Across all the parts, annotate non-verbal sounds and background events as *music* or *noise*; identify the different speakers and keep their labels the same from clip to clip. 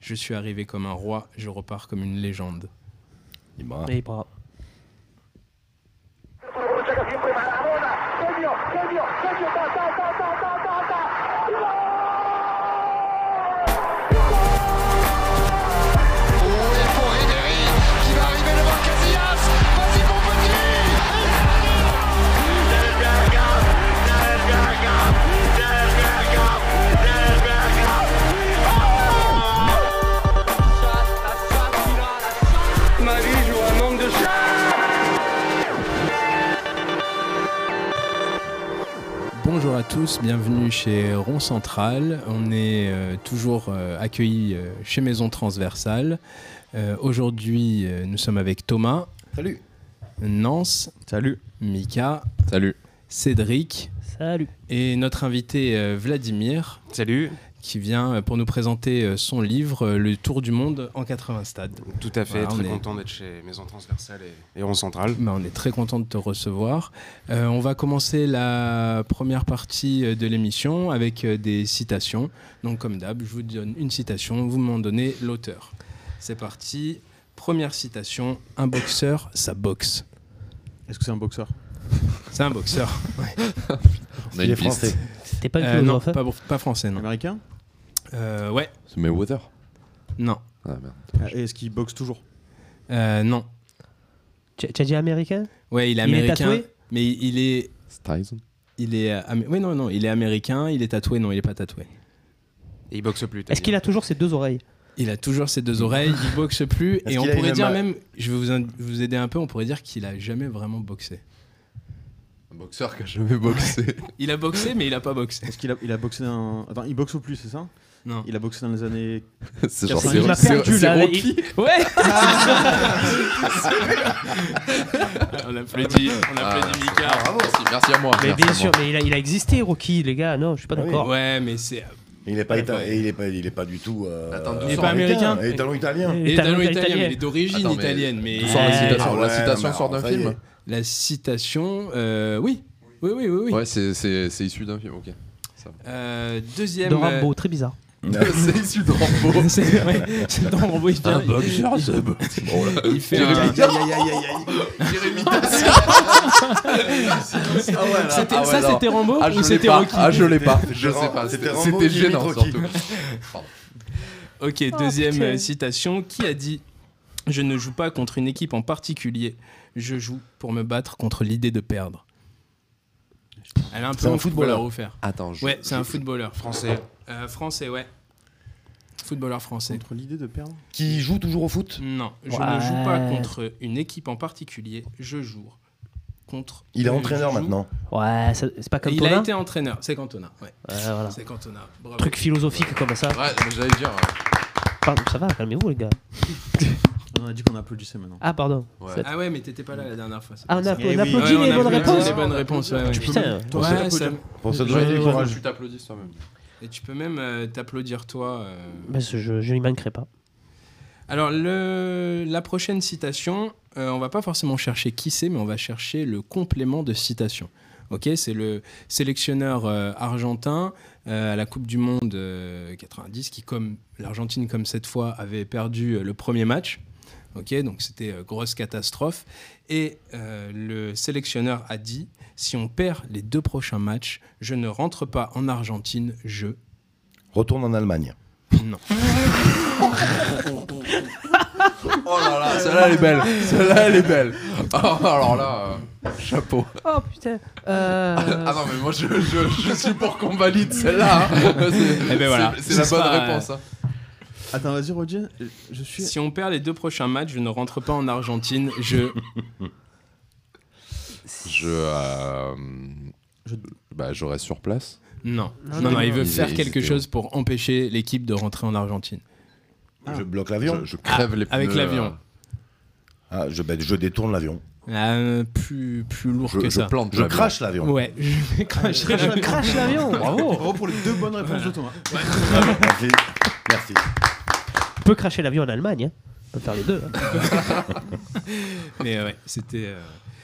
Speaker 1: Je suis arrivé comme un roi, je repars comme une légende.
Speaker 2: Ibra.
Speaker 3: Et bravo.
Speaker 1: Bonjour à tous, bienvenue chez Rond Central. On est euh, toujours euh, accueillis euh, chez Maison Transversale. Euh, Aujourd'hui, euh, nous sommes avec Thomas,
Speaker 2: Salut.
Speaker 1: Nance,
Speaker 2: Salut.
Speaker 1: Mika,
Speaker 2: Salut.
Speaker 1: Cédric
Speaker 3: Salut.
Speaker 1: et notre invité euh, Vladimir
Speaker 4: Salut.
Speaker 1: qui vient euh, pour nous présenter euh, son livre euh, Le Tour du Monde en 80 stades.
Speaker 4: Tout à fait,
Speaker 1: Voilà, on
Speaker 4: très
Speaker 1: est-
Speaker 4: content d'être chez Maison Transversale et, et Rond Central.
Speaker 1: Bah, on est très content de te recevoir. Euh, on va commencer la première partie euh, de l'émission avec euh, des citations. Donc, comme d'hab, je vous donne une citation, vous m'en donnez l'auteur. C'est parti. Première citation Un boxeur, ça boxe.
Speaker 5: Est-ce que c'est un boxeur
Speaker 1: C'est un boxeur.
Speaker 2: On a une piste.
Speaker 3: T'es pas
Speaker 1: Euh,
Speaker 3: le
Speaker 1: non,
Speaker 3: philosophe hein
Speaker 1: pas, pas français, non.
Speaker 5: Américain
Speaker 1: Euh, ouais,
Speaker 2: C'est Mayweather.
Speaker 1: non.
Speaker 2: Ah merde.
Speaker 5: Et est-ce qu'il boxe toujours
Speaker 1: Euh, non.
Speaker 3: Tu tu as dit américain
Speaker 1: Ouais, il est
Speaker 3: Il est
Speaker 1: américain.
Speaker 3: tatoué
Speaker 1: mais il est.
Speaker 2: C'est Tyson.
Speaker 1: Il est. euh, amé- ouais, non, non. Il est américain, il est tatoué, non, il est pas tatoué.
Speaker 4: Et il boxe plus. t'as
Speaker 3: Est-ce
Speaker 4: dit.
Speaker 3: qu'il a toujours ses deux oreilles
Speaker 1: Il a toujours ses deux oreilles, il boxe plus.
Speaker 5: Est-ce
Speaker 1: Et on
Speaker 5: qu'il a
Speaker 1: pourrait
Speaker 5: une
Speaker 1: dire
Speaker 5: ma-
Speaker 1: même, je vais vous, in- vous aider un peu, on pourrait dire qu'il a jamais vraiment boxé.
Speaker 2: Un boxeur qui a jamais *laughs* boxé.
Speaker 1: Il a boxé, mais il a pas boxé.
Speaker 5: Est-ce qu'il a, il a boxé dans. Attends, il boxe au plus, c'est ça
Speaker 1: Non.
Speaker 5: Il a boxé dans les années.
Speaker 2: c'est
Speaker 5: Il
Speaker 2: c'est-
Speaker 5: m'a
Speaker 2: c'est-
Speaker 3: perdu,
Speaker 2: c'est
Speaker 3: là,
Speaker 2: Rocky.
Speaker 1: Ouais *laughs* *laughs* On applaudit, on
Speaker 2: Ah,
Speaker 1: applaudit Mika.
Speaker 2: bravo. Merci, merci à moi.
Speaker 3: Mais
Speaker 2: merci à
Speaker 3: bien sûr,
Speaker 2: moi.
Speaker 3: mais il a, il a existé, Rocky, les gars. Non, je suis pas
Speaker 6: Ah oui.
Speaker 3: d'accord.
Speaker 1: Ouais, mais c'est.
Speaker 6: Il est pas,
Speaker 1: Ouais,
Speaker 6: ita-
Speaker 1: ouais.
Speaker 6: et il est pas, il est pas du tout. euh,
Speaker 2: Attends,
Speaker 1: Il est
Speaker 2: douze
Speaker 1: pas
Speaker 2: ans.
Speaker 1: américain
Speaker 6: Il est italien.
Speaker 3: Et
Speaker 1: Il est
Speaker 3: t'as- t'as
Speaker 1: italiens, mais
Speaker 3: italien.
Speaker 1: il est d'origine
Speaker 2: Attends, mais-
Speaker 1: italienne. Mais
Speaker 2: Tout sort des
Speaker 3: Ouais.
Speaker 2: citations.
Speaker 6: Ah
Speaker 2: La
Speaker 6: ouais,
Speaker 2: citation
Speaker 6: bah,
Speaker 2: sort d'un
Speaker 6: ça y
Speaker 2: film.
Speaker 1: la citation, euh, oui. Oui, oui, oui. oui.
Speaker 2: Ouais, c'est- c'est c'est issu d'un film. Ok.
Speaker 1: Euh, deuxième.
Speaker 3: De
Speaker 1: euh, *laughs*
Speaker 3: Rambo, très bizarre.
Speaker 2: *laughs* c'est issu de Rambo.
Speaker 1: c'est ouais, c'est dans Rambo, il fait un boxeur. Il fait
Speaker 2: Jérémy
Speaker 1: un-
Speaker 2: Jérémy
Speaker 6: Ah,
Speaker 1: C'était- ça, c'était Rambo
Speaker 2: Ah, je
Speaker 1: ou
Speaker 2: l'ai
Speaker 1: c'était
Speaker 2: pas.
Speaker 1: Rocky
Speaker 2: Ah, je l'ai pas. Je
Speaker 6: C'était
Speaker 2: sais pas.
Speaker 6: Rambo
Speaker 2: C'était
Speaker 6: qui
Speaker 2: c'était
Speaker 6: imite
Speaker 2: gênant *laughs*
Speaker 6: Rocky.
Speaker 2: surtout.
Speaker 3: Oh,
Speaker 1: Ok, deuxième euh, citation. Qui a dit Je ne joue pas contre une équipe en particulier, je joue pour me battre contre l'idée de perdre Elle a un
Speaker 6: C'est
Speaker 1: peu
Speaker 6: un
Speaker 1: un footballeur
Speaker 6: footballeur.
Speaker 1: offert.
Speaker 2: Attends. je-
Speaker 1: Ouais, c'est un footballeur.
Speaker 4: Français.
Speaker 1: Euh, français, ouais. Footballeur français.
Speaker 5: Contre l'idée de perdre
Speaker 6: Qui joue toujours au foot
Speaker 1: Non, je ne
Speaker 3: Ouais.
Speaker 1: joue pas contre une équipe en particulier, je joue contre.
Speaker 6: Il est
Speaker 1: euh, je
Speaker 6: entraîneur
Speaker 1: joue-
Speaker 6: maintenant.
Speaker 3: Ouais, ça- c'est pas comme
Speaker 1: Il a
Speaker 3: Thomas.
Speaker 1: été entraîneur, c'est Cantona. Ouais,
Speaker 3: Ouais, voilà.
Speaker 1: c'est Cantona. Bravo.
Speaker 3: Truc philosophique comme ça.
Speaker 2: Ouais, mais j'allais dire. euh,
Speaker 3: Pardon, ça va, calmez-vous, les gars.
Speaker 5: On a dit qu'on applaudissait maintenant.
Speaker 3: Ah, pardon.
Speaker 2: Ouais.
Speaker 3: C'est-
Speaker 1: Ah ouais, mais t'étais pas là la dernière fois. c'est
Speaker 3: Ah,
Speaker 1: pour
Speaker 3: on,
Speaker 1: ça. Ah,
Speaker 3: a- on
Speaker 5: Eh oui.
Speaker 1: Ouais,
Speaker 3: applaudit
Speaker 1: on
Speaker 3: les
Speaker 1: a
Speaker 3: bonnes
Speaker 1: applaudi
Speaker 3: réponses.
Speaker 1: les bonnes réponses. ouais, ouais.
Speaker 3: Putain, hein.
Speaker 1: Ouais,
Speaker 5: c'est la
Speaker 1: ça-
Speaker 5: podium.
Speaker 6: Pour ça,
Speaker 3: Je-
Speaker 6: j'aurais été
Speaker 3: je-
Speaker 6: courageux.
Speaker 2: Tu t'applaudis toi-même.
Speaker 1: Et tu peux même euh, t'applaudir toi. euh.
Speaker 3: mais Bah, ce- je, je n'y manquerai pas.
Speaker 1: Alors le, la prochaine citation, euh, on va pas forcément chercher qui c'est, mais on va chercher le complément de citation. Ok, c'est le sélectionneur euh, argentin euh, à la Coupe du Monde euh, 90 qui, comme l'Argentine comme cette fois, avait perdu euh, le premier match. Ok, donc c'était euh, grosse catastrophe. Et euh, le sélectionneur a dit si on perd les deux prochains matchs, je ne rentre pas en Argentine, je
Speaker 6: Retourne en Allemagne.
Speaker 1: non.
Speaker 2: Oh là là, celle-là elle est belle. Celle-là elle est belle. Ah, alors là, euh, chapeau.
Speaker 3: Oh putain. Euh...
Speaker 2: Ah non, mais moi je, je, je suis pour qu'on valide celle-là. hein. C'est
Speaker 1: Eh ben voilà.
Speaker 2: c'est- c'est la
Speaker 1: Ce
Speaker 2: bonne
Speaker 1: sera,
Speaker 2: réponse. hein.
Speaker 5: Attends, vas-y, Roger. Je suis.
Speaker 1: Si on perd les deux prochains matchs, je ne rentre pas en Argentine. Je.
Speaker 2: Je. euh,
Speaker 5: Je-
Speaker 2: Bah, je reste sur place.
Speaker 1: Non.
Speaker 3: Non,
Speaker 1: Non, non,
Speaker 3: non,
Speaker 1: il veut
Speaker 2: non.
Speaker 1: faire
Speaker 2: Ils- ils
Speaker 1: quelque
Speaker 2: étaient-
Speaker 1: chose pour empêcher l'équipe de rentrer en Argentine.
Speaker 5: Ah.
Speaker 6: Je bloque
Speaker 2: Je,
Speaker 6: l'avion.
Speaker 2: je crève les pneus.
Speaker 1: avec l'avion.
Speaker 6: Ah, je, ben, je détourne l'avion.
Speaker 1: Euh, plus, plus lourd
Speaker 2: Je,
Speaker 1: que
Speaker 2: je
Speaker 1: ça.
Speaker 2: plante.
Speaker 6: Je
Speaker 2: l'avion.
Speaker 6: crache l'avion.
Speaker 1: Ouais, *laughs* je vais cracher.
Speaker 3: Je
Speaker 1: *laughs*
Speaker 3: crache l'avion. Bravo.
Speaker 5: Bravo pour les deux bonnes réponses de Thomas.
Speaker 6: Merci. Merci.
Speaker 3: On peut cracher l'avion en Allemagne. Hein. On peut faire les deux. hein.
Speaker 1: Mais ouais, c'était. euh,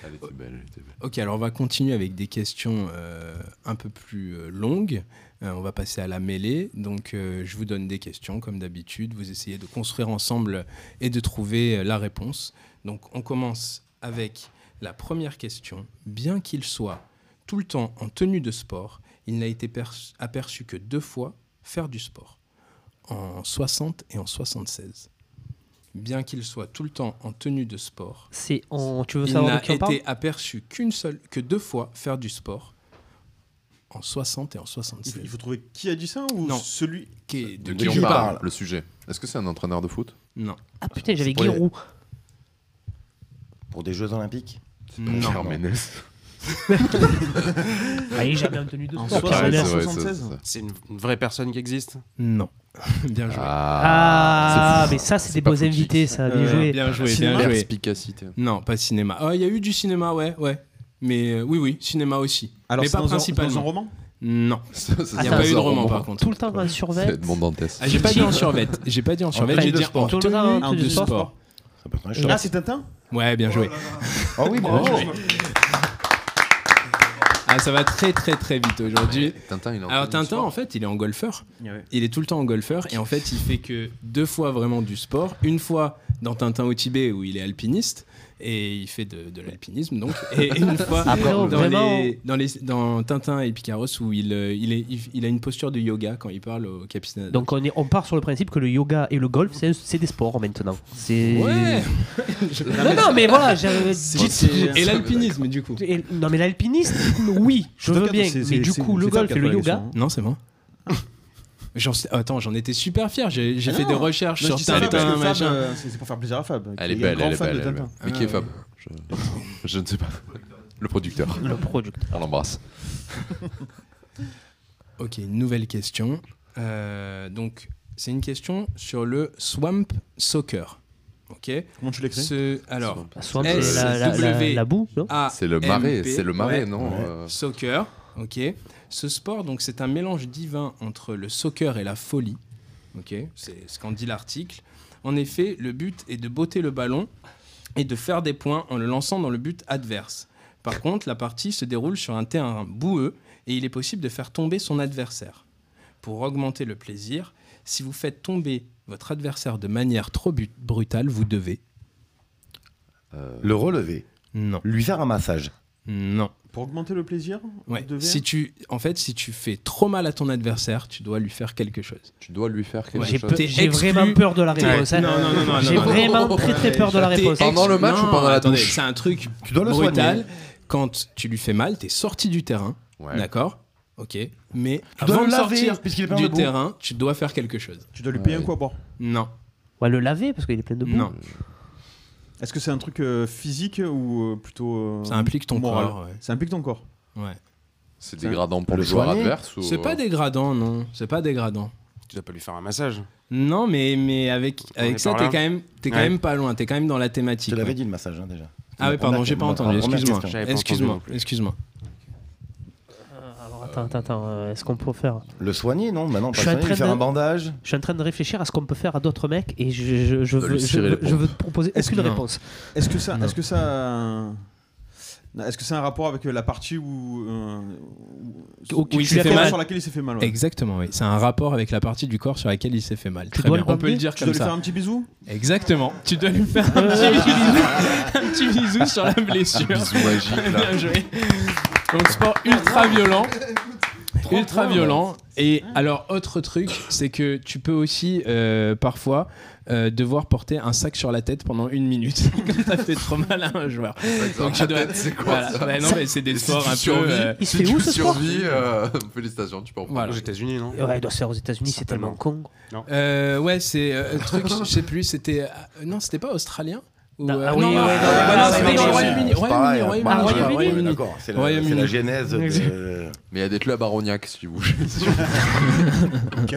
Speaker 2: Elle était belle, elle était belle.
Speaker 1: Ok, alors on va continuer avec des questions euh, un peu plus euh, longues. Euh, on va passer à la mêlée. Donc, euh, je vous donne des questions, comme d'habitude. Vous essayez de construire ensemble et de trouver euh, la réponse. Donc, on commence avec la première question. Bien qu'il soit tout le temps en tenue de sport, il n'a été perçu- aperçu que deux fois faire du sport, en 60 et en 76. Bien qu'il soit tout le temps en tenue de sport,
Speaker 3: C'est en. Tu veux
Speaker 1: il
Speaker 3: savoir
Speaker 1: n'a
Speaker 3: de qui on
Speaker 1: été
Speaker 3: parle
Speaker 1: aperçu qu'une seule, que deux fois faire du sport en 60 et en
Speaker 5: Il faut,
Speaker 1: 76.
Speaker 5: il faut trouver qui a dit ça ou
Speaker 1: Non.
Speaker 5: celui.
Speaker 1: Qui- de
Speaker 2: De
Speaker 1: qui
Speaker 2: qui
Speaker 1: je
Speaker 2: on
Speaker 1: parle
Speaker 2: parle Le sujet. Est-ce que c'est un entraîneur de foot
Speaker 1: Non.
Speaker 3: Ah putain, j'avais
Speaker 6: C'est pour les-
Speaker 3: Giroud.
Speaker 6: Pour des Jeux Olympiques
Speaker 1: Non.
Speaker 2: Herménès.
Speaker 3: Ah, il est jamais en tenue de
Speaker 5: En
Speaker 3: sport.
Speaker 5: soi,
Speaker 2: Ouais,
Speaker 3: Pierre
Speaker 2: c'est
Speaker 5: en
Speaker 3: Ménès.
Speaker 2: vrai,
Speaker 5: 76.
Speaker 2: ça, ça.
Speaker 4: C'est une, une vraie personne qui existe
Speaker 1: Non. *laughs* bien joué.
Speaker 3: Ah,
Speaker 2: c'est- Ah
Speaker 3: mais ça, c'est des
Speaker 2: pas
Speaker 3: beaux
Speaker 2: footix.
Speaker 3: invités, ça. Ah, Bien
Speaker 1: Euh,
Speaker 3: joué.
Speaker 1: Bien joué, bien
Speaker 5: Cinéma
Speaker 1: joué.
Speaker 2: Perspicacité.
Speaker 1: Non, pas cinéma. Ah, Il y a eu du cinéma, ouais, ouais. Mais euh, oui, oui, cinéma aussi. Mais
Speaker 5: c'est
Speaker 1: pas
Speaker 5: dans un-
Speaker 1: principalement.
Speaker 5: Dans un roman
Speaker 1: Non.
Speaker 2: Ça, Ah, ça,
Speaker 1: Il n'y a
Speaker 3: Attends,
Speaker 1: pas eu de
Speaker 2: un
Speaker 1: roman,
Speaker 2: roman.
Speaker 1: par contre.
Speaker 3: Tout le temps dans le survêt.
Speaker 2: C'est Edmond Dantès.
Speaker 1: Ah, j'ai pas dit en survette. J'ai pas dit en survette.
Speaker 3: tenue
Speaker 1: J'ai
Speaker 3: de
Speaker 1: dit
Speaker 3: sport.
Speaker 1: en
Speaker 3: Tout le temps en
Speaker 1: tenue
Speaker 3: tenue
Speaker 1: de
Speaker 3: de sport.
Speaker 1: sport.
Speaker 6: Ça peut être un
Speaker 5: Ah,
Speaker 6: choc.
Speaker 5: c'est Tintin
Speaker 1: Ouais, bien joué.
Speaker 6: Ah
Speaker 1: *laughs*
Speaker 6: oui, bravo
Speaker 1: Ah, ça va très très très vite aujourd'hui.
Speaker 2: Tintin, il est en
Speaker 1: Alors
Speaker 2: tenue de
Speaker 1: Tintin,
Speaker 2: sport.
Speaker 1: en fait, il est en golfeur.
Speaker 5: Ouais.
Speaker 1: Il est tout le temps en golfeur et en fait, il fait que deux fois vraiment du sport. Une fois dans Tintin au Tibet où il est alpiniste et il fait de, de l'alpinisme donc. Et une fois
Speaker 3: Après,
Speaker 1: dans,
Speaker 3: vraiment-
Speaker 1: les- dans les- dans Tintin et Picaros où il, euh, il, est, il, il a une posture de yoga quand il parle au capitaine.
Speaker 3: Donc on, est, on part sur le principe que le yoga et le golf, c'est c'est des sports maintenant. C'est.
Speaker 1: ouais.
Speaker 3: Non, non, mais voilà, j'avais
Speaker 1: Et-
Speaker 3: dit-
Speaker 1: et l'alpinisme du coup.
Speaker 3: Et- Non, mais l'alpiniste, *laughs* oui, je veux
Speaker 5: Stockhausen,
Speaker 3: bien.
Speaker 5: c'est-
Speaker 3: Mais
Speaker 5: c'est-
Speaker 3: du
Speaker 5: c'est-
Speaker 3: coup, le
Speaker 5: c'est
Speaker 3: golf
Speaker 5: ça,
Speaker 3: et le
Speaker 5: la
Speaker 3: yoga.
Speaker 5: question, hein.
Speaker 1: Non, c'est bon. J'en sais- Attends, j'en étais super fier. J'ai j'ai
Speaker 5: Ah
Speaker 1: fait
Speaker 5: non.
Speaker 1: des recherches
Speaker 5: Non, je
Speaker 1: sur
Speaker 5: dis ça parce que
Speaker 1: Tintin,
Speaker 5: Fab,
Speaker 1: machin.
Speaker 5: euh, C'est c'est pour faire plaisir à Fab.
Speaker 2: Elle est
Speaker 5: qui un
Speaker 2: belle,
Speaker 5: grand
Speaker 2: elle est
Speaker 5: fan
Speaker 2: belle.
Speaker 5: de
Speaker 2: elle est belle.
Speaker 5: Tintin. Euh,
Speaker 2: Mais qui est
Speaker 1: Ah,
Speaker 2: Fab je... je ne sais pas. *laughs* Le producteur.
Speaker 3: Le producteur.
Speaker 2: On l'embrasse.
Speaker 1: Ok, une nouvelle question. Euh, donc, c'est une question sur le Swamp Soccer. Ok.
Speaker 5: Comment tu l'écris
Speaker 1: Ce, alors,
Speaker 3: Bah, Soit
Speaker 1: S-
Speaker 3: c'est la, la, la-
Speaker 1: Eh, W.
Speaker 3: la boue, non
Speaker 1: A.
Speaker 2: C'est le
Speaker 1: Ah, M,
Speaker 2: marais,
Speaker 1: P,
Speaker 2: c'est le marais,
Speaker 1: ouais.
Speaker 2: non
Speaker 6: Ouais.
Speaker 2: euh,
Speaker 1: Soccer. Ok. Ce sport, donc, c'est un mélange divin entre le soccer et la folie. Ok. C'est ce qu'en dit l'article. En effet, le but est de botter le ballon et de faire des points en le lançant dans le but adverse. Par contre, la partie se déroule sur un terrain boueux et il est possible de faire tomber son adversaire. Pour augmenter le plaisir, si vous faites tomber votre adversaire de manière trop bu- brutale, vous devez.
Speaker 2: euh,
Speaker 6: Le relever,
Speaker 1: Non.
Speaker 6: lui faire un massage.
Speaker 1: Non.
Speaker 5: Pour augmenter le plaisir
Speaker 1: Ouais.
Speaker 5: de verre
Speaker 1: Si tu, en fait, si tu fais trop mal à ton adversaire, tu dois lui faire quelque chose.
Speaker 2: Tu dois lui faire quelque
Speaker 3: J'ai
Speaker 2: chose.
Speaker 3: peu-
Speaker 1: T'es
Speaker 3: j'ai
Speaker 1: exclu.
Speaker 3: vraiment peur de la réponse. hein.
Speaker 1: non, non, non,
Speaker 3: J'ai
Speaker 1: non, non.
Speaker 3: vraiment très très peur de la
Speaker 1: T'es ex-
Speaker 3: réponse.
Speaker 2: Pendant le match
Speaker 1: Non,
Speaker 2: ou pendant la
Speaker 1: attendez,
Speaker 2: touche
Speaker 1: C'est un truc
Speaker 6: Tu dois le
Speaker 1: brutal.
Speaker 6: soigner.
Speaker 1: Quand tu lui fais mal, t'es sorti du terrain,
Speaker 2: Ouais.
Speaker 1: d'accord Ok. Mais
Speaker 6: Tu dois
Speaker 1: avant
Speaker 6: le
Speaker 1: de
Speaker 6: laver,
Speaker 1: sortir
Speaker 6: puisqu'il est plein de
Speaker 1: du
Speaker 6: boue.
Speaker 1: terrain, tu dois faire quelque chose.
Speaker 5: Tu dois lui payer un
Speaker 2: Ouais.
Speaker 5: coup à boire.
Speaker 1: Non,
Speaker 3: Ouais, le laver parce qu'il est plein de boue.
Speaker 1: non.
Speaker 5: Est-ce que c'est un truc euh, physique ou euh, plutôt. euh,
Speaker 1: Ça implique ton
Speaker 5: moral
Speaker 1: corps. ouais.
Speaker 5: Ça implique ton corps.
Speaker 1: Ouais.
Speaker 2: C'est
Speaker 5: C'est-
Speaker 2: dégradant pour
Speaker 6: Le
Speaker 2: le joueur
Speaker 6: soigner.
Speaker 2: adverse ou... euh,
Speaker 1: C'est pas
Speaker 2: *laughs*
Speaker 1: dégradant, non. C'est pas dégradant.
Speaker 4: Tu dois pas lui faire un massage
Speaker 1: Non, mais, mais avec,
Speaker 4: On
Speaker 1: avec
Speaker 4: est
Speaker 1: ça,
Speaker 4: par
Speaker 1: t'es
Speaker 4: là
Speaker 1: quand, même- t'es quand
Speaker 4: Ouais.
Speaker 1: même pas loin. T'es quand même dans la
Speaker 6: Je
Speaker 1: thématique.
Speaker 6: te l'avais
Speaker 1: ouais.
Speaker 6: dit le massage hein, déjà.
Speaker 1: Ah oui, pardon, j'ai pas entendu. Excuse-moi.
Speaker 4: question. J'avais pas
Speaker 1: Excuse-moi.
Speaker 4: entendu non plus.
Speaker 1: Excuse-moi.
Speaker 3: Euh, Alors attends, attends, attends. euh, Est-ce qu'on peut faire
Speaker 6: Le soigner, non Maintenant,
Speaker 3: Je suis
Speaker 6: pas le
Speaker 3: en
Speaker 6: soigner, lui
Speaker 3: train
Speaker 6: faire un
Speaker 3: de-
Speaker 6: bandage.
Speaker 3: Je suis en train de réfléchir à ce qu'on peut faire à d'autres mecs et je, je, je,
Speaker 2: De lui
Speaker 3: veux, je,
Speaker 2: cirer les
Speaker 3: veux- je
Speaker 2: pompes.
Speaker 3: veux te proposer
Speaker 5: Est-ce
Speaker 3: aucune
Speaker 1: que- non.
Speaker 3: réponse.
Speaker 5: Est-ce que ça.
Speaker 1: Non.
Speaker 5: Est-ce que ça. Non, Est-ce que c'est un rapport avec euh, la partie où. euh, où-
Speaker 3: Où tu
Speaker 5: où
Speaker 1: lui
Speaker 5: s'est
Speaker 1: as fait
Speaker 5: fait
Speaker 1: mal.
Speaker 5: Sur laquelle il s'est fait mal. ouais.
Speaker 1: Exactement, oui. C'est un rapport avec la partie du corps sur laquelle il s'est fait mal.
Speaker 3: Tu
Speaker 1: Très
Speaker 3: dois
Speaker 1: bien.
Speaker 3: le
Speaker 1: On peut
Speaker 3: bander
Speaker 1: le dire
Speaker 5: Tu dois
Speaker 1: comme
Speaker 5: lui
Speaker 1: ça.
Speaker 5: faire un petit bisou
Speaker 1: Exactement. Tu dois lui faire un petit bisou, un petit bisou sur la blessure.
Speaker 2: Bisous magique, là.
Speaker 1: Bien joué. Donc sport ultra violent. Ultra violent. Et alors autre truc, c'est que tu peux aussi euh, parfois euh, devoir porter un sac sur la tête pendant une minute *laughs* quand t'as fait trop mal à un joueur. Donc tu dois.
Speaker 2: C'est quoi
Speaker 1: Voilà.
Speaker 2: ça
Speaker 1: Ouais, non mais c'est des
Speaker 2: Si
Speaker 1: sports
Speaker 2: tu
Speaker 1: un peu.
Speaker 2: survis,
Speaker 1: euh,
Speaker 3: Il se
Speaker 2: Si
Speaker 3: fait où
Speaker 2: tu
Speaker 3: ce sport
Speaker 2: survis, euh, *laughs* félicitations, tu peux en prendre.
Speaker 1: Voilà.
Speaker 4: Aux États-Unis, non
Speaker 3: Ouais, il doit se faire aux États-Unis, c'est tellement con.
Speaker 1: Euh, ouais, c'est euh, un truc, je sais plus, c'était. euh, non, c'était pas australien ou,
Speaker 3: Ah,
Speaker 1: euh,
Speaker 3: ah oui,
Speaker 1: non,
Speaker 3: ouais,
Speaker 1: non,
Speaker 3: ouais,
Speaker 1: non,
Speaker 3: ouais,
Speaker 1: non,
Speaker 3: ouais,
Speaker 1: non, c'était
Speaker 3: ouais,
Speaker 1: dans le
Speaker 3: ouais,
Speaker 1: Royaume-Uni,
Speaker 6: C'est pareil,
Speaker 1: Royaume-Uni,
Speaker 6: hein.
Speaker 1: Royaume-Uni,
Speaker 6: Bah,
Speaker 1: Royaume-Uni,
Speaker 6: ouais,
Speaker 1: Royaume-Uni.
Speaker 6: D'accord, c'est la-
Speaker 1: Royaume-Uni.
Speaker 6: c'est la genèse de.
Speaker 2: Mais il y a des clubs à Rognac, si vous voulez.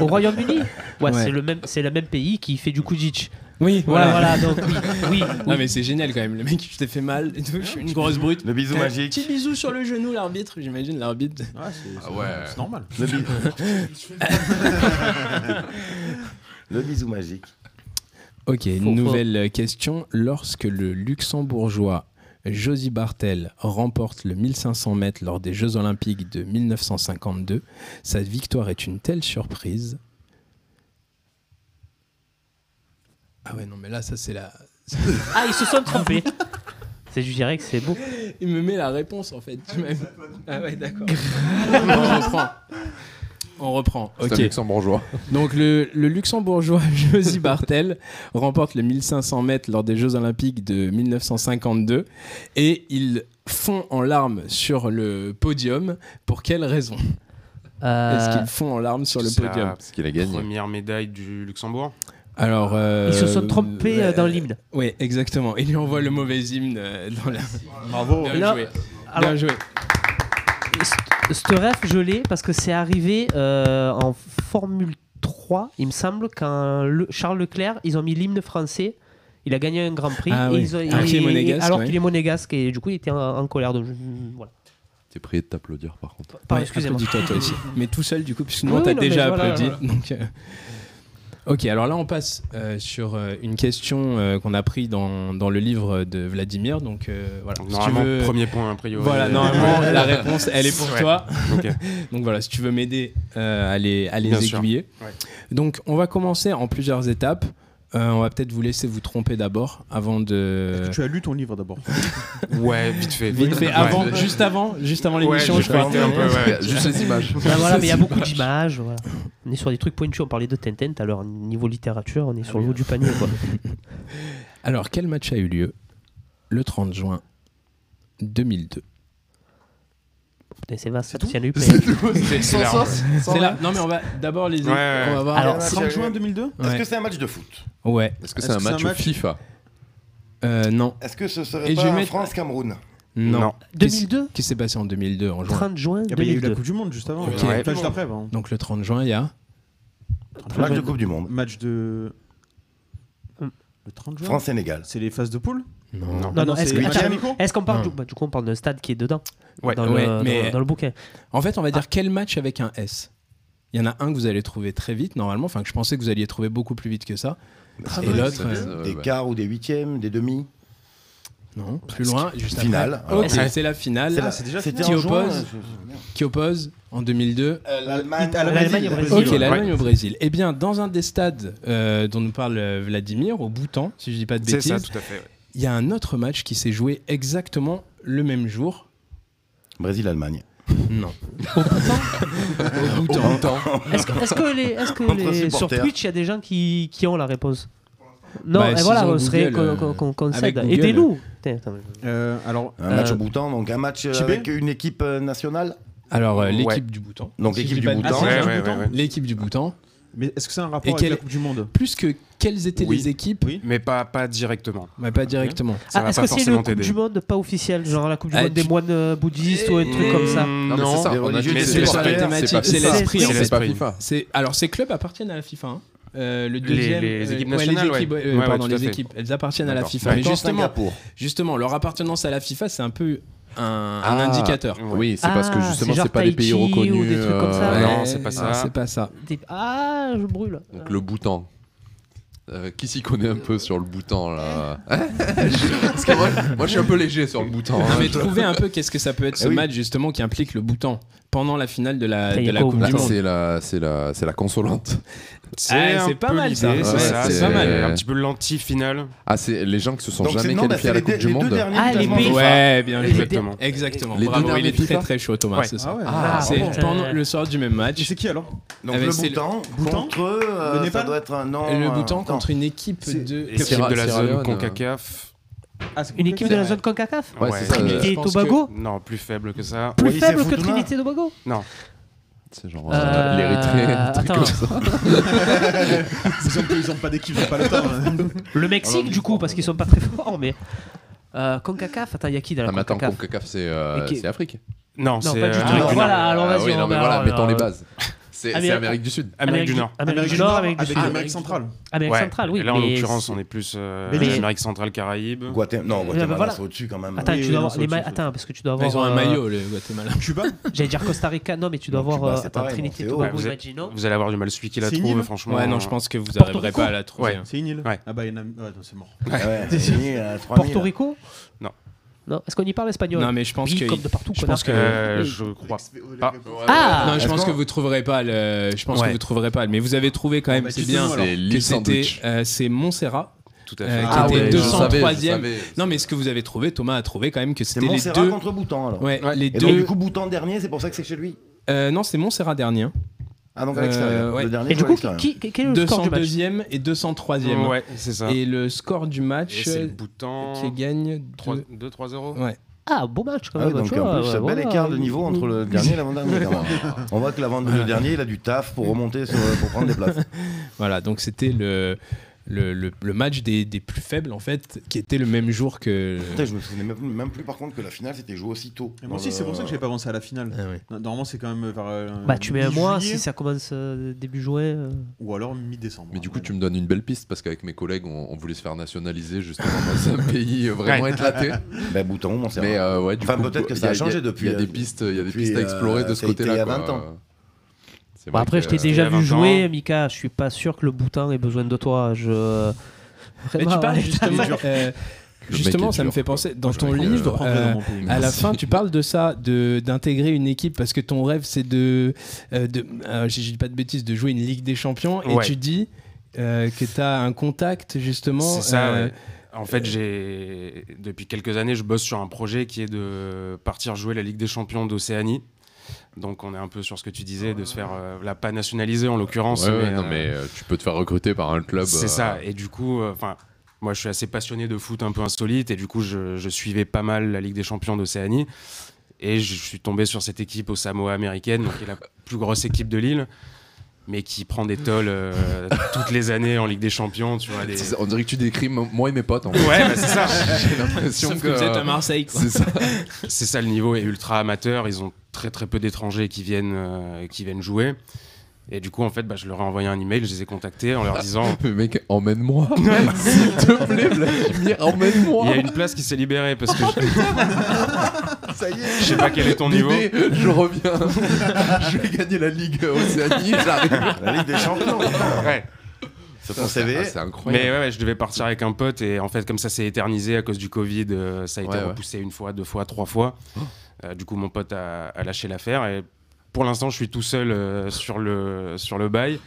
Speaker 3: Au Royaume-Uni Ouais,
Speaker 1: Ouais.
Speaker 3: c'est le même, c'est le même pays qui fait du Kudjic.
Speaker 1: Oui,
Speaker 3: Voilà,
Speaker 1: voilà.
Speaker 3: voilà, donc oui, oui,
Speaker 1: Non, mais c'est génial quand même, le mec, je t'ai fait mal et tout, je suis une grosse brute.
Speaker 6: Le bisou
Speaker 1: Un
Speaker 6: magique.
Speaker 1: Petit bisou sur le genou, l'arbitre, j'imagine, l'arbitre.
Speaker 5: Ouais, c'est
Speaker 2: Ah ouais.
Speaker 5: c'est normal.
Speaker 6: Le, bi- Le bisou magique.
Speaker 1: Ok,
Speaker 3: Faut-
Speaker 1: nouvelle question. Lorsque le luxembourgeois Josie Bartel remporte le 1500 mètres lors des Jeux Olympiques de 1952. Sa victoire est une telle surprise. Ah ouais, non, mais là, ça, c'est la.
Speaker 3: Ah, ils se sont trompés. C'est du direct, c'est beau.
Speaker 1: Il me met la réponse, en fait. même. Ah ouais, d'accord. on reprend. On reprend.
Speaker 2: C'est
Speaker 1: Ok.
Speaker 2: un luxembourgeois.
Speaker 1: Donc le, le luxembourgeois *laughs* Josie Bartel remporte le 1500 mètres lors des Jeux Olympiques de 1952 et il fond en larmes sur le podium. Pour quelle raison
Speaker 3: Euh,
Speaker 1: est-ce qu'il fond en larmes sur le
Speaker 4: C'est
Speaker 1: podium
Speaker 4: la
Speaker 2: Parce qu'il a gagné.
Speaker 4: Première médaille du Luxembourg.
Speaker 1: Alors, euh,
Speaker 3: Ils se sont trompés euh, dans l'hymne.
Speaker 1: Oui, exactement. Il lui envoie le mauvais hymne euh, dans la.
Speaker 5: Bravo.
Speaker 1: Bien
Speaker 3: Non.
Speaker 1: joué.
Speaker 3: Alors,
Speaker 1: Bien joué.
Speaker 3: ce- ce ref, je l'ai parce que c'est arrivé euh, en Formule 3, il me semble, quand le- Charles Leclerc, ils ont mis l'hymne français. Il a gagné un grand prix.
Speaker 1: Ah
Speaker 3: et
Speaker 1: oui.
Speaker 3: ils ont-
Speaker 1: Alors qu'il est
Speaker 3: et-
Speaker 1: monégasque,
Speaker 3: alors
Speaker 1: ouais.
Speaker 3: qu'il est monégasque et du coup, il était en, en colère. Donc, je- je- voilà.
Speaker 2: T'es prié de t'applaudir par contre.
Speaker 1: Ouais,
Speaker 3: Pardon, excusez-moi. *laughs*
Speaker 1: applaudis-toi, toi aussi. Mais tout seul, du coup, puisque nous,
Speaker 3: Oui,
Speaker 1: on t'a
Speaker 3: non, mais
Speaker 1: déjà
Speaker 3: voilà,
Speaker 1: applaudi. donc, euh, Ok, alors là, on passe euh, sur euh, une question euh, qu'on a pris dans, dans le livre de Vladimir. Donc, euh, voilà.
Speaker 4: Donc,
Speaker 1: Si tu
Speaker 4: normalement,
Speaker 1: veux-
Speaker 4: premier point a priori.
Speaker 1: Voilà, normalement, la réponse, elle est pour
Speaker 4: Ouais.
Speaker 1: toi.
Speaker 4: *laughs* Ok.
Speaker 1: Donc voilà, si tu veux m'aider euh, à les, à les
Speaker 4: Bien sûr.
Speaker 1: aiguiller.
Speaker 4: Ouais.
Speaker 1: Donc, on va commencer en plusieurs étapes. Euh, on va peut-être vous laisser vous tromper d'abord avant de.
Speaker 5: Tu as lu ton livre d'abord.
Speaker 4: Ouais, vite fait.
Speaker 1: Vite fait,
Speaker 4: Ouais.
Speaker 1: avant, juste avant, juste avant l'émission,
Speaker 4: j'ai
Speaker 1: je
Speaker 4: pas
Speaker 1: crois.
Speaker 4: été un peu, ouais.
Speaker 2: *laughs* Juste les images.
Speaker 3: Ben
Speaker 1: *laughs*
Speaker 2: *laughs*
Speaker 3: voilà, mais il y a beaucoup d'images. voilà. On est sur des trucs pointus. On parlait de Tintin tout à l'heure. Niveau littérature, on est
Speaker 5: Ah
Speaker 3: sur le haut du panier. Quoi.
Speaker 1: Alors, quel match a eu lieu le 30 juin 2002
Speaker 3: Putain, c'est vaste.
Speaker 5: C'est tout
Speaker 3: s'il y en a eu plein.
Speaker 4: C'est c'est large.
Speaker 1: C'est là. Non, mais on va d'abord les.
Speaker 4: Ouais, ouais,
Speaker 1: On va voir.
Speaker 3: Alors,
Speaker 5: 30 juin 2002
Speaker 6: Est-ce que
Speaker 1: Ouais.
Speaker 6: c'est un match de foot
Speaker 1: Ouais.
Speaker 2: Est-ce que
Speaker 5: Est-ce
Speaker 2: c'est un
Speaker 5: que c'est
Speaker 2: match
Speaker 5: un match
Speaker 2: FIFA
Speaker 1: Euh, non.
Speaker 6: Est-ce que ce serait
Speaker 1: Et je
Speaker 6: pas
Speaker 1: vais
Speaker 6: un
Speaker 1: mettre-
Speaker 6: France-Cameroun
Speaker 1: Non.
Speaker 4: Non.
Speaker 1: Qu'est-ce-
Speaker 3: 2002
Speaker 1: Qu'est-ce qui s'est passé en 2002 en juin
Speaker 3: 30 juin
Speaker 5: Eh ben, Il y a eu la
Speaker 3: 2002.
Speaker 5: Coupe du Monde juste avant.
Speaker 4: Ok.
Speaker 5: Enfin,
Speaker 4: Ouais.
Speaker 5: juste après. hein. pardon.
Speaker 1: Donc le 30 juin, il y a
Speaker 6: Match de Coupe du Monde.
Speaker 5: Match de.
Speaker 3: Hum.
Speaker 5: Le 30 juin
Speaker 6: France-Sénégal.
Speaker 5: C'est les phases de poule
Speaker 4: Non.
Speaker 3: Non, non,
Speaker 5: Ah c'est Ah.
Speaker 3: est-ce
Speaker 5: les
Speaker 3: que-
Speaker 5: matchs
Speaker 3: attends,
Speaker 5: amicaux
Speaker 3: Est-ce qu'on parle
Speaker 1: Non.
Speaker 3: du, bah, du coup on parle d'un stade qui est dedans
Speaker 4: Ouais,
Speaker 3: dans,
Speaker 1: ouais,
Speaker 3: le, dans-
Speaker 1: mais-
Speaker 3: dans, le bouquin.
Speaker 1: En fait, on va dire quel match avec un S. Il y en a un que vous allez trouver très vite normalement. Enfin, que je pensais que vous alliez trouver beaucoup plus vite que ça. Et
Speaker 6: ouais,
Speaker 1: l'autre,
Speaker 2: c'est-
Speaker 1: euh,
Speaker 2: ouais,
Speaker 6: Des
Speaker 2: ouais.
Speaker 6: quarts ou des huitièmes, des demi
Speaker 1: non. Plus loin, juste après.
Speaker 6: Finale.
Speaker 1: Ok,
Speaker 6: Alors, c'est-
Speaker 1: c'est la finale
Speaker 5: Ah, C'est là, c'est déjà
Speaker 6: C'était
Speaker 1: Qui
Speaker 6: en juin,
Speaker 1: oppose
Speaker 6: euh, merde.
Speaker 1: qui oppose en 2002
Speaker 6: Euh, L'Allemagne.
Speaker 5: Ita- Allemagne,
Speaker 3: L'Allemagne et
Speaker 5: Brésil.
Speaker 3: Brésil.
Speaker 1: Ok,
Speaker 4: ouais.
Speaker 1: l'Allemagne
Speaker 4: Ouais.
Speaker 1: au Brésil. Eh bien, dans un des stades euh, dont nous parle euh, Vladimir, au Bhoutan, si je dis pas de
Speaker 4: C'est ça,
Speaker 1: bêtises,
Speaker 4: tout à fait. ouais.
Speaker 1: il y a un autre match qui s'est joué exactement le même jour.
Speaker 6: Brésil-Allemagne.
Speaker 1: Non.
Speaker 4: *laughs*
Speaker 1: au Bhoutan. Au Bhoutan.
Speaker 3: Est-ce que, est-ce que, les, est-ce que
Speaker 6: Entre
Speaker 3: les- sur
Speaker 6: supporters.
Speaker 3: Twitch il y a des gens qui, qui ont la réponse Non,
Speaker 1: Bah,
Speaker 3: et
Speaker 1: s'ils
Speaker 3: voilà,
Speaker 1: ont
Speaker 3: on serait
Speaker 1: Google,
Speaker 3: qu'on- qu'on-
Speaker 2: euh,
Speaker 3: qu'on qu'on
Speaker 1: avec
Speaker 3: cède.
Speaker 1: Google.
Speaker 3: Aidez-nous. Putain, attends,
Speaker 5: Euh, alors,
Speaker 6: Un
Speaker 3: Euh,
Speaker 6: match au Bhoutan, donc un match euh,
Speaker 5: JB?
Speaker 6: avec une équipe euh, nationale.
Speaker 1: Alors, euh, l'équipe
Speaker 4: Ouais.
Speaker 1: du Bhoutan.
Speaker 6: Donc,
Speaker 1: Si je
Speaker 6: l'équipe
Speaker 1: dis
Speaker 6: du
Speaker 1: pas de
Speaker 6: Bhoutan.
Speaker 1: bêtises,
Speaker 4: Ouais,
Speaker 5: un
Speaker 4: ouais,
Speaker 5: bouton.
Speaker 4: ouais, ouais.
Speaker 1: L'équipe du Bhoutan.
Speaker 5: mais est-ce que c'est un rapport
Speaker 1: Et
Speaker 5: avec
Speaker 1: quel-
Speaker 5: la Coupe du Monde
Speaker 1: Plus que quelles étaient
Speaker 4: Oui.
Speaker 1: les équipes,
Speaker 5: Oui.
Speaker 4: Mais pas, pas directement.
Speaker 1: mais pas directement.
Speaker 4: Ça
Speaker 3: Ah,
Speaker 4: va
Speaker 3: est-ce
Speaker 4: pas
Speaker 3: que c'est le
Speaker 4: forcément
Speaker 3: Coupe
Speaker 4: t'aider.
Speaker 3: du Monde pas officiel, genre la Coupe du
Speaker 1: Ah,
Speaker 3: Monde des
Speaker 1: tu-
Speaker 3: moines euh, bouddhistes ou un truc comme
Speaker 4: Mm,
Speaker 3: ça
Speaker 2: Non, mais c'est ça,
Speaker 6: Des
Speaker 2: on a
Speaker 6: religieux,
Speaker 2: dit
Speaker 4: mais
Speaker 2: que
Speaker 4: c'est
Speaker 2: c'était
Speaker 4: pas
Speaker 2: pas
Speaker 4: la
Speaker 2: FIFA,
Speaker 1: thématique,
Speaker 2: pas
Speaker 1: c'est
Speaker 2: FIFA.
Speaker 1: l'esprit,
Speaker 2: C'est
Speaker 1: en
Speaker 2: pas
Speaker 4: fait.
Speaker 2: FIFA.
Speaker 1: C'est alors ces clubs appartiennent à la FIFA. hein. Euh, le
Speaker 4: Les-
Speaker 1: deuxième,
Speaker 4: les
Speaker 1: euh,
Speaker 4: équipes
Speaker 1: ouais,
Speaker 4: nationales, ouais.
Speaker 1: équipes, euh,
Speaker 4: Ouais, ouais,
Speaker 1: pardon,
Speaker 4: tout à
Speaker 1: les
Speaker 4: fait.
Speaker 1: équipes, elles appartiennent à la
Speaker 4: D'accord.
Speaker 1: FIFA.
Speaker 4: Ouais.
Speaker 1: Mais
Speaker 6: Bhoutan,
Speaker 1: justement,
Speaker 6: Singapour.
Speaker 1: Justement, leur appartenance à la FIFA, c'est un peu un, un
Speaker 2: Ah.
Speaker 1: indicateur.
Speaker 2: Oui, c'est
Speaker 3: Ah,
Speaker 2: parce que
Speaker 3: c'est
Speaker 2: justement,
Speaker 3: genre
Speaker 2: c'est pas des pays
Speaker 3: Tahiti ou
Speaker 2: reconnus.
Speaker 3: des trucs comme ça.
Speaker 2: euh,
Speaker 4: Ouais.
Speaker 2: non.
Speaker 4: c'est pas ça.
Speaker 1: C'est pas ça.
Speaker 3: Des- Ah, je brûle.
Speaker 2: Donc le Bhoutan. Euh, qui s'y connaît un peu sur le Bhoutan là Hein Parce que moi, moi, je suis un peu léger sur le Bhoutan.
Speaker 1: Non,
Speaker 2: hein,
Speaker 1: mais
Speaker 2: je-
Speaker 1: trouvez un peu qu'est-ce que ça peut être ce
Speaker 6: Eh oui.
Speaker 1: match justement qui implique le Bhoutan pendant la finale de la,
Speaker 3: Ça y
Speaker 1: de
Speaker 3: est,
Speaker 1: la
Speaker 3: pas au
Speaker 1: Coupe
Speaker 2: Là,
Speaker 1: du Monde.
Speaker 2: c'est la, c'est la, c'est la consolante.
Speaker 1: Ah,
Speaker 4: un
Speaker 1: c'est pas
Speaker 4: peu
Speaker 1: mal, ça.
Speaker 4: l'idée,
Speaker 2: Ouais,
Speaker 4: C'est ça,
Speaker 2: c'est-
Speaker 4: c'est pas mal. Un petit peu l'anti-finale.
Speaker 2: Ah, c'est les gens qui se sont
Speaker 6: Donc, c'est-
Speaker 2: jamais
Speaker 6: non, bah,
Speaker 2: qualifiés à la
Speaker 6: c'est les
Speaker 2: Coupe
Speaker 6: deux-
Speaker 2: du
Speaker 6: les deux
Speaker 2: Monde.
Speaker 6: derniers
Speaker 3: Ah, les
Speaker 6: classements
Speaker 3: pays.
Speaker 6: FIFA.
Speaker 1: Ouais, bien joué.
Speaker 4: Exactement.
Speaker 1: Exactement.
Speaker 2: Les deux
Speaker 1: Bravo, il
Speaker 2: derniers
Speaker 1: est très
Speaker 2: FIFA.
Speaker 1: très chaud Thomas,
Speaker 4: Ouais.
Speaker 1: c'est ça.
Speaker 5: Ah ouais.
Speaker 2: Ah,
Speaker 1: C'est
Speaker 3: bon.
Speaker 1: pendant le sort du même
Speaker 5: Et
Speaker 1: match.
Speaker 5: c'est qui alors
Speaker 6: Donc,
Speaker 1: Ah, mais
Speaker 6: le
Speaker 1: c'est le-
Speaker 6: Bhoutan
Speaker 5: Bhoutan
Speaker 6: contre. euh,
Speaker 5: Le
Speaker 6: ça
Speaker 5: Népal
Speaker 6: doit être un nom.
Speaker 1: Le
Speaker 6: euh,
Speaker 1: Bhoutan
Speaker 6: attends.
Speaker 1: contre une équipe
Speaker 5: C'est-
Speaker 1: de
Speaker 4: Équipe
Speaker 2: Sierra-
Speaker 4: de la
Speaker 2: Sierra
Speaker 4: zone
Speaker 2: Leone,
Speaker 1: euh.
Speaker 4: CONCACAF.
Speaker 5: Ah, c'est
Speaker 3: Une équipe de
Speaker 1: C'est
Speaker 3: la
Speaker 1: vrai.
Speaker 3: zone CONCACAF
Speaker 2: Ouais, euh, c'est ça.
Speaker 1: mais-
Speaker 3: Trinité
Speaker 1: je
Speaker 3: et
Speaker 1: pense que-
Speaker 3: Tobago
Speaker 4: Non, plus faible que ça.
Speaker 3: Plus
Speaker 6: Oui, c'est
Speaker 3: faible que
Speaker 6: Futuna.
Speaker 3: Trinité et
Speaker 2: Ah,
Speaker 3: Tobago
Speaker 2: C'est genre
Speaker 3: Euh,
Speaker 2: euh, l'Érythrée, un truc
Speaker 3: attends.
Speaker 2: comme ça.
Speaker 5: Ils ont, ils ont pas d'équipe, ils ont pas le
Speaker 3: *laughs*
Speaker 5: temps. hein.
Speaker 3: Le Mexique, du coup, parce qu'ils sont pas très forts, mais. Euh, Concacaf, attends, il y a qui dans la
Speaker 2: Ah, mais attends,
Speaker 3: Concacaf
Speaker 2: CONCACAF, c'est euh,
Speaker 3: Et qui-
Speaker 2: c'est Afrique.
Speaker 4: Non,
Speaker 3: Non,
Speaker 4: c'est
Speaker 3: pas
Speaker 4: euh,
Speaker 3: du tout.
Speaker 4: Amérique du Nord.
Speaker 3: Voilà, alors
Speaker 2: Ah
Speaker 3: vas-y.
Speaker 2: oui,
Speaker 3: on
Speaker 2: non, mais
Speaker 3: va-
Speaker 2: voilà,
Speaker 3: euh,
Speaker 2: mettons les bases. C'est c'est
Speaker 3: Amérique-
Speaker 2: Amérique du Sud.
Speaker 4: Amérique du Nord.
Speaker 3: Amérique du Nord, Amérique du
Speaker 5: avec
Speaker 3: Sud.
Speaker 5: l'Amérique centrale.
Speaker 3: Amérique
Speaker 4: Ouais.
Speaker 3: centrale, oui.
Speaker 4: Et là, en
Speaker 3: mais
Speaker 4: l'occurrence,
Speaker 3: c'est-
Speaker 4: on est plus euh,
Speaker 3: Mais-
Speaker 4: Amérique centrale, Caraïbes.
Speaker 6: Guatem- Non,
Speaker 3: Ouais, bah,
Speaker 6: Guatemala,
Speaker 3: voilà.
Speaker 6: c'est au-dessus quand même.
Speaker 3: Attends,
Speaker 5: Oui,
Speaker 3: tu
Speaker 5: oui,
Speaker 3: dois
Speaker 5: non,
Speaker 3: avoir
Speaker 5: c'est
Speaker 3: les
Speaker 5: au-dessus,
Speaker 3: ma-
Speaker 5: c'est
Speaker 3: Attends, parce que tu dois avoir.
Speaker 1: Ah, Ils ont un
Speaker 3: euh,
Speaker 1: maillot, le Guatemala.
Speaker 5: Cuba
Speaker 3: J'allais dire Costa Rica, non, mais tu dois
Speaker 6: Non,
Speaker 3: avoir
Speaker 6: Cuba,
Speaker 3: euh,
Speaker 6: c'est
Speaker 3: attends,
Speaker 6: pareil,
Speaker 3: Trinité et
Speaker 6: non, c'est
Speaker 3: Tobago,
Speaker 4: haut.
Speaker 3: imaginons.
Speaker 4: Vous allez avoir du mal celui qui la
Speaker 5: C'est une
Speaker 4: trouve,
Speaker 5: île
Speaker 4: franchement.
Speaker 1: Ouais, non, je pense que vous
Speaker 3: Porto
Speaker 1: arriverez
Speaker 3: Rico
Speaker 1: pas à la trouver. hein.
Speaker 4: Ouais.
Speaker 5: C'est une île
Speaker 4: Ouais.
Speaker 5: Ah bah, il y en a. ouais, non, c'est mort.
Speaker 6: Ouais, c'est fini à 3000.
Speaker 3: Porto Rico Non Est-ce qu'on y parle espagnol
Speaker 1: Non, mais je pense
Speaker 3: Oui,
Speaker 1: que.
Speaker 3: comme de partout.
Speaker 1: je
Speaker 3: connard.
Speaker 1: pense que-
Speaker 4: Euh, je crois. Ah.
Speaker 3: Ah
Speaker 1: Non, je
Speaker 6: Est-ce
Speaker 1: pense que
Speaker 6: qu'on-
Speaker 1: vous trouverez pas le. Je pense
Speaker 4: Ouais.
Speaker 1: que vous trouverez pas. le- Mais vous avez trouvé quand même.
Speaker 5: Bah,
Speaker 1: c'est
Speaker 5: dites-nous,
Speaker 1: bien.
Speaker 5: alors.
Speaker 2: C'est
Speaker 1: Que
Speaker 2: l'île
Speaker 1: c'était.
Speaker 2: sandwich.
Speaker 1: euh, c'est Montserrat.
Speaker 4: Tout à
Speaker 1: Euh,
Speaker 4: fait.
Speaker 1: qui
Speaker 6: Ah
Speaker 1: était
Speaker 6: ouais, je
Speaker 1: 203e.
Speaker 2: savais, je savais.
Speaker 1: Non, mais ce que vous avez trouvé, Thomas a trouvé quand même que
Speaker 6: C'est
Speaker 1: c'était les
Speaker 6: Montserrat
Speaker 1: deux.
Speaker 6: contre Boutan alors.
Speaker 1: Ouais, les
Speaker 6: Et donc,
Speaker 1: deux.
Speaker 6: du coup, Boutan dernier, c'est pour ça que c'est chez lui.
Speaker 1: Euh, non, c'est Montserrat dernier. hein.
Speaker 6: Ah, donc à
Speaker 1: Euh,
Speaker 6: l'extérieur.
Speaker 1: ouais.
Speaker 6: Le dernier,
Speaker 3: Et du
Speaker 6: joue à
Speaker 3: coup,
Speaker 6: l'extérieur.
Speaker 3: qui- qui- quel est le score du match
Speaker 1: 202e et 203e.
Speaker 4: Ouais, c'est ça. Et,
Speaker 1: Et le score du match
Speaker 4: c'est le
Speaker 1: euh,
Speaker 4: bouton.
Speaker 1: qui gagne 2
Speaker 4: 2-3-0
Speaker 1: Ouais.
Speaker 3: Ah, beau match quand
Speaker 6: Ah oui,
Speaker 3: même.
Speaker 6: donc
Speaker 3: tu vois,
Speaker 6: en plus,
Speaker 3: ouais,
Speaker 6: bel
Speaker 3: voilà.
Speaker 6: écart de niveau entre le dernier et l'avant-dernier. quand même. On voit que l'avant le dernier, il a du taf pour remonter, sur- pour prendre des places.
Speaker 1: Voilà, donc c'était le, le, le- le match des, des plus faibles, en fait, qui était le même jour que.
Speaker 6: Putain, je me souvenais même, même plus par contre que la finale c'était joué aussi tôt.
Speaker 5: Et moi aussi, c'est pour ça que j'ai pas avancé à la finale.
Speaker 1: Ah oui.
Speaker 5: Non, Normalement, c'est quand même vers. euh,
Speaker 3: Bah, tu mets un mois
Speaker 5: mi-juillet
Speaker 3: si ça commence euh, début juin. euh.
Speaker 5: Ou alors mi-décembre.
Speaker 2: Mais du coup,
Speaker 5: Ouais.
Speaker 2: tu me donnes une belle piste parce qu'avec mes collègues, on, on voulait se faire nationaliser justement
Speaker 1: *laughs*
Speaker 2: dans un pays euh, vraiment éclaté.
Speaker 6: Bah, Bouton, mon
Speaker 2: Mais euh, ouais, du
Speaker 6: Enfin,
Speaker 2: coup,
Speaker 6: peut-être que
Speaker 2: il y
Speaker 6: ça a
Speaker 2: il y
Speaker 6: changé depuis,
Speaker 2: Il y a des
Speaker 6: euh,
Speaker 2: pistes, il y a des
Speaker 6: depuis,
Speaker 2: pistes à
Speaker 6: euh,
Speaker 2: explorer de ce
Speaker 6: ça a été
Speaker 2: côté-là.
Speaker 6: il y a
Speaker 2: quoi.
Speaker 6: 20 ans.
Speaker 2: C'est
Speaker 3: Bah,
Speaker 2: vrai
Speaker 3: après,
Speaker 2: que,
Speaker 3: je t'ai
Speaker 2: euh,
Speaker 3: déjà
Speaker 4: il y a
Speaker 3: vu
Speaker 4: 20 ans.
Speaker 3: jouer, Mika. Je suis pas sûr que le boutin ait besoin de toi. Je.
Speaker 1: Mais
Speaker 3: Vraiment,
Speaker 1: tu parles
Speaker 3: ouais. *laughs*
Speaker 1: justement. euh,
Speaker 2: Le
Speaker 1: justement,
Speaker 2: mec est
Speaker 1: ça me
Speaker 2: dur,
Speaker 1: fait
Speaker 2: quoi.
Speaker 1: penser. Dans
Speaker 2: Moi, je
Speaker 1: ton
Speaker 2: vais prendre-
Speaker 5: Je te
Speaker 1: livre,
Speaker 5: prends
Speaker 1: euh,
Speaker 5: vraiment pour une-
Speaker 1: à la
Speaker 2: Merci.
Speaker 1: fin, tu parles de ça, de d'intégrer une équipe parce que ton rêve, c'est de, euh, de euh, si je dis pas de bêtises, de jouer une Ligue des Champions. Et
Speaker 4: Ouais.
Speaker 1: tu dis euh, que tu as un contact justement.
Speaker 4: C'est ça,
Speaker 1: euh,
Speaker 4: ouais. En fait, j'ai depuis quelques années, je bosse sur un projet qui est de partir jouer la Ligue des Champions d'Océanie. Donc, on est un peu sur ce que tu disais, de se faire euh, la pas nationaliser en l'occurrence.
Speaker 2: Ouais, ouais, non,
Speaker 4: euh,
Speaker 2: mais euh, tu peux te faire recruter par un club.
Speaker 4: C'est
Speaker 2: euh,
Speaker 4: ça. Et du coup, enfin, moi, je suis assez passionné de foot un peu insolite, et du coup, je, je suivais pas mal la Ligue des Champions d'Océanie. Et je suis tombé sur cette équipe au Samoa américaine, donc qui est la plus grosse équipe de l'île, mais qui prend des tolls euh, toutes les années en Ligue des Champions. Tu vois, les-
Speaker 2: c'est ça, On dirait que tu décris mon- moi et mes potes. En fait.
Speaker 4: Ouais, bah, c'est ça.
Speaker 2: *laughs* J'ai l'impression euh,
Speaker 1: Sauf que vous
Speaker 4: euh,
Speaker 1: êtes à Marseille. quoi.
Speaker 2: C'est ça.
Speaker 4: C'est ça le niveau est ultra amateur. Ils ont très très peu d'étrangers qui viennent euh, qui viennent jouer. Et du coup, en fait, bah, je leur ai envoyé un email, je les ai contactés en leur
Speaker 2: *laughs*
Speaker 4: disant
Speaker 2: Mais mec,
Speaker 1: *laughs*
Speaker 2: emmène-moi. S'il te plaît, Vladimir,
Speaker 4: il y
Speaker 2: emmène-moi.
Speaker 4: a une place qui s'est libérée parce que je,
Speaker 6: Ça y
Speaker 4: je sais pas quel est ton niveau.
Speaker 2: Bébé, je reviens. *laughs* je vais gagner la Ligue Océanie, j'arrive.
Speaker 6: La Ligue des Champions
Speaker 4: Ouais.
Speaker 6: Sur ton CV.
Speaker 2: Ah, c'est
Speaker 4: Mais
Speaker 2: incroyable.
Speaker 4: ouais, ouais, je devais partir avec un pote et en fait, comme ça s'est éternisé à cause du Covid, euh, ça a été
Speaker 2: Ouais, Oh. ouais.
Speaker 4: repoussé une fois, deux fois, trois fois. Euh, du coup, mon pote a, a lâché l'affaire et pour l'instant, je suis tout seul euh, sur le sur le bail.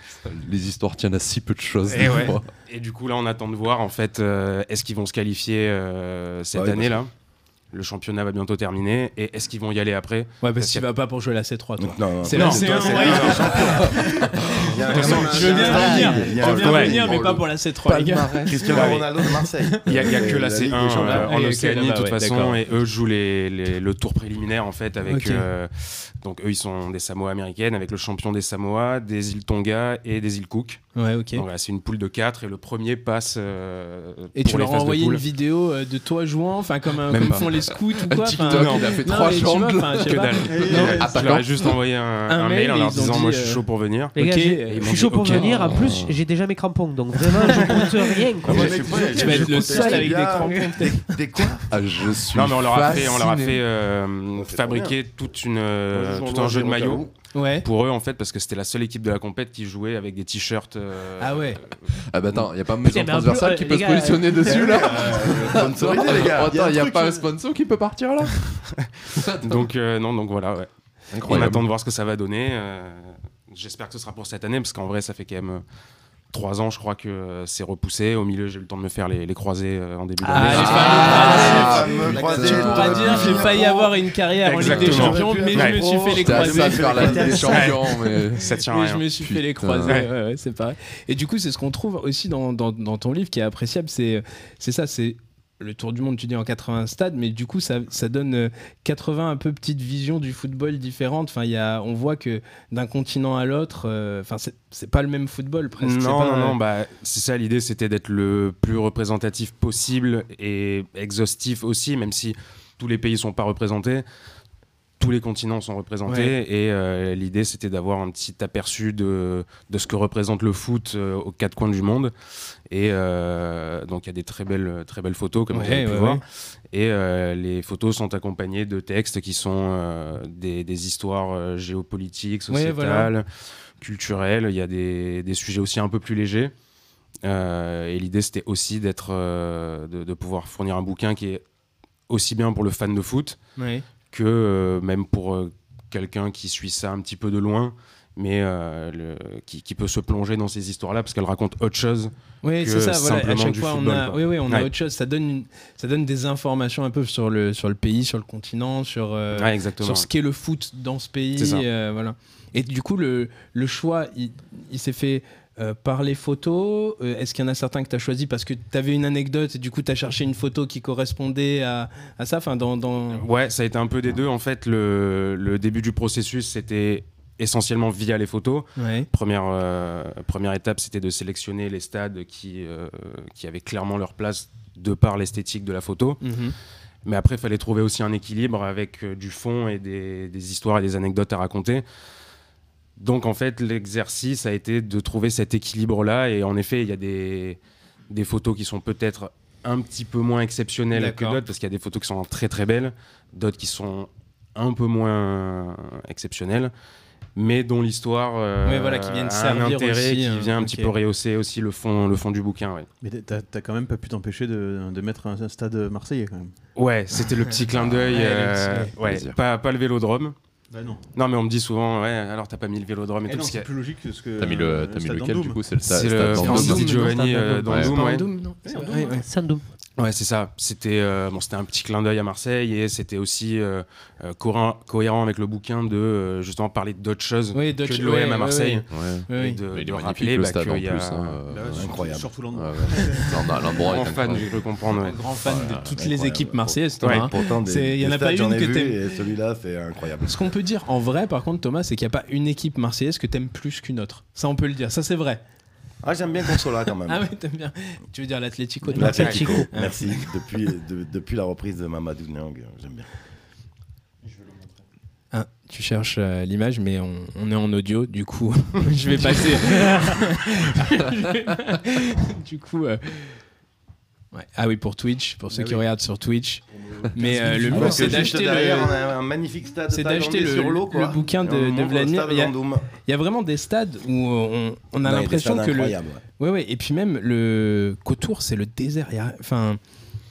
Speaker 2: Les histoires tiennent à si peu de *laughs* choses.
Speaker 4: Eh
Speaker 2: des
Speaker 4: ouais.
Speaker 2: fois.
Speaker 4: Et du coup, là, on attend de voir, en fait, euh, est-ce qu'ils vont se qualifier euh, cette
Speaker 6: Bah oui,
Speaker 4: année-là Le championnat va bientôt terminer. Et est-ce qu'ils vont y aller après
Speaker 1: Ouais, parce que tu vas pas pour jouer la C3. toi.
Speaker 6: Donc, non, non,
Speaker 1: C'est
Speaker 6: non,
Speaker 1: la
Speaker 6: toi,
Speaker 1: C1,
Speaker 6: c'est la
Speaker 1: ouais.
Speaker 6: Ligue des Champions. Il y a un-
Speaker 1: Je veux bien
Speaker 6: Ah,
Speaker 1: venir,
Speaker 6: il y a
Speaker 1: je
Speaker 6: un-
Speaker 1: veux bien
Speaker 4: Ouais.
Speaker 1: venir, mais
Speaker 2: Oh,
Speaker 1: pas
Speaker 2: le
Speaker 1: pour la C3, les gars.
Speaker 6: Cristiano
Speaker 4: Ouais.
Speaker 6: Ronaldo de Marseille.
Speaker 4: Il n'y a, il y a
Speaker 6: Euh,
Speaker 4: que la C1
Speaker 6: Ligue des Champions.
Speaker 4: euh,
Speaker 1: Ah,
Speaker 4: en
Speaker 1: oui, ok,
Speaker 4: Océanie,
Speaker 1: là-bas,
Speaker 4: de toute
Speaker 1: ouais,
Speaker 4: façon.
Speaker 1: d'accord.
Speaker 4: Et eux jouent les, les- le tour préliminaire, en fait, avec.
Speaker 1: Ok.
Speaker 4: euh, donc, eux, ils sont des Samoa américaines, avec le champion des Samoa, des îles Tonga et des îles Cook.
Speaker 1: Ouais, ok.
Speaker 4: Donc, voilà, c'est une poule de 4 et le premier passe. euh,
Speaker 1: Et
Speaker 4: pour
Speaker 1: tu
Speaker 4: les
Speaker 1: leur as
Speaker 4: phases de
Speaker 1: envoyé une
Speaker 4: poule.
Speaker 1: vidéo euh, de toi jouant, enfin comme, un-
Speaker 4: Même
Speaker 1: comme
Speaker 4: pas.
Speaker 1: font les scouts ou
Speaker 2: Un
Speaker 1: quoi. enfin,
Speaker 2: TikTok, il a fait trois
Speaker 1: mais tu vois,
Speaker 2: jambes.
Speaker 1: enfin, je sais
Speaker 4: Que
Speaker 1: pas.
Speaker 4: dalle.
Speaker 5: Eh,
Speaker 2: Ah,
Speaker 4: Bah, *laughs* Je leur ai juste envoyé un, un
Speaker 1: mail
Speaker 4: mail en
Speaker 1: et
Speaker 4: leur
Speaker 1: ils ont
Speaker 4: disant
Speaker 1: dit,
Speaker 4: Moi, je suis
Speaker 1: euh,
Speaker 4: chaud pour venir.
Speaker 3: Les gars,
Speaker 1: Ok, Oh.
Speaker 3: j'ai-
Speaker 1: et ils
Speaker 3: je
Speaker 1: m'ont
Speaker 3: suis
Speaker 4: dit,
Speaker 3: chaud pour
Speaker 4: ok.
Speaker 3: venir. En plus, j'ai déjà mes crampons, donc vraiment, je compte
Speaker 1: *laughs*
Speaker 3: rien. quoi.
Speaker 5: Ah, moi,
Speaker 6: Je sais
Speaker 5: j'ai-
Speaker 6: pas,
Speaker 5: j'ai-
Speaker 6: il y a
Speaker 1: Tu vas être le
Speaker 6: juste
Speaker 1: seul avec des
Speaker 6: Portugal.
Speaker 1: crampons.
Speaker 6: Des- Des quoi
Speaker 2: Ah, je suis.
Speaker 4: Non, mais on leur a fait, on leur a
Speaker 2: fasciné.
Speaker 4: fait euh,
Speaker 6: fait
Speaker 4: fabriquer toute une, euh,
Speaker 6: jour
Speaker 4: tout un jeu de
Speaker 6: au cas
Speaker 4: maillot
Speaker 6: où.
Speaker 1: Ouais.
Speaker 4: pour eux, en fait, parce que c'était la seule équipe de la compète qui jouait avec des t-shirts. euh,
Speaker 1: Ah ouais.
Speaker 2: Ah bah attends, il y a pas Maison
Speaker 3: mais un peu,
Speaker 2: Transversale
Speaker 3: euh,
Speaker 2: qui
Speaker 3: les
Speaker 2: peut
Speaker 3: gars,
Speaker 2: se positionner dessus là
Speaker 6: Sponsorisé, les gars.
Speaker 2: Attends, il y a
Speaker 6: truc,
Speaker 2: pas
Speaker 6: euh,
Speaker 2: un sponsor qui peut partir là
Speaker 4: *laughs* Donc, euh, non, donc voilà, ouais. on
Speaker 2: Incroyable.
Speaker 4: attend de voir ce que ça va donner. euh, J'espère que ce sera pour cette année, parce qu'en vrai, ça fait quand même. euh, Trois ans, je crois que euh, c'est repoussé. Au milieu, j'ai eu le temps de me faire les, les croisés euh, en début
Speaker 1: Ah,
Speaker 4: d'année.
Speaker 1: les
Speaker 6: Ah,
Speaker 1: fameux
Speaker 6: me croiser,
Speaker 1: Tu pourras
Speaker 6: toi,
Speaker 1: dire, j'ai
Speaker 6: Figaro.
Speaker 1: failli avoir une carrière en Ligue des
Speaker 4: Exactement.
Speaker 1: Champions, mais
Speaker 4: Ouais.
Speaker 1: je me suis fait les
Speaker 2: J'étais assez
Speaker 1: croisés.
Speaker 2: à
Speaker 1: *laughs*
Speaker 2: faire la Ligue des champions, mais.
Speaker 4: Ça tient à
Speaker 1: Mais
Speaker 4: rien.
Speaker 1: je me suis fait les
Speaker 2: Putain.
Speaker 1: croisés, ouais, ouais, c'est pareil. Et du coup, c'est ce qu'on trouve aussi dans, dans- dans ton livre qui est appréciable, c'est c'est ça, c'est le Tour du Monde, tu dis en 80 stades, mais du coup, ça, ça donne euh, 80 un peu petites visions du football différentes. Enfin, il y a, on voit que d'un continent à l'autre, euh, enfin, c'est- c'est pas le même football presque. c'est
Speaker 4: Non,
Speaker 1: pas,
Speaker 4: non, non,
Speaker 1: euh,
Speaker 4: bah, c'est ça l'idée, c'était d'être le plus représentatif possible et exhaustif aussi, même si tous les pays sont pas représentés, tous les continents sont représentés, et euh, l'idée c'était d'avoir un petit aperçu de, de ce que représente le foot euh, aux quatre coins du monde. Et euh, donc il y a des très belles, très belles photos, comme
Speaker 1: Ouais,
Speaker 4: vous avez pu
Speaker 1: ouais,
Speaker 4: voir.
Speaker 1: ouais.
Speaker 4: Et euh, les photos sont accompagnées de textes qui sont euh, des, des histoires euh, géopolitiques,
Speaker 1: Ouais,
Speaker 4: sociétales,
Speaker 1: voilà.
Speaker 4: culturelles. Il y a des, des sujets aussi un peu plus légers. Euh, et l'idée, c'était aussi d'être, euh, de, de pouvoir fournir un bouquin qui est aussi bien pour le fan de foot
Speaker 1: Ouais.
Speaker 4: que euh, même pour euh, quelqu'un qui suit ça un petit peu de loin, mais euh, le- qui, qui peut se plonger dans ces histoires-là parce qu'elle raconte autre chose.
Speaker 1: Oui,
Speaker 4: que
Speaker 1: c'est ça. Voilà. À
Speaker 4: simplement
Speaker 1: chaque
Speaker 4: du
Speaker 1: fois, on
Speaker 4: football,
Speaker 1: a,
Speaker 4: quoi.
Speaker 1: oui, oui, on a
Speaker 4: Ouais.
Speaker 1: autre chose. Ça donne, une- ça donne des informations un peu sur le, sur le pays, sur le continent, sur, euh,
Speaker 4: Ouais, exactement.
Speaker 1: sur ce qu'est le foot dans ce pays.
Speaker 4: C'est ça.
Speaker 1: euh, voilà. Et du coup, le, le choix, il, il s'est fait euh, par les photos. Euh, Est-ce qu'il y en a certains que tu as choisi parce que tu avais une anecdote et du coup, tu as cherché une photo qui correspondait à, à ça enfin, dans, dans...
Speaker 4: Ouais, ça a été un peu des deux. En fait, le, le début du processus, c'était essentiellement via les photos.
Speaker 1: Ouais.
Speaker 4: Première, euh, première étape, c'était de sélectionner les stades qui, euh, qui avaient clairement leur place de par l'esthétique de la photo.
Speaker 1: Mhm.
Speaker 4: Mais après, il fallait trouver aussi un équilibre avec euh, du fond et des, des histoires et des anecdotes à raconter. Donc, en fait, l'exercice a été de trouver cet équilibre-là. Et en effet, il y a des, des photos qui sont peut-être un petit peu moins exceptionnelles que
Speaker 1: D'accord.
Speaker 4: d'autres, parce qu'il y a des photos qui sont très très belles, d'autres qui sont un peu moins euh, exceptionnelles, mais dont l'histoire euh,
Speaker 1: Ouais, voilà, qui viennent
Speaker 4: a un
Speaker 1: servir
Speaker 4: intérêt
Speaker 1: aussi,
Speaker 4: qui
Speaker 1: hein,
Speaker 4: vient un petit
Speaker 1: ok.
Speaker 4: peu rehausser aussi le fond, le fond du bouquin. ouais.
Speaker 5: Mais t'as t'as quand même pas pu t'empêcher de, de mettre un, un stade marseillais quand même.
Speaker 4: Ouais, c'était le petit clin d'œil.
Speaker 1: Ah, Ouais, le
Speaker 4: euh,
Speaker 1: petit-
Speaker 4: ouais,
Speaker 2: plaisir.
Speaker 4: pas, pas le vélodrome.
Speaker 5: Bah non.
Speaker 4: Non, mais on me dit souvent, ouais, alors t'as pas mis le
Speaker 1: Eh
Speaker 4: vélodrome et tout. parce
Speaker 5: c'est
Speaker 4: que-
Speaker 5: plus logique que ce que.
Speaker 2: T'as mis le, t'as mis lequel du coup C'est le sta-
Speaker 4: C'est
Speaker 2: stade
Speaker 4: le
Speaker 2: Vendôme.
Speaker 1: Vendôme.
Speaker 4: Francis Di Giovanni
Speaker 3: non,
Speaker 4: euh,
Speaker 3: c'est
Speaker 4: dans
Speaker 2: pas
Speaker 4: Doom,
Speaker 1: C'est pas
Speaker 4: ouais.
Speaker 1: en Doom, non C'est en Doom, ouais.
Speaker 3: Sandoum.
Speaker 4: Ouais, c'est ça. C'était euh, bon, c'était un petit clin d'œil à Marseille et c'était aussi euh, euh, cohérent, cohérent avec le bouquin de euh, justement parler d'autres choses
Speaker 1: Oui,
Speaker 4: que
Speaker 1: Dutch-
Speaker 4: de l'OM
Speaker 1: ouais,
Speaker 4: à
Speaker 1: ouais,
Speaker 4: Marseille.
Speaker 2: Ouais.
Speaker 1: ouais, ouais.
Speaker 4: Et de,
Speaker 2: Mais il
Speaker 4: de
Speaker 2: est magnifique
Speaker 4: rappeler
Speaker 2: le
Speaker 4: bah,
Speaker 2: stade en
Speaker 4: qu'il y a
Speaker 2: plus. hein, euh, ouais.
Speaker 6: Incroyable.
Speaker 5: Surtout l'endroit.
Speaker 2: Ouais, ouais. *laughs* Non, non, L'endroit
Speaker 4: grand
Speaker 2: est
Speaker 4: fan,
Speaker 2: incroyable.
Speaker 4: je peux comprendre. ouais.
Speaker 1: Grand fan
Speaker 2: Voilà,
Speaker 1: de toutes les
Speaker 6: incroyable.
Speaker 1: équipes marseillaises, toi,
Speaker 4: Ouais.
Speaker 1: hein.
Speaker 6: Pourtant,
Speaker 1: C'est-
Speaker 6: des,
Speaker 1: il y en
Speaker 6: des
Speaker 1: a pas
Speaker 6: stades, j'en
Speaker 1: une
Speaker 6: ai
Speaker 1: que
Speaker 6: vu,
Speaker 1: t'aimes.
Speaker 6: Et celui-là, c'est incroyable.
Speaker 1: Ce qu'on peut dire en vrai, par contre, Thomas, c'est qu'il n'y a pas une équipe marseillaise que t'aimes plus qu'une autre. Ça, on peut le dire. Ça, c'est vrai.
Speaker 6: Ah, j'aime bien Consola quand même.
Speaker 1: Ah oui, t'aimes bien. Tu veux dire l'Atlético de Marseille
Speaker 6: L'Atlético.
Speaker 1: Ah.
Speaker 6: Merci. Depuis, de- depuis la reprise de Mamadou Niang, j'aime bien.
Speaker 1: Ah, Tu cherches euh, l'image, mais on, on est en audio, du coup, *laughs* je vais
Speaker 6: *laughs*
Speaker 1: passer. Je vais pas- du coup. euh, ouais. Ah oui, pour Twitch, pour ceux qui regardent sur Twitch. Mais euh, le
Speaker 6: Alors
Speaker 1: but,
Speaker 6: que
Speaker 1: c'est
Speaker 6: juste
Speaker 1: d'acheter
Speaker 6: derrière, hein.
Speaker 1: le.
Speaker 6: on a un magnifique stade
Speaker 1: c'est
Speaker 6: thaïlandais
Speaker 1: d'acheter le-
Speaker 6: sur l'eau, quoi.
Speaker 1: le bouquin
Speaker 6: Et on
Speaker 1: de- de
Speaker 6: montre le
Speaker 1: Vladimir.
Speaker 6: stade
Speaker 1: Il y a-
Speaker 6: Vendôme.
Speaker 1: Il y a vraiment des stades où on, on a
Speaker 6: Non, il y des
Speaker 1: l'impression
Speaker 6: stades
Speaker 1: que le,
Speaker 6: incroyables, ouais.
Speaker 1: Ouais, ouais. Et puis même le qu'autour, c'est le désert. Il y a- Enfin,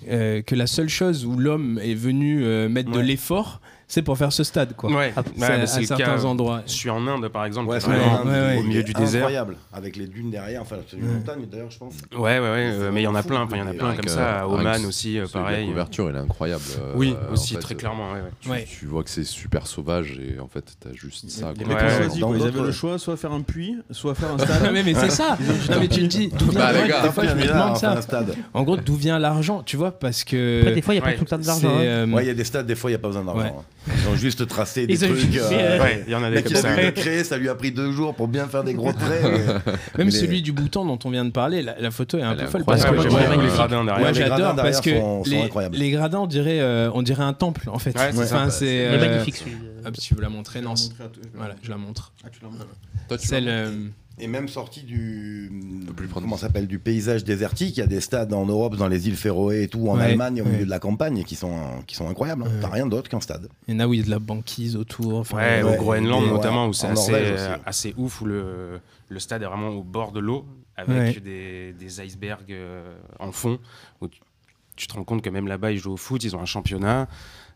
Speaker 1: euh, que la seule chose où l'homme est venu euh, mettre de
Speaker 4: Ouais.
Speaker 1: l'effort, c'est pour faire ce stade, quoi.
Speaker 4: Ouais,
Speaker 1: Ah, C'est
Speaker 4: bah,
Speaker 1: à,
Speaker 4: c'est le
Speaker 1: certains
Speaker 4: cas.
Speaker 1: endroits.
Speaker 4: Je suis en Inde par exemple.
Speaker 6: Ouais,
Speaker 4: qui
Speaker 6: c'est
Speaker 4: est
Speaker 1: ouais,
Speaker 4: vraiment
Speaker 6: vraiment
Speaker 1: ouais,
Speaker 4: au
Speaker 1: ouais.
Speaker 4: milieu du désert. Ouais,
Speaker 6: Incroyable, avec les dunes derrière, enfin, c'est une
Speaker 1: Ouais.
Speaker 6: montagne d'ailleurs, je pense.
Speaker 4: ouais, ouais. euh, mais il y en a
Speaker 6: fou,
Speaker 4: plein. enfin, Il y en a
Speaker 6: mais
Speaker 4: plein
Speaker 2: avec,
Speaker 4: comme
Speaker 2: euh,
Speaker 4: ça. À
Speaker 2: avec
Speaker 4: Oman
Speaker 2: ce-
Speaker 4: aussi, euh,
Speaker 2: Celui de La
Speaker 4: pareil.
Speaker 2: couverture, elle est incroyable. euh,
Speaker 4: Oui,
Speaker 2: en
Speaker 4: aussi
Speaker 2: fait,
Speaker 4: très
Speaker 2: euh,
Speaker 4: clairement. ouais, ouais.
Speaker 2: Tu,
Speaker 1: Ouais.
Speaker 2: tu vois que c'est super sauvage et en fait t'as juste ça.
Speaker 5: Les
Speaker 2: quoi.
Speaker 5: mecs
Speaker 4: Ouais.
Speaker 5: ont choisi,
Speaker 6: Dans
Speaker 5: quoi. Ils
Speaker 6: d'autres-
Speaker 5: avaient le choix soit faire un puits, soit faire un
Speaker 1: Ah,
Speaker 5: *laughs* stade.
Speaker 1: mais, mais c'est
Speaker 3: *laughs*
Speaker 1: ça. Non, mais tu te dis. d'où
Speaker 2: Bah,
Speaker 1: vient-
Speaker 4: Ah,
Speaker 2: les
Speaker 1: ouais,
Speaker 2: gars,
Speaker 1: des
Speaker 6: Enfin,
Speaker 1: fois, je
Speaker 6: il
Speaker 1: me
Speaker 6: y en a,
Speaker 1: demande
Speaker 6: enfin,
Speaker 1: ça.
Speaker 6: un stade.
Speaker 1: En gros, d'où vient l'argent, tu vois, parce que.
Speaker 3: Après, des fois, il n'y a
Speaker 4: ouais,
Speaker 3: pas tout le temps de
Speaker 1: c'est,
Speaker 3: l'argent. hein.
Speaker 1: euh,
Speaker 6: Ouais, il y a des stades, des fois, il n'y a pas besoin d'argent. hein. Ils ont juste tracé des
Speaker 3: Ils ont
Speaker 6: trucs.
Speaker 3: juste
Speaker 6: euh,
Speaker 3: fait, euh,
Speaker 4: Ouais, il y en a des
Speaker 6: Le mec,
Speaker 4: comme
Speaker 6: il a
Speaker 4: ça.
Speaker 6: voulu le créer, ça lui a pris deux jours pour bien faire des gros traits.
Speaker 1: Même *laughs*
Speaker 6: mais-
Speaker 1: celui du bouton dont on vient de parler, la, la photo est un
Speaker 2: Elle
Speaker 1: peu
Speaker 2: est
Speaker 1: folle.
Speaker 2: incroyable.
Speaker 1: Parce que
Speaker 4: Ouais,
Speaker 2: Ouais,
Speaker 4: j'aime bien
Speaker 2: ouais,
Speaker 4: les
Speaker 2: ouais.
Speaker 4: gradins derrière.
Speaker 1: Moi,
Speaker 6: les gradins
Speaker 1: j'adore parce que
Speaker 6: derrière sont- sont
Speaker 1: les,
Speaker 6: incroyables.
Speaker 1: les gradins, on dirait, euh, on dirait un temple en fait.
Speaker 4: Ouais, c'est
Speaker 1: Enfin,
Speaker 4: sympa.
Speaker 1: c'est,
Speaker 3: Il
Speaker 1: euh,
Speaker 3: est magnifique celui
Speaker 1: Hop, si tu veux la montrer, non. c'est- Voilà, je la montre.
Speaker 5: Ah, tu l'as montré.
Speaker 2: Toi, tu
Speaker 1: Celle.
Speaker 2: l'as-
Speaker 1: euh,
Speaker 6: Et même sorti du,
Speaker 2: plus prononcé.
Speaker 6: comment ça s'appelle, du paysage désertique. Il y a des stades en Europe, dans les îles Féroé et tout, en
Speaker 1: Ouais,
Speaker 6: Allemagne, au
Speaker 1: ouais.
Speaker 6: milieu de la campagne, qui sont, qui sont incroyables. hein.
Speaker 1: Ouais.
Speaker 6: T'as rien d'autre qu'un stade.
Speaker 1: Il y en a où il y a de la banquise autour. enfin, euh,
Speaker 4: Ouais, au
Speaker 6: Ouais,
Speaker 4: Groenland
Speaker 6: et-
Speaker 4: notamment,
Speaker 6: ouais,
Speaker 4: où c'est
Speaker 6: en
Speaker 4: assez,
Speaker 6: Norvège aussi.
Speaker 4: euh, assez ouf, où le, le stade est vraiment au bord de l'eau, avec
Speaker 1: Ouais.
Speaker 4: des, des icebergs euh, en fond, où tu, tu te rends compte que même là-bas, ils jouent au foot, ils ont un championnat.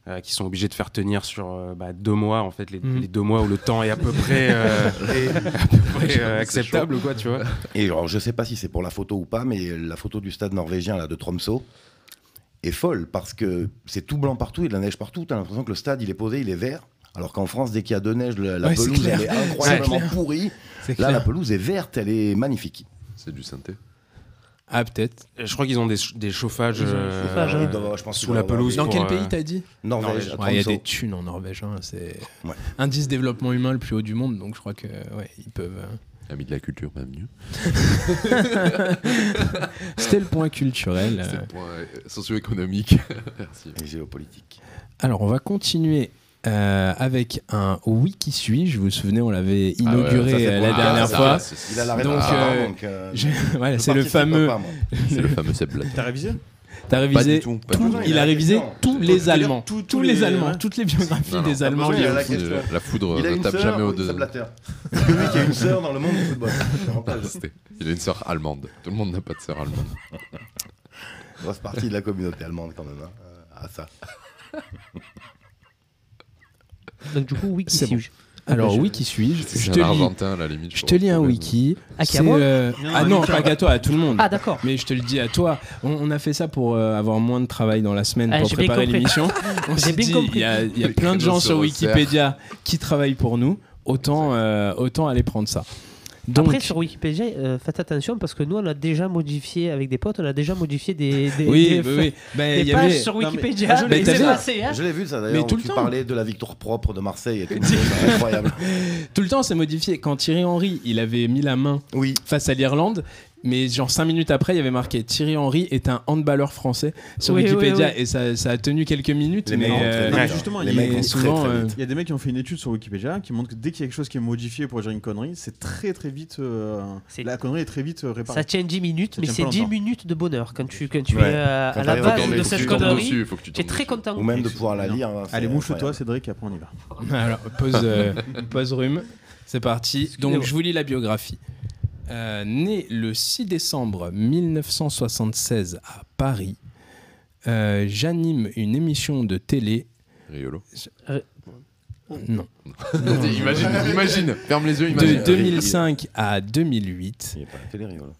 Speaker 4: euh, qui sont obligés de faire tenir sur euh, bah, deux mois en fait les,
Speaker 1: Mhm.
Speaker 4: les deux mois où le temps est à peu près, euh,
Speaker 6: Et,
Speaker 4: *laughs* à peu près, euh, acceptable ou quoi tu vois
Speaker 6: et alors, je sais pas si c'est pour la photo ou pas, mais la photo du stade norvégien là, de Tromsø est folle parce que c'est tout blanc partout, il y a de la neige partout. T'as l'impression que le stade, il est posé, il est vert. Alors qu'en France, dès qu'il y a de neige, la, la
Speaker 1: Ouais, c'est
Speaker 6: pelouse
Speaker 1: clair.
Speaker 6: elle est incroyablement
Speaker 1: C'est clair.
Speaker 6: pourrie.
Speaker 1: c'est
Speaker 6: Là,
Speaker 1: clair.
Speaker 6: la pelouse est verte, elle est magnifique.
Speaker 2: C'est du synthé.
Speaker 1: Ah, peut-être.
Speaker 4: Et je crois qu'ils ont des, ch- des chauffages,
Speaker 3: Ils ont des
Speaker 4: euh,
Speaker 1: Ah, bah,
Speaker 3: chauffages,
Speaker 6: Il
Speaker 3: ouais.
Speaker 6: doit avoir, je pense
Speaker 4: Sous
Speaker 6: qu'il doit
Speaker 4: la
Speaker 6: avoir
Speaker 4: pelouse,
Speaker 6: des-
Speaker 1: Dans
Speaker 4: pour,
Speaker 1: quel
Speaker 4: euh,
Speaker 1: pays t'as dit
Speaker 6: Norvège,
Speaker 4: Norvège.
Speaker 6: à
Speaker 1: Ouais, Il y a
Speaker 6: Tromsø.
Speaker 1: des thunes en Norvège. hein, c'est
Speaker 6: Ouais.
Speaker 1: indice développement humain le plus haut du monde. Donc je crois que ouais, ils peuvent. euh.
Speaker 2: Ami de la culture, bienvenue.
Speaker 1: C'était le point culturel.
Speaker 2: C'est
Speaker 1: euh.
Speaker 2: le point euh, socio-économique. *laughs* Merci.
Speaker 6: et géopolitique.
Speaker 1: Alors on va continuer. euh, avec un oui qui suit, je vous souvenez, on l'avait
Speaker 2: Ah ouais,
Speaker 1: inauguré
Speaker 6: ça, c'est
Speaker 1: euh,
Speaker 6: pour
Speaker 1: la
Speaker 6: moi.
Speaker 1: dernière
Speaker 6: Ah, ça,
Speaker 1: fois.
Speaker 2: c'est-
Speaker 6: Il a la
Speaker 1: Donc,
Speaker 6: réponse.
Speaker 1: euh,
Speaker 6: donc, euh,
Speaker 1: Je- *laughs* voilà,
Speaker 6: je
Speaker 1: c'est le
Speaker 6: participe pas,
Speaker 1: fameux.
Speaker 6: pas, moi.
Speaker 2: C'est le fameux Seb
Speaker 1: *laughs*
Speaker 2: Blatter.
Speaker 5: T'as révisé
Speaker 1: T'as
Speaker 2: Pas du
Speaker 1: révisé
Speaker 2: tout. pas
Speaker 1: tout-
Speaker 2: du
Speaker 6: Non,
Speaker 2: tout.
Speaker 1: il
Speaker 6: il
Speaker 1: a
Speaker 6: a
Speaker 1: révisé
Speaker 6: raison.
Speaker 1: tous les
Speaker 5: dire
Speaker 1: Allemands,
Speaker 5: tout-
Speaker 1: tous
Speaker 5: tous
Speaker 1: les
Speaker 5: les-
Speaker 1: Allemands,
Speaker 5: ouais.
Speaker 1: toutes les biographies
Speaker 2: Non, non,
Speaker 1: des
Speaker 2: pas
Speaker 1: Allemands.
Speaker 6: besoin, il
Speaker 1: liées
Speaker 6: y a
Speaker 1: au
Speaker 6: la
Speaker 1: foot.
Speaker 6: question.
Speaker 2: Euh, La foudre
Speaker 6: Il a
Speaker 2: ne
Speaker 6: une
Speaker 2: tape
Speaker 6: sœur,
Speaker 2: jamais au
Speaker 6: oui,
Speaker 2: deux.
Speaker 6: Seb Blatter. *laughs* C'est que lui qui a une sœur dans le monde du football. C'est
Speaker 2: Ah, *laughs*
Speaker 6: rentable.
Speaker 2: c'était- Il a une sœur allemande. Tout le monde n'a pas de sœur allemande.
Speaker 6: Grosse partie de la communauté allemande quand même. hein. Euh, Ah, ça.
Speaker 3: Donc du coup, oui, qui
Speaker 1: C'est bon.
Speaker 3: suis-je
Speaker 1: Alors,
Speaker 3: je-
Speaker 1: oui, qui suis-je
Speaker 2: C'est
Speaker 1: Je
Speaker 2: un
Speaker 1: te lis.
Speaker 2: argentin, à la limite.
Speaker 1: Je te
Speaker 2: pense,
Speaker 1: lis un
Speaker 2: quand même.
Speaker 1: wiki.
Speaker 3: Ah, qui
Speaker 1: C'est,
Speaker 3: à moi
Speaker 1: euh,
Speaker 5: Non,
Speaker 1: ah
Speaker 5: à
Speaker 1: non,
Speaker 5: Lucas.
Speaker 1: pas qu'à toi, à tout le monde.
Speaker 3: Ah d'accord.
Speaker 1: Mais je te le dis à toi, on, on a fait ça pour euh, avoir moins de travail dans la semaine
Speaker 3: Ah,
Speaker 1: pour
Speaker 3: j'ai bien
Speaker 1: préparer
Speaker 3: compris. *laughs*
Speaker 1: l'émission. On
Speaker 3: J'ai
Speaker 1: s'est
Speaker 3: bien
Speaker 1: dit,
Speaker 3: compris.
Speaker 1: il y a, il y a
Speaker 2: Les
Speaker 1: plein de
Speaker 2: créneaux
Speaker 1: gens
Speaker 2: se
Speaker 1: sur
Speaker 2: resserrent.
Speaker 1: Wikipédia qui travaillent pour nous, autant, euh, autant aller prendre ça. Donc,
Speaker 3: Après sur Wikipédia, euh, faites attention parce que nous on a déjà modifié avec des potes, on a déjà modifié des, des,
Speaker 1: oui,
Speaker 3: des-
Speaker 1: oui, oui. Ben,
Speaker 3: des
Speaker 1: il y
Speaker 3: pages
Speaker 1: avait-
Speaker 3: sur
Speaker 5: mais-
Speaker 3: Wikipédia.
Speaker 5: Ah,
Speaker 1: je l'ai
Speaker 3: et
Speaker 1: vu.
Speaker 3: c'est passé, hein.
Speaker 6: Je l'ai vu ça d'ailleurs.
Speaker 1: tout
Speaker 6: où
Speaker 1: le
Speaker 6: tu
Speaker 1: temps.
Speaker 6: parlais de la victoire propre de Marseille et tout.
Speaker 1: *laughs*
Speaker 6: C'est incroyable.
Speaker 1: Tout le temps, c'est modifié. Quand Thierry Henry, il avait mis la main
Speaker 6: Oui.
Speaker 1: face à l'Irlande. Mais genre 5 minutes après, il y avait marqué Thierry Henry est un handballeur français sur
Speaker 3: Oui, oui,
Speaker 1: Wikipédia
Speaker 3: oui.
Speaker 1: et ça, ça a tenu quelques minutes.
Speaker 6: Les
Speaker 1: mais
Speaker 6: mecs ont
Speaker 1: euh,
Speaker 6: très vite,
Speaker 5: ouais,
Speaker 6: hein.
Speaker 5: Bah, justement,
Speaker 6: les
Speaker 5: il
Speaker 6: mecs
Speaker 5: est
Speaker 6: ont
Speaker 1: souvent,
Speaker 6: très, très
Speaker 1: euh, *laughs*
Speaker 6: vite.
Speaker 5: Il y a des mecs qui ont fait une étude sur Wikipédia qui montre que dès qu'il y a quelque chose qui est modifié pour dire une connerie, c'est très très vite. euh,
Speaker 3: C'est-
Speaker 5: la connerie est très vite euh, réparée.
Speaker 3: Ça tient 10 minutes,
Speaker 5: Ça
Speaker 3: mais
Speaker 5: tient
Speaker 3: c'est
Speaker 5: pas
Speaker 3: 10
Speaker 5: longtemps.
Speaker 3: minutes de bonheur quand tu, quand tu
Speaker 6: Ouais.
Speaker 3: es euh,
Speaker 6: Quand
Speaker 3: à la
Speaker 6: t'arrives au
Speaker 3: base
Speaker 6: tournant,
Speaker 3: de
Speaker 6: faut que
Speaker 3: cette
Speaker 6: tu tombes
Speaker 3: connerie.
Speaker 2: faut que tu
Speaker 3: J'étais très content.
Speaker 6: Ou même de pouvoir la
Speaker 5: Non.
Speaker 6: lire.
Speaker 1: Ah,
Speaker 6: hein, c'est
Speaker 5: Allez, mouche-toi,
Speaker 6: incroyable.
Speaker 5: Cédric, et après on y va.
Speaker 1: Alors, pause,
Speaker 3: *laughs*
Speaker 1: euh, pause rhume. C'est parti.
Speaker 3: Excusez-moi.
Speaker 1: Donc, je vous lis la biographie. Euh, né le 6 décembre 1976 à Paris, euh, j'anime une émission de télé.
Speaker 2: Riolo.
Speaker 1: Non.
Speaker 2: imagine, imagine. Ferme les yeux,
Speaker 1: De
Speaker 2: imagine.
Speaker 1: 2005 à 2008.
Speaker 6: Il est pas à la
Speaker 1: *laughs*
Speaker 6: télé, rigolo.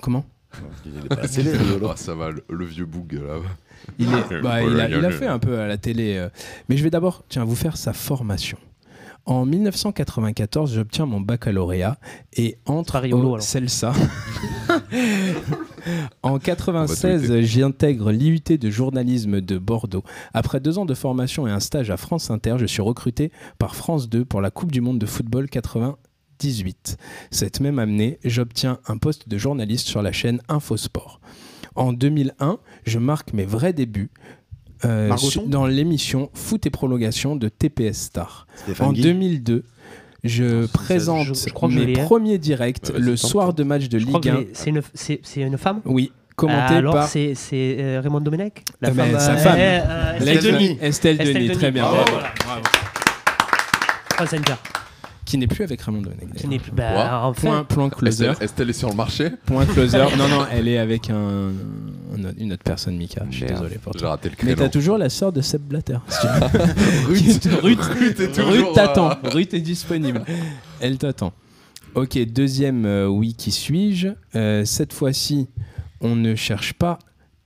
Speaker 1: Comment
Speaker 6: Non, je dis, Il est pas à la télé, rigolo.
Speaker 2: Ah, ça va, le, le vieux boug là.
Speaker 1: il, est-
Speaker 2: Ah,
Speaker 1: bah,
Speaker 2: le
Speaker 1: il a,
Speaker 2: Paul
Speaker 1: il a
Speaker 2: Hagen.
Speaker 1: fait un peu à la télé. euh. Mais je vais d'abord, tiens, vous faire sa formation. En 1994, j'obtiens mon baccalauréat et entre
Speaker 3: Pas rigolo,
Speaker 1: au
Speaker 3: alors.
Speaker 1: CELSA. en
Speaker 2: *laughs* On
Speaker 1: 96, j'y intègre l'IUT de journalisme de Bordeaux. Après deux ans de formation et un stage à France Inter, je suis recruté par France 2 pour la Coupe du Monde de football 98. Cette même année, j'obtiens un poste de journaliste sur la chaîne Infosport. En 2001, je marque mes vrais débuts euh,
Speaker 5: Margoton
Speaker 1: su- dans l'émission Foot et prolongation de TPS Star. En
Speaker 6: Stéphane Guy,
Speaker 1: 2002, je présente
Speaker 3: Oh, je- je crois que je
Speaker 1: mes
Speaker 3: l'ai, hein.
Speaker 1: premiers directs
Speaker 2: Bah, vas-y,
Speaker 1: le
Speaker 2: tente,
Speaker 1: soir de match de
Speaker 3: Je crois
Speaker 1: Ligue
Speaker 3: que
Speaker 1: 1.
Speaker 3: les- c'est une, c'est- c'est une femme
Speaker 1: Oui, commenté
Speaker 3: Alors
Speaker 1: par
Speaker 3: c'est c'est, euh, Raymond Domenech
Speaker 1: Euh, mais sa
Speaker 3: euh,
Speaker 1: femme.
Speaker 3: euh, euh,
Speaker 1: Estelle
Speaker 3: Estelle Denis.
Speaker 1: Denis. Estelle Denis,
Speaker 3: Estelle Denis. Ah
Speaker 1: très bien.
Speaker 3: Bravo.
Speaker 1: Bravo.
Speaker 3: Oh, c'est une carte
Speaker 1: Qui n'est plus avec Raymond Domenech.
Speaker 3: qui n'est plus. Bah,
Speaker 2: Quoi
Speaker 1: Eh, Point,
Speaker 3: enfin.
Speaker 1: point closer.
Speaker 2: Estelle, Estelle est sur le marché
Speaker 1: Point closer. non, non, elle est avec un, un autre- une autre personne, Mika. Je suis
Speaker 2: Merde,
Speaker 1: désolé pour
Speaker 2: J'ai
Speaker 1: toi.
Speaker 2: raté le
Speaker 1: Mais
Speaker 2: créneau.
Speaker 1: t'as toujours la sœur de Seb Blatter. si tu
Speaker 2: *laughs*
Speaker 1: veux.
Speaker 2: Ruth,
Speaker 1: Ruth,
Speaker 2: Ruth est toujours,
Speaker 1: Ruth
Speaker 2: euh,
Speaker 1: t'attend. Ruth est disponible. Elle t'attend. Ok, deuxième euh, oui, qui suis-je Euh, Cette fois-ci, on ne cherche pas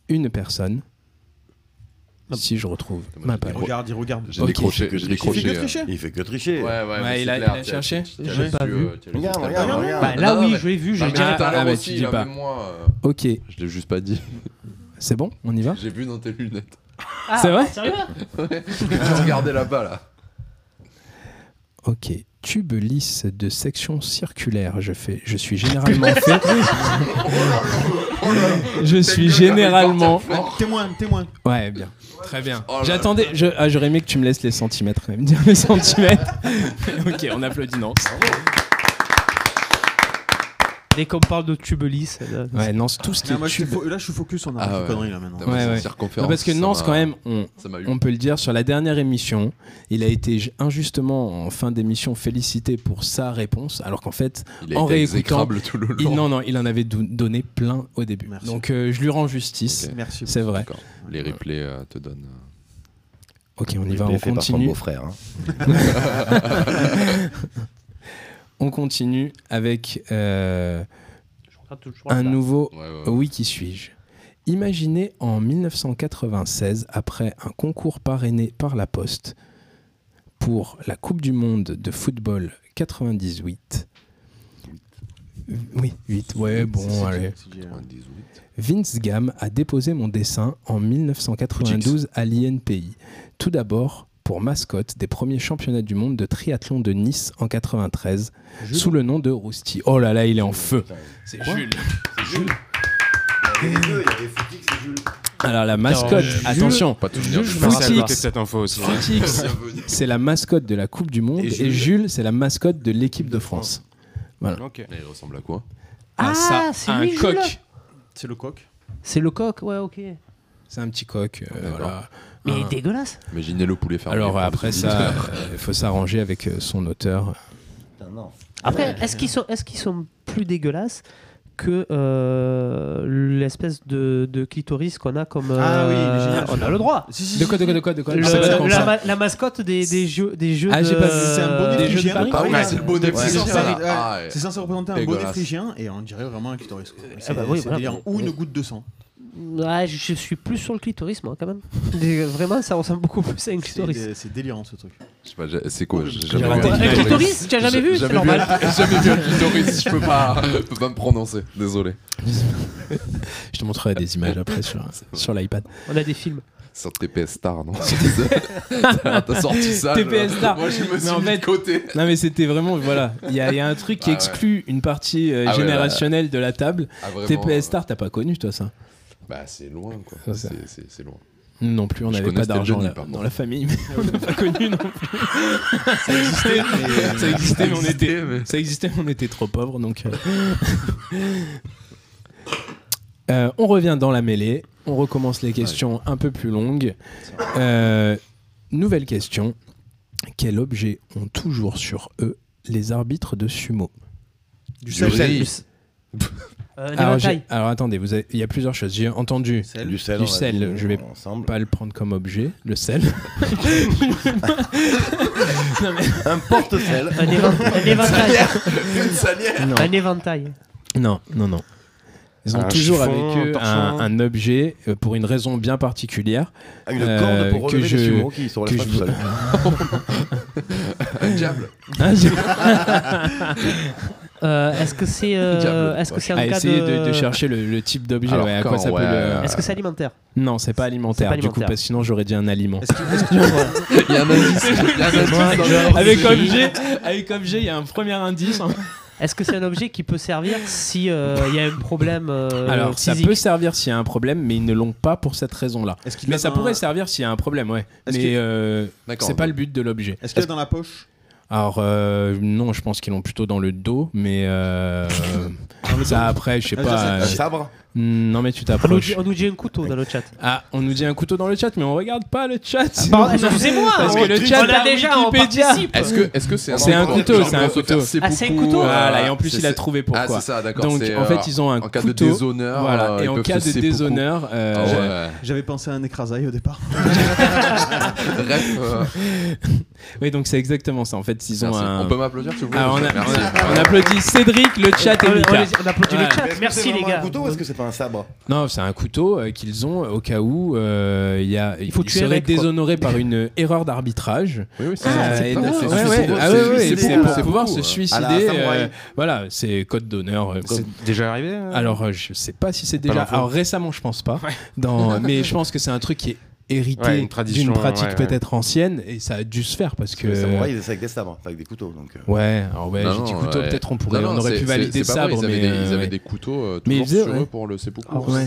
Speaker 1: une personne.
Speaker 3: Hop.
Speaker 1: Si je retrouve
Speaker 2: Dommage,
Speaker 1: ma
Speaker 2: j'ai
Speaker 1: page.
Speaker 2: Ouais.
Speaker 5: Regarde, il regarde.
Speaker 2: J'ai
Speaker 1: Ok.
Speaker 2: décroché.
Speaker 6: Il fait
Speaker 2: J'ai
Speaker 6: que
Speaker 2: décroché.
Speaker 5: Il fait que
Speaker 2: euh,
Speaker 5: tricher.
Speaker 6: il fait que tricher.
Speaker 2: Ouais, ouais,
Speaker 1: Ouais,
Speaker 2: mais
Speaker 1: il
Speaker 2: c'est
Speaker 1: a-
Speaker 2: clair,
Speaker 1: il a
Speaker 2: t'as-
Speaker 1: cherché.
Speaker 2: t'as
Speaker 1: J'ai
Speaker 2: juste
Speaker 3: pas
Speaker 2: eu,
Speaker 3: vu.
Speaker 2: euh, t'as juste
Speaker 6: Regarde,
Speaker 2: tapé.
Speaker 6: regarde,
Speaker 2: Non,
Speaker 6: regarde.
Speaker 3: Bah,
Speaker 2: mais-
Speaker 3: là
Speaker 2: non,
Speaker 3: oui,
Speaker 2: mais-
Speaker 3: je l'ai vu, je
Speaker 2: non, mais
Speaker 3: dirais
Speaker 2: t'as
Speaker 1: Ah,
Speaker 3: pas.
Speaker 2: l'air
Speaker 1: bah,
Speaker 2: aussi,
Speaker 1: tu dis
Speaker 2: là,
Speaker 1: pas.
Speaker 2: même moi, euh,
Speaker 1: Ok,
Speaker 2: Je l'ai juste pas dit.
Speaker 1: c'est bon, on y va
Speaker 2: J'ai vu dans tes lunettes.
Speaker 3: Ah,
Speaker 1: C'est vrai
Speaker 3: Sérieux
Speaker 2: Regardez là-bas là.
Speaker 1: Ok. Tube lisse de section circulaire. Je, fais, je suis généralement
Speaker 2: *laughs*
Speaker 1: fait. je suis généralement.
Speaker 5: Ah, témoin, témoin.
Speaker 1: Ouais, bien. Très bien.
Speaker 2: Oh là
Speaker 1: J'attendais. je- ah, j'aurais aimé que tu me laisses les centimètres quand même. *laughs* Dire les centimètres. ok, on applaudit Nance.
Speaker 3: Dès qu'on parle de tubelis, euh,
Speaker 1: Ouais, Nance, tout ce qui
Speaker 5: Non, moi,
Speaker 1: est
Speaker 5: je suis
Speaker 1: tube.
Speaker 5: fo- Là, je suis focus, on a
Speaker 2: Ah,
Speaker 5: ah,
Speaker 2: ouais.
Speaker 5: connerie là maintenant.
Speaker 2: Putain,
Speaker 1: Ouais,
Speaker 2: c'est
Speaker 1: ouais.
Speaker 2: circonférence,
Speaker 1: Non, parce que
Speaker 2: ça
Speaker 1: Nance,
Speaker 2: m'a-
Speaker 1: quand même, on,
Speaker 2: Ça m'a eu.
Speaker 1: on peut le dire, sur la dernière émission, il a été j- injustement en fin d'émission félicité pour sa réponse, alors qu'en fait,
Speaker 2: Il a
Speaker 1: en
Speaker 2: été
Speaker 1: réécoutant,
Speaker 2: exécrable tout le long.
Speaker 1: il, non, non, il en avait dou- donné plein au début.
Speaker 5: Merci.
Speaker 1: Donc euh, je lui rends justice,
Speaker 2: Ok.
Speaker 5: Merci.
Speaker 1: c'est vrai.
Speaker 2: D'accord. Les replays euh, te donnent. euh,
Speaker 1: Ok, on y
Speaker 6: Il
Speaker 1: va, on
Speaker 6: est fait par son
Speaker 1: continue.
Speaker 6: beau-frère. hein.
Speaker 1: On continue avec euh,
Speaker 3: je regarde toujours
Speaker 1: un
Speaker 3: là.
Speaker 1: nouveau
Speaker 2: Ouais, ouais, ouais.
Speaker 1: Oui, qui suis-je Imaginez en 1996, après un concours parrainé par la Poste pour la Coupe du Monde de football 98. Oui, 8, ouais, bon, allez.
Speaker 5: Si j'ai-
Speaker 2: 98.
Speaker 1: Vince Gam a déposé mon dessin en 1992 à l'INPI. Tout d'abord pour mascotte des premiers championnats du monde de triathlon de Nice en 93 sous le nom de Rousti. Oh là là, il est en feu.
Speaker 6: Putain,
Speaker 1: C'est
Speaker 6: Quoi
Speaker 1: Jules.
Speaker 6: C'est Jules. Il y avait les deux, il y avait Footix et Jules.
Speaker 1: Alors la mascotte,
Speaker 3: Jules-
Speaker 1: attention,
Speaker 2: Pas tout venir.
Speaker 3: Je
Speaker 2: du
Speaker 3: me
Speaker 4: Faut
Speaker 1: Footix.
Speaker 4: savoir que cette info aussi.
Speaker 1: Footix, c'est la mascotte de la Coupe du Monde
Speaker 6: Et
Speaker 1: et Jules,
Speaker 6: Jules.
Speaker 1: c'est la mascotte de l'équipe de France.
Speaker 4: Ok.
Speaker 2: Il ressemble à quoi
Speaker 3: Ah,
Speaker 1: À
Speaker 3: c'est
Speaker 1: à un
Speaker 3: lui, Jules
Speaker 1: coq.
Speaker 5: C'est le coq.
Speaker 3: C'est le coq, ouais, ok.
Speaker 1: C'est un petit coq. euh,
Speaker 2: D'accord.
Speaker 1: voilà.
Speaker 3: Mais il
Speaker 1: Un-
Speaker 3: est dégueulasse.
Speaker 2: Imaginez le poulet fermier.
Speaker 1: Alors
Speaker 2: par *laughs*
Speaker 1: après
Speaker 2: des
Speaker 1: ça,
Speaker 2: auditeurs.
Speaker 1: il faut s'arranger avec euh, son auteur.
Speaker 6: Putain, non.
Speaker 3: Après, est-ce qu'ils sont, est-ce qu'ils sont plus dégueulasses que euh, l'espèce de, de clitoris qu'on a comme.
Speaker 5: Ah oui, il est
Speaker 3: euh,
Speaker 5: génial,
Speaker 3: on
Speaker 5: celui-là.
Speaker 3: a le droit.
Speaker 5: Si, si,
Speaker 1: De
Speaker 5: si,
Speaker 1: quoi, de
Speaker 5: si.
Speaker 1: quoi, de quoi, de quoi
Speaker 3: Le-
Speaker 1: Ah, ça, c'est comme
Speaker 3: la,
Speaker 1: ça.
Speaker 3: ma- la mascotte des, des jeux des jeux
Speaker 1: Ah, j'ai
Speaker 3: de-
Speaker 1: pas vu. C'est
Speaker 5: un bonnet
Speaker 3: des
Speaker 5: de
Speaker 3: jeux de
Speaker 5: Gilles
Speaker 3: Paris.
Speaker 6: Paris.
Speaker 2: Ouais, Ah c'est le bonnet
Speaker 6: Ouais.
Speaker 5: C'est
Speaker 2: frigien,
Speaker 5: censé,
Speaker 2: là.
Speaker 5: ouais,
Speaker 2: Ah, ouais.
Speaker 5: c'est censé représenter un bonnet
Speaker 2: Dégueulasse.
Speaker 5: phrygien et on dirait vraiment un clitoris. quoi. C'est
Speaker 3: bah oui,
Speaker 5: c'est
Speaker 3: voilà.
Speaker 5: délirant. Ou une goutte de sang.
Speaker 3: Ouais, je, je suis plus sur le clitoris moi quand même. Des- Vraiment ça ressemble beaucoup plus à un
Speaker 5: C'est
Speaker 3: clitoris.
Speaker 5: dé- c'est délirant ce truc.
Speaker 2: Je sais pas, j'ai- c'est quoi J'ai
Speaker 1: J'ai
Speaker 2: jamais vu
Speaker 1: raté.
Speaker 2: un
Speaker 3: Un clitoris, tu as jamais
Speaker 2: J'ai-
Speaker 3: vu,
Speaker 2: jamais
Speaker 3: c'est normal.
Speaker 2: un- jamais vu un clitoris, je peux pas, je peux pas me prononcer, désolé.
Speaker 1: Je te montrerai des
Speaker 2: *laughs*
Speaker 1: images après sur, sur l'iPad.
Speaker 3: On a des films.
Speaker 2: Sur TPS Star, non T'as sorti ça. je-
Speaker 1: TPS Star.
Speaker 2: Moi, je me suis
Speaker 1: Mais en
Speaker 2: mis
Speaker 1: fait-
Speaker 2: de côté.
Speaker 1: Non, mais c'était vraiment, voilà. Il y, a il y a un truc qui
Speaker 2: Ah, ouais.
Speaker 1: exclut une partie euh,
Speaker 2: Ah, ouais,
Speaker 1: générationnelle de la table.
Speaker 2: Ah, vraiment,
Speaker 1: TPS
Speaker 2: euh,
Speaker 1: Star, t'as pas connu, toi, ça
Speaker 2: Bah, c'est loin, quoi.
Speaker 1: C'est ça.
Speaker 2: C'est- C'est c'est loin.
Speaker 1: Non plus, on
Speaker 2: Je
Speaker 1: n'avait
Speaker 2: connais
Speaker 1: pas d'argent
Speaker 2: Stéphanie,
Speaker 1: là-
Speaker 2: par
Speaker 1: dans
Speaker 2: contre.
Speaker 1: la famille, mais on n'a pas
Speaker 2: *laughs*
Speaker 1: connu non plus. Ça existait,
Speaker 5: mais-
Speaker 1: ça existait, mais on
Speaker 2: Ça existait,
Speaker 1: était,
Speaker 2: mais-
Speaker 1: ça existait, mais on était trop pauvres, donc.
Speaker 4: *laughs*
Speaker 1: euh. Euh, on revient dans la mêlée, on recommence les questions un peu plus longues. Euh, nouvelle question quel objet ont toujours sur eux les arbitres de sumo
Speaker 5: Du
Speaker 2: sel.
Speaker 5: sel.
Speaker 2: riz.
Speaker 3: Euh, des
Speaker 1: alors,
Speaker 3: batailles.
Speaker 1: j'ai- alors, attendez, vous avez- il y a plusieurs choses. J'ai entendu
Speaker 5: Sel.
Speaker 6: Du sel.
Speaker 1: Du
Speaker 6: on l'a
Speaker 1: sel,
Speaker 6: dit,
Speaker 1: je vais
Speaker 6: ensemble.
Speaker 1: pas le prendre comme objet, le sel. *laughs*
Speaker 6: Un porte-sel.
Speaker 3: Un évent-
Speaker 1: *laughs*
Speaker 3: un éventail.
Speaker 2: Une salière
Speaker 1: Non.
Speaker 3: Un éventail.
Speaker 1: Non, non, non. Ils ont
Speaker 4: Un
Speaker 1: toujours
Speaker 4: chiffon,
Speaker 1: avec eux
Speaker 4: un torchon.
Speaker 1: un, un objet euh, pour une raison bien
Speaker 4: *laughs*
Speaker 1: particulière.
Speaker 6: Ah, Une
Speaker 1: Euh,
Speaker 6: corde pour
Speaker 1: que
Speaker 6: relever
Speaker 1: je-
Speaker 6: les sumo qui sont
Speaker 1: que
Speaker 6: relèvent pas
Speaker 1: je
Speaker 6: tout
Speaker 1: vous-
Speaker 6: seul.
Speaker 2: Un diable
Speaker 1: Hein, j'ai-
Speaker 3: Euh, est-ce
Speaker 1: *laughs*
Speaker 3: que c'est euh,
Speaker 2: Diable.
Speaker 3: est-ce que c'est
Speaker 1: à
Speaker 3: un cas
Speaker 1: essayer
Speaker 3: de,
Speaker 1: de, de chercher le, le type d'objet.
Speaker 2: Alors,
Speaker 1: ouais, à
Speaker 2: quand,
Speaker 1: quoi ça peut
Speaker 2: ouais.
Speaker 1: le-
Speaker 3: Est-ce que c'est alimentaire
Speaker 1: Non, c'est pas alimentaire,
Speaker 3: C'est pas
Speaker 1: du coup,
Speaker 3: alimentaire.
Speaker 1: parce que sinon j'aurais dit un aliment. *laughs*
Speaker 5: Est-ce que- est-ce que-
Speaker 2: Il y a un indice. Il y a un indice
Speaker 3: Moi,
Speaker 2: dans
Speaker 3: je-
Speaker 2: le-
Speaker 1: Avec
Speaker 3: Oui.
Speaker 1: objet, avec objet, il y a un premier indice.
Speaker 3: Euh, Est-ce que c'est un objet qui peut servir si euh, il y a un problème euh,
Speaker 1: Alors, ça
Speaker 3: physique
Speaker 1: peut servir s'il y a un problème, mais ils ne l'ont pas pour cette raison-là.
Speaker 5: est-ce qu'il
Speaker 1: Mais
Speaker 5: a
Speaker 1: ça
Speaker 5: dans-
Speaker 1: pourrait servir s'il y a un problème, ouais.
Speaker 5: Est-ce
Speaker 1: Mais
Speaker 5: que-
Speaker 1: euh,
Speaker 2: D'accord.
Speaker 1: c'est pas le but de l'objet.
Speaker 5: Est-ce qu'il est dans la poche
Speaker 1: Alors euh, non, je pense qu'ils l'ont plutôt dans le dos, mais euh, ça après, je sais
Speaker 5: Ah,
Speaker 1: pas.
Speaker 6: Un
Speaker 1: euh,
Speaker 6: sabre
Speaker 1: Mm, Non mais tu
Speaker 3: on nous, dit,
Speaker 1: t'approches.
Speaker 3: on nous dit un couteau dans le chat.
Speaker 1: Ah, on nous dit un couteau dans le chat, mais on regarde pas le chat. *laughs*
Speaker 3: c'est moi
Speaker 1: Parce
Speaker 3: Ah, on-
Speaker 1: que le chat
Speaker 3: on a
Speaker 1: par
Speaker 3: déjà on
Speaker 1: Wikipédia.
Speaker 3: participe.
Speaker 2: Est-ce que est-ce que c'est
Speaker 1: C'est un
Speaker 2: encore-
Speaker 1: couteau,
Speaker 2: genre,
Speaker 1: c'est un
Speaker 2: se faire-
Speaker 1: couteau.
Speaker 3: Ah, c'est un
Speaker 2: beaucoup,
Speaker 3: couteau.
Speaker 2: euh,
Speaker 1: Voilà, et en plus
Speaker 2: c'est-
Speaker 1: il a
Speaker 2: c'est-
Speaker 1: trouvé
Speaker 2: Ah,
Speaker 1: pourquoi.
Speaker 2: c'est ça, d'accord.
Speaker 1: Donc
Speaker 2: c'est,
Speaker 1: en
Speaker 2: euh,
Speaker 1: fait, ils ont un
Speaker 2: en cas de
Speaker 1: couteau.
Speaker 2: déshonneur.
Speaker 1: Voilà,
Speaker 2: euh,
Speaker 1: et
Speaker 2: ils
Speaker 1: en
Speaker 2: peuvent
Speaker 1: cas
Speaker 2: se
Speaker 1: de
Speaker 2: seppuku.
Speaker 1: déshonneur, euh,
Speaker 2: Ah ouais.
Speaker 5: J'avais pensé à un écrasaille au départ.
Speaker 2: Bref, euh,
Speaker 1: oui, donc c'est exactement ça. En fait, ils ont
Speaker 2: merci.
Speaker 1: un.
Speaker 2: on peut m'applaudir si vous voulez.
Speaker 1: Ah, on, a-
Speaker 2: Merci.
Speaker 1: on a- on applaudit Cédric, le chat
Speaker 3: On-
Speaker 1: et
Speaker 3: on
Speaker 1: Mika.
Speaker 3: les- on applaudit
Speaker 1: Ouais.
Speaker 3: le chat.
Speaker 6: Est-ce que c'est
Speaker 3: Merci les
Speaker 6: vraiment
Speaker 3: gars.
Speaker 6: un couteau ou est-ce que c'est pas un sabre
Speaker 1: Non, c'est un couteau euh, qu'ils ont au cas où euh, il y a.
Speaker 3: Il faut
Speaker 1: ils
Speaker 3: tuer
Speaker 1: seraient
Speaker 3: avec, quoi.
Speaker 1: déshonorés par une
Speaker 3: *laughs*
Speaker 1: euh, erreur d'arbitrage.
Speaker 2: Oui, oui, c'est
Speaker 1: Euh,
Speaker 2: ça.
Speaker 1: et-
Speaker 2: pas-
Speaker 1: ouais,
Speaker 2: c'est-
Speaker 1: ouais,
Speaker 2: c'est-
Speaker 1: ouais,
Speaker 2: c'est-
Speaker 1: ah ouais, ouais,
Speaker 2: c'est-
Speaker 1: c'est
Speaker 2: c'est
Speaker 1: pour
Speaker 2: beaucoup,
Speaker 1: pouvoir
Speaker 2: euh.
Speaker 1: se
Speaker 6: À la
Speaker 1: suicider.
Speaker 6: samouraï.
Speaker 1: euh, Voilà, c'est code d'honneur. euh, comme-
Speaker 4: C'est déjà arrivé euh
Speaker 1: Alors, euh, je sais pas si c'est
Speaker 4: pas
Speaker 1: déjà.
Speaker 4: l'info.
Speaker 1: Alors, récemment, je pense pas.
Speaker 2: *laughs*
Speaker 1: Dans... Mais je pense que c'est un truc qui est
Speaker 4: Ouais,
Speaker 1: hérité
Speaker 4: une tradition,
Speaker 1: d'une pratique
Speaker 4: ouais, ouais.
Speaker 1: peut-être ancienne et ça a dû se faire parce que.
Speaker 6: Les samouraïs, ils essaient avec des sabres, pas avec des couteaux. Donc, euh,
Speaker 1: Ouais, alors ouais,
Speaker 2: Non,
Speaker 1: j'ai dit
Speaker 2: non,
Speaker 1: couteau,
Speaker 2: ouais.
Speaker 1: peut-être on pourrait,
Speaker 2: Non,
Speaker 1: on
Speaker 2: non,
Speaker 1: aurait
Speaker 2: c'est-
Speaker 1: pu valider
Speaker 2: c'est- c'est pas vrai,
Speaker 1: sabre,
Speaker 2: ils
Speaker 1: mais.
Speaker 2: avaient des- ils
Speaker 1: euh,
Speaker 2: avaient
Speaker 1: ouais.
Speaker 2: des couteaux euh,
Speaker 1: Mais ils
Speaker 2: toujours sur
Speaker 1: faisaient, ouais.
Speaker 2: eux pour le seppuku.
Speaker 3: Alors,
Speaker 1: Ouais.
Speaker 3: c'est-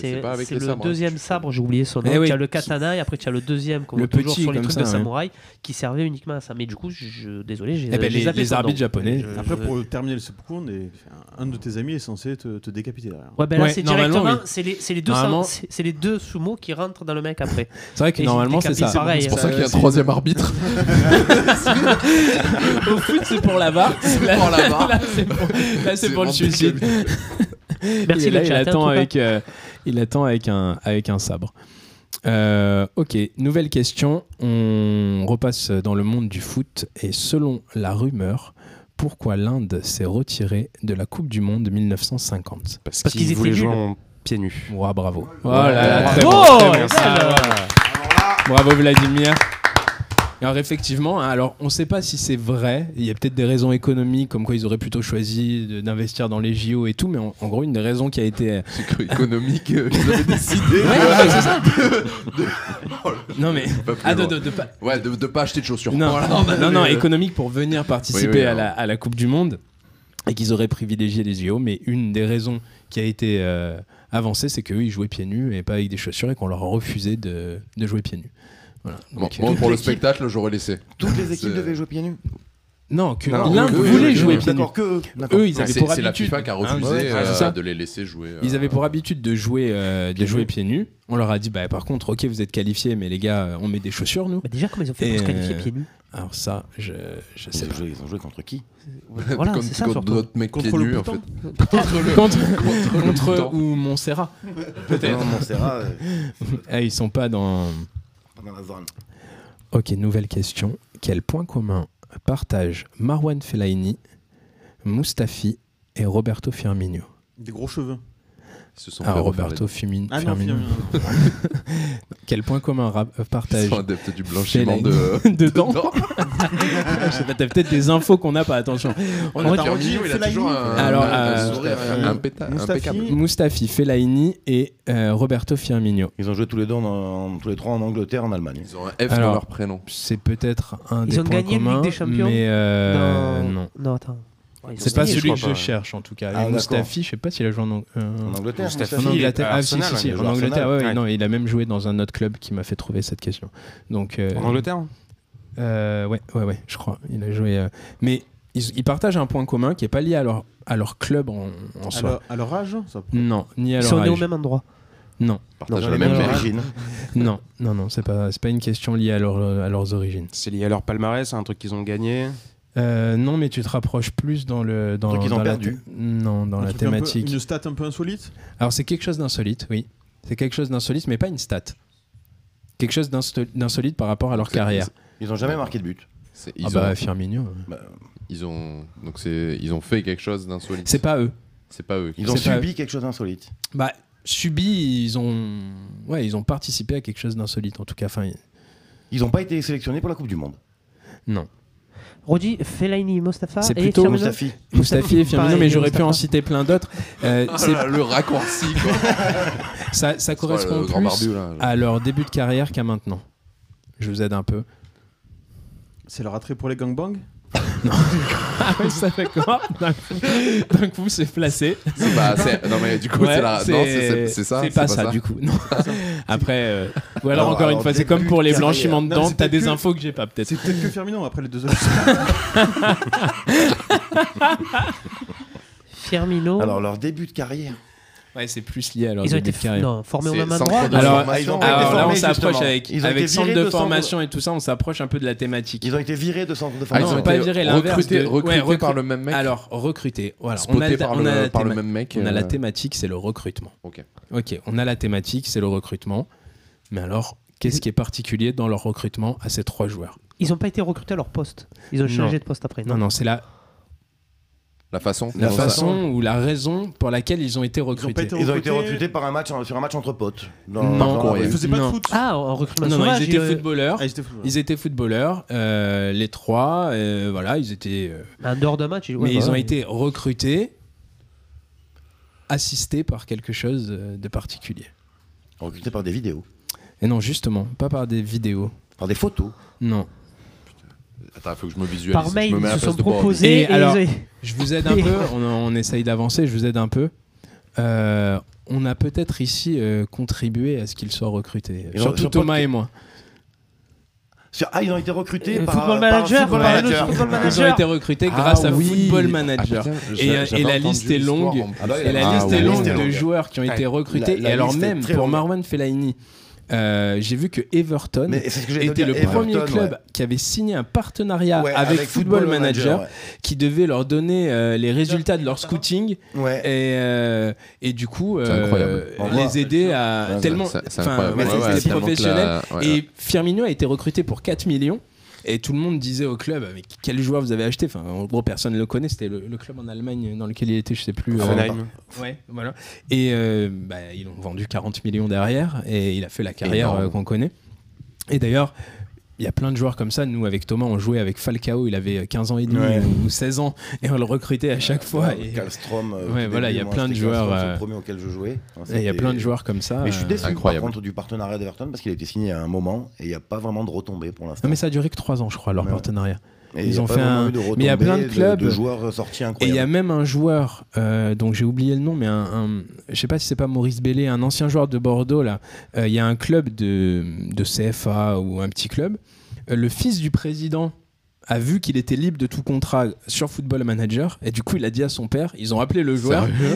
Speaker 3: C'est
Speaker 2: c'est pas avec
Speaker 3: c'est
Speaker 2: les
Speaker 3: le
Speaker 2: sabres, hein.
Speaker 3: deuxième sabre, j'ai oublié son nom.
Speaker 1: Eh
Speaker 3: Il
Speaker 1: oui.
Speaker 3: y a le katana et après tu as le deuxième, qu'on
Speaker 1: Le
Speaker 3: voit toujours
Speaker 1: petit,
Speaker 3: sur les
Speaker 1: comme
Speaker 3: trucs
Speaker 1: ça, hein.
Speaker 3: de
Speaker 1: ouais.
Speaker 3: samouraï, qui servait uniquement à ça. Mais du coup, je- je- désolé, j'ai
Speaker 1: Eh ben,
Speaker 3: j'ai
Speaker 1: les,
Speaker 3: zappé
Speaker 1: les
Speaker 3: son nom.
Speaker 1: arbitres japonais.
Speaker 5: Euh, Après, pour terminer le seppuku, on est- un de tes amis est censé te, te décapiter derrière.
Speaker 3: Ouais, ben là,
Speaker 1: Ouais,
Speaker 3: c'est
Speaker 1: normalement,
Speaker 3: directement,
Speaker 1: oui.
Speaker 3: c'est les, c'est les deux,
Speaker 1: Normalement-
Speaker 3: c'est c'est les deux sumo qui rentrent dans le mec après.
Speaker 1: C'est vrai que *laughs*
Speaker 3: Et
Speaker 1: normalement
Speaker 3: ils
Speaker 1: c'est ça.
Speaker 3: décapitent pareil.
Speaker 2: C'est pour
Speaker 5: Ça,
Speaker 2: ça qu'il y a un
Speaker 5: c'est-
Speaker 2: troisième arbitre.
Speaker 1: *laughs*
Speaker 2: *laughs*
Speaker 1: Au foot, c'est pour la
Speaker 2: *laughs*
Speaker 1: barre.
Speaker 2: Là- pour la barre.
Speaker 1: *laughs* Là, c'est pour, le
Speaker 2: vraiment
Speaker 1: suicide.
Speaker 2: décapité.
Speaker 1: il,
Speaker 3: Merci
Speaker 1: est là,
Speaker 3: le
Speaker 1: il
Speaker 3: chat. hein,
Speaker 1: attend
Speaker 3: en tout cas.
Speaker 1: avec, euh, il attend avec un, avec un sabre. Euh, ok, nouvelle question. On repasse dans le monde du foot et selon la rumeur, pourquoi l'Inde s'est retirée de la Coupe du Monde 1950
Speaker 4: Parce,
Speaker 3: parce qu'ils
Speaker 4: qu'ils voulaient
Speaker 3: étaient
Speaker 4: jouer
Speaker 3: nuls.
Speaker 4: en pieds nus.
Speaker 1: Ouah, bravo. Oh là là,
Speaker 4: Bravo.
Speaker 1: très bon,
Speaker 3: Oh,
Speaker 1: très bon.
Speaker 3: les
Speaker 1: Ah,
Speaker 3: belles.
Speaker 1: voilà. Bravo Vladimir. Alors effectivement, hein, alors on ne sait pas si c'est vrai. Il y a peut-être des raisons économiques, comme quoi ils auraient plutôt choisi de- d'investir dans les JO et tout. Mais en, en gros, une des raisons qui a été
Speaker 2: C'est que économique. euh, Ils avaient décidé. *laughs*
Speaker 1: non mais
Speaker 2: Pas plus
Speaker 1: ah, de-
Speaker 2: loin.
Speaker 1: de- de pas-
Speaker 2: Ouais, de, de pas acheter de chaussures.
Speaker 1: non,
Speaker 2: Voilà, on a-
Speaker 1: non, non, économique pour venir participer
Speaker 2: Oui, oui,
Speaker 1: à,
Speaker 2: non.
Speaker 1: la, à la Coupe du Monde et qu'ils auraient privilégié les JO. Mais une des raisons qui a été euh, avancée, c'est qu'eux, ils jouaient pieds nus et pas avec des chaussures et qu'on leur a refusé de, de jouer pieds nus. Voilà.
Speaker 2: Bon,
Speaker 1: Donc,
Speaker 2: moi,
Speaker 1: euh,
Speaker 2: pour le spectacle, j'aurais laissé.
Speaker 6: Toutes les *laughs*
Speaker 2: C'est-
Speaker 6: équipes devaient jouer pieds nus
Speaker 1: Non, que
Speaker 4: Non,
Speaker 1: l'Inde
Speaker 2: que eux,
Speaker 1: voulait
Speaker 2: que
Speaker 1: jouer
Speaker 2: eux,
Speaker 1: pieds nus.
Speaker 6: D'accord, que eux. D'accord.
Speaker 1: Eux, ils avaient
Speaker 2: C'est
Speaker 1: pour
Speaker 2: c'est la
Speaker 1: habitude.
Speaker 2: FIFA qui a refusé
Speaker 1: ouais, c'est
Speaker 2: euh,
Speaker 1: ça.
Speaker 2: de les laisser jouer. euh,
Speaker 1: Ils avaient pour habitude de jouer, euh, de
Speaker 6: pieds
Speaker 1: jouer
Speaker 6: nus.
Speaker 1: pieds nus. On leur a dit, bah, par contre, ok, vous êtes qualifiés, mais les gars, euh, on met des chaussures, nous.
Speaker 3: Bah, déjà, comment ils ont fait pour
Speaker 1: Et
Speaker 3: se qualifier
Speaker 1: euh, *laughs*
Speaker 3: pieds nus
Speaker 1: Alors ça, je, je
Speaker 6: Ils
Speaker 1: sais
Speaker 6: ont
Speaker 1: pas.
Speaker 6: joué- ils ont joué contre qui
Speaker 3: Voilà,
Speaker 2: contre-
Speaker 3: c'est ça
Speaker 2: contre
Speaker 3: surtout.
Speaker 2: d'autres mecs
Speaker 5: Contre
Speaker 2: pieds
Speaker 5: le
Speaker 2: nus, en
Speaker 5: bouton.
Speaker 2: fait. Contre le-
Speaker 1: Contre,
Speaker 2: contre le
Speaker 1: contre
Speaker 2: bouton.
Speaker 1: eux ou Montserrat.
Speaker 6: Non, Montserrat, euh,
Speaker 1: Ah, ils sont pas dans.
Speaker 6: pas dans la zone.
Speaker 1: Ok, nouvelle question. Quel point commun partagent Marwan Fellaini, Mustafi et Roberto Firmino
Speaker 5: Des gros cheveux.
Speaker 2: Ils se sont fait
Speaker 1: Alors,
Speaker 2: refaire
Speaker 1: Ah, Roberto Fumin-
Speaker 5: Ah non,
Speaker 1: Firmino.
Speaker 5: finalement.
Speaker 1: *laughs* Quel point commun ra- euh,
Speaker 2: les- Ils
Speaker 1: partagent
Speaker 2: sont adeptes du blanchiment
Speaker 1: Fellaini *laughs*
Speaker 2: de.
Speaker 1: dedans
Speaker 2: *laughs* Non,
Speaker 1: Je sais pas, t'as peut-être des infos qu'on n'a pas,
Speaker 3: *laughs*
Speaker 1: attention. On
Speaker 5: On
Speaker 1: aurait-
Speaker 5: a pas
Speaker 2: Firmino,
Speaker 5: redit
Speaker 2: il a toujours un,
Speaker 5: Fellaini.
Speaker 1: Alors,
Speaker 2: un- un
Speaker 1: euh,
Speaker 2: sourire
Speaker 6: Mustafi,
Speaker 2: impéta-
Speaker 5: Mustafi.
Speaker 2: impeccable.
Speaker 1: Mustafi, Fellaini et euh, Roberto Firmino.
Speaker 6: Ils ont joué tous les deux en- en- tous les trois en Angleterre, en Allemagne.
Speaker 2: Ils ont un F dans
Speaker 1: Alors,
Speaker 2: leur prénom.
Speaker 1: C'est peut-être un
Speaker 3: Ils
Speaker 1: des
Speaker 3: ont
Speaker 1: points
Speaker 3: gagné le
Speaker 1: communs,
Speaker 3: Ligue des Champions
Speaker 1: mais euh,
Speaker 3: Dans-
Speaker 1: non.
Speaker 3: Non, attends. Ouais, ils ont
Speaker 1: C'est pas
Speaker 3: gagné,
Speaker 1: celui
Speaker 4: crois
Speaker 1: que je
Speaker 4: pas.
Speaker 1: cherche en tout cas.
Speaker 6: Ah,
Speaker 1: Et
Speaker 6: d'accord.
Speaker 1: Mustafi, je sais pas s'il a joué en, Ang- euh,
Speaker 6: En Angleterre,
Speaker 4: Mustafi,
Speaker 1: en
Speaker 6: Mustafi,
Speaker 4: il est
Speaker 1: Angleterre.
Speaker 4: à
Speaker 1: Ah, si, si,
Speaker 4: Arsenal,
Speaker 1: si,
Speaker 6: il joue
Speaker 1: en
Speaker 6: à
Speaker 1: Angleterre, ouais, ouais,
Speaker 4: Ouais.
Speaker 1: non, il a même joué dans un autre club qui m'a fait trouver cette question. Donc, euh,
Speaker 4: En Angleterre hein.
Speaker 1: euh, ouais, ouais, ouais, je crois. Il a joué. euh, Mais ils, ils partagent un point commun qui est pas lié à leur, à leur club en, en
Speaker 5: À
Speaker 1: soi.
Speaker 5: leur- à leur âge, ça
Speaker 1: Non, ni à
Speaker 3: Ils
Speaker 1: leur
Speaker 3: sont nés au
Speaker 1: âge.
Speaker 3: même endroit.
Speaker 1: Non,
Speaker 2: Partagent
Speaker 6: Ils ont
Speaker 2: la
Speaker 6: les
Speaker 2: même
Speaker 6: mêmes
Speaker 2: origine.
Speaker 6: origines.
Speaker 1: non, non, non, c'est pas, c'est pas une question liée à, leur- à leurs origines.
Speaker 4: C'est lié à leur palmarès, c'est un truc qu'ils ont gagné.
Speaker 1: Euh, non, mais tu te rapproches plus dans le. Dans,
Speaker 6: truc qu'ils ont
Speaker 1: dans la
Speaker 6: perdu.
Speaker 1: thé- Non, dans
Speaker 5: Un
Speaker 1: la
Speaker 5: truc un peu-
Speaker 1: thématique.
Speaker 5: Une stat un peu insolite
Speaker 1: Alors c'est quelque chose d'insolite, oui. C'est quelque chose d'insolite, mais pas une stat. Quelque chose d'insto- d'insolite par rapport à leur
Speaker 2: C'est-
Speaker 1: carrière.
Speaker 6: Ils ont jamais marqué de but.
Speaker 2: c'est-
Speaker 1: Ah
Speaker 2: Ils
Speaker 1: bah
Speaker 2: ont-
Speaker 1: Firmino. euh.
Speaker 2: ils ont donc c'est ils ont fait quelque chose d'insolite.
Speaker 1: C'est pas eux.
Speaker 2: C'est pas *laughs* eux. qui-
Speaker 6: Ils ont
Speaker 1: C'est pas-
Speaker 6: subi quelque chose d'insolite.
Speaker 1: Bah subi, ils ont, ouais, ils ont participé à quelque chose d'insolite en tout cas. Enfin, y-
Speaker 6: Ils n'ont pas été sélectionnés pour la Coupe du Monde.
Speaker 1: non.
Speaker 3: Rodi, Fellaini, Mostafa.
Speaker 1: C'est
Speaker 3: et
Speaker 1: plutôt
Speaker 3: Firmino.
Speaker 6: Mustafi.
Speaker 1: Mustafi et Firmino,
Speaker 3: Pareil,
Speaker 1: mais j'aurais pu
Speaker 3: Mustafa.
Speaker 1: en citer plein d'autres. Euh,
Speaker 2: Ah
Speaker 1: c'est-
Speaker 2: là, le raccourci
Speaker 1: *laughs*
Speaker 2: quoi.
Speaker 1: ça, ça correspond
Speaker 2: le grand
Speaker 1: plus
Speaker 2: barbu, là.
Speaker 1: à leur début de carrière qu'à maintenant. Je vous aide un peu.
Speaker 5: C'est leur attrait pour les gangbangs
Speaker 1: Ah oui, ça fait quoi *laughs* D'un coup- D'un coup, c'est placé.
Speaker 2: C'est pas- c'est- non mais du coup
Speaker 1: Ouais,
Speaker 2: c'est la- non, c'est c'est- c'est ça.
Speaker 1: C'est pas, ça, du coup. Non. *laughs* Après, euh, ou alors
Speaker 6: Alors,
Speaker 1: encore
Speaker 6: alors,
Speaker 1: une fois, c'est
Speaker 6: début
Speaker 1: comme
Speaker 6: de
Speaker 1: pour les
Speaker 6: carrière.
Speaker 1: blanchiments de
Speaker 5: Non,
Speaker 1: dents,
Speaker 5: c'est
Speaker 1: t'as
Speaker 5: peut-être
Speaker 1: des
Speaker 5: que-
Speaker 1: infos que j'ai pas peut-être.
Speaker 5: C'est peut-être que Firmino après les
Speaker 1: *laughs*
Speaker 5: deux autres.
Speaker 3: Firmino.
Speaker 6: Alors, leur début de carrière.
Speaker 1: Ouais, c'est plus lié à leur
Speaker 3: ils ont
Speaker 1: début
Speaker 3: été
Speaker 1: de carrière.
Speaker 3: non, formés au
Speaker 2: C'est
Speaker 3: même
Speaker 2: centre
Speaker 3: endroit.
Speaker 2: de
Speaker 1: Alors, ah,
Speaker 2: formation.
Speaker 6: ils ont été
Speaker 1: Alors là, on
Speaker 6: formés,
Speaker 1: s'approche
Speaker 6: justement.
Speaker 1: avec,
Speaker 6: Ils ont
Speaker 1: avec
Speaker 6: été
Speaker 1: centre
Speaker 6: virés
Speaker 1: de
Speaker 6: de centre-
Speaker 1: formation et tout ça, on s'approche un peu de la thématique.
Speaker 6: Ils ont été virés de centre de
Speaker 2: Ah, ils
Speaker 1: Non,
Speaker 2: ont
Speaker 6: formation.
Speaker 1: pas
Speaker 2: été
Speaker 1: viré, l'inverse
Speaker 2: recrutés,
Speaker 1: de-
Speaker 2: recrutés
Speaker 1: ouais, recru-
Speaker 2: par le même mec.
Speaker 1: Alors, recruter. Voilà, on a,
Speaker 2: spotés
Speaker 1: le-
Speaker 2: par,
Speaker 1: on a
Speaker 2: le,
Speaker 1: la
Speaker 2: par le
Speaker 1: théma-
Speaker 2: même mec.
Speaker 1: on a la
Speaker 2: euh,
Speaker 1: thématique, c'est le recrutement.
Speaker 2: Ok.
Speaker 1: Ok, on a la thématique, c'est le recrutement. Mais alors, qu'est-ce qui est particulier dans leur recrutement à ces trois joueurs
Speaker 3: Ils n'ont pas été recrutés à leur poste. Ils ont
Speaker 1: Non.
Speaker 3: changé de poste après.
Speaker 1: Non, non, c'est la,
Speaker 2: La façon.
Speaker 1: la
Speaker 6: Non,
Speaker 2: dont ça-
Speaker 1: façon ou la raison pour laquelle ils ont été recrutés.
Speaker 6: Ils ont été recrutés par un match en- sur un match entre potes. Dans-
Speaker 1: Non,
Speaker 6: dans la
Speaker 2: encore,
Speaker 6: rue.
Speaker 2: ouais.
Speaker 5: Ils faisaient pas
Speaker 1: Non.
Speaker 5: de foot.
Speaker 3: Ah, en recrutement
Speaker 1: Non, non,
Speaker 3: sauvage,
Speaker 1: ils étaient
Speaker 3: euh,
Speaker 1: footballeurs.
Speaker 5: Ah, ils étaient fous, ouais.
Speaker 1: Ils étaient footballeurs, euh, les trois, euh, voilà, ils étaient. euh,
Speaker 3: En dehors d'un match. ouais,
Speaker 1: mais
Speaker 3: bah
Speaker 1: ils ont
Speaker 3: ouais.
Speaker 1: été recrutés, assistés par quelque chose euh, de particulier.
Speaker 6: Recrutés par des vidéos,
Speaker 1: Et non, justement, pas par des vidéos.
Speaker 6: par des photos.
Speaker 1: Non.
Speaker 2: Attends, faut que je me visualise.
Speaker 3: Par
Speaker 2: Je
Speaker 3: mail,
Speaker 2: me mets à
Speaker 3: ils
Speaker 2: la
Speaker 3: se
Speaker 2: place
Speaker 3: sont
Speaker 2: de Bob.
Speaker 1: Et
Speaker 3: proposés. et
Speaker 1: alors-
Speaker 3: ils ont-
Speaker 1: Je vous aide un peu, on, on essaye d'avancer, je vous aide un peu. Euh, on a peut-être ici euh, contribué à ce qu'ils soient recrutés.
Speaker 6: Et
Speaker 1: Surtout
Speaker 6: sur- sur
Speaker 1: Thomas
Speaker 6: podcast-
Speaker 1: et moi.
Speaker 6: Sur- Ah, ils ont été recrutés
Speaker 3: Euh,
Speaker 6: par
Speaker 3: Football
Speaker 6: euh, par un
Speaker 3: Manager,
Speaker 6: football
Speaker 3: par un autre
Speaker 6: manager.
Speaker 3: Football
Speaker 1: Ils ont
Speaker 3: Manager.
Speaker 1: été recrutés
Speaker 2: Ah
Speaker 1: grâce à
Speaker 2: oui.
Speaker 1: Football
Speaker 2: Ah,
Speaker 1: Manager.
Speaker 2: putain,
Speaker 1: Et- euh,
Speaker 2: j'a- j'avais
Speaker 1: et la
Speaker 2: entendu
Speaker 1: liste est
Speaker 2: l'histoire
Speaker 1: longue.
Speaker 2: en plus.
Speaker 6: Ah bah,
Speaker 1: Et la
Speaker 2: Ah,
Speaker 1: liste
Speaker 2: ouais.
Speaker 1: est longue
Speaker 6: liste est
Speaker 1: de
Speaker 6: longue.
Speaker 1: joueurs qui ont été
Speaker 4: Ouais.
Speaker 1: recrutés.
Speaker 6: La- la
Speaker 1: et alors
Speaker 6: liste est
Speaker 1: même
Speaker 6: très
Speaker 1: pour
Speaker 6: longue.
Speaker 1: Marwan Fellaini, euh, j'ai vu que Everton
Speaker 6: Mais c'est ce que j'allais te
Speaker 1: était
Speaker 6: dire,
Speaker 1: le premier
Speaker 6: Everton,
Speaker 1: club
Speaker 6: ouais.
Speaker 1: qui avait signé un partenariat
Speaker 6: Ouais,
Speaker 1: avec, Football, Manager,
Speaker 6: ouais.
Speaker 1: qui devait leur donner euh, les résultats de leur scouting
Speaker 6: Ouais.
Speaker 1: et, euh, et du coup
Speaker 2: C'est incroyable.
Speaker 1: euh,
Speaker 6: Au revoir.
Speaker 1: les aider à
Speaker 6: Ouais,
Speaker 1: tellement
Speaker 2: C'est c'est
Speaker 1: enfin,
Speaker 2: incroyable.
Speaker 1: ouais,
Speaker 6: mais
Speaker 2: Ouais, ouais,
Speaker 1: c'était
Speaker 2: tellement que la-
Speaker 1: professionnel
Speaker 2: ouais, ouais.
Speaker 1: et Firmino a été recruté pour 4 millions. Et tout le monde disait au club, mais quel joueur vous avez acheté Enfin, en gros, personne ne le connaît. C'était le, le club en Allemagne dans lequel il était, je sais plus. euh,
Speaker 6: bah,
Speaker 4: Hoffenheim.
Speaker 1: ouais, voilà. Et euh, bah, ils l'ont vendu 40 millions derrière. Et il a fait la carrière
Speaker 2: Énorme.
Speaker 1: euh, qu'on connaît. Et d'ailleurs, il y a plein de joueurs comme ça. Nous, avec Thomas, on jouait avec Falcao. Il avait 15 ans et demi
Speaker 6: Ouais.
Speaker 1: ou 16 ans. *laughs* Et on le recrutait à chaque fois. Et-
Speaker 6: Ouais, Karlstrom, euh, au
Speaker 1: Ouais,
Speaker 6: tout
Speaker 1: voilà,
Speaker 6: début,
Speaker 1: il y a
Speaker 6: moi,
Speaker 1: plein de
Speaker 6: c'était Karlstrom,
Speaker 1: joueurs,
Speaker 6: c'est
Speaker 1: euh,
Speaker 6: le premier auquel je jouais. Enfin,
Speaker 1: et il y a
Speaker 6: c'était-
Speaker 1: plein de joueurs comme ça.
Speaker 6: Mais je suis
Speaker 1: euh.
Speaker 6: déçu
Speaker 2: Incroyable.
Speaker 6: par contre du partenariat d'Everton parce qu'il a été signé à un moment et il n'y a pas vraiment de retombées pour l'instant.
Speaker 1: Non, mais ça a duré que 3 ans, je crois, leur
Speaker 6: Ouais.
Speaker 1: partenariat.
Speaker 6: Et
Speaker 1: ils
Speaker 6: il y a
Speaker 1: ont
Speaker 6: pas
Speaker 1: fait
Speaker 6: vraiment
Speaker 1: un-
Speaker 6: eu de
Speaker 1: mais il y a plein de
Speaker 6: retombées,
Speaker 1: clubs.
Speaker 6: de joueurs sortis
Speaker 1: Et il y a
Speaker 6: incroyables.
Speaker 1: même un joueur, euh, donc j'ai oublié le nom, mais un, un- je sais pas si c'est pas Maurice Bellé, un ancien joueur de Bordeaux là. Euh, Il y a un club de, de CFA ou un petit club. Euh, le fils du président a vu qu'il était libre de tout contrat sur Football Manager et du coup il a dit à son père, ils ont appelé le joueur et,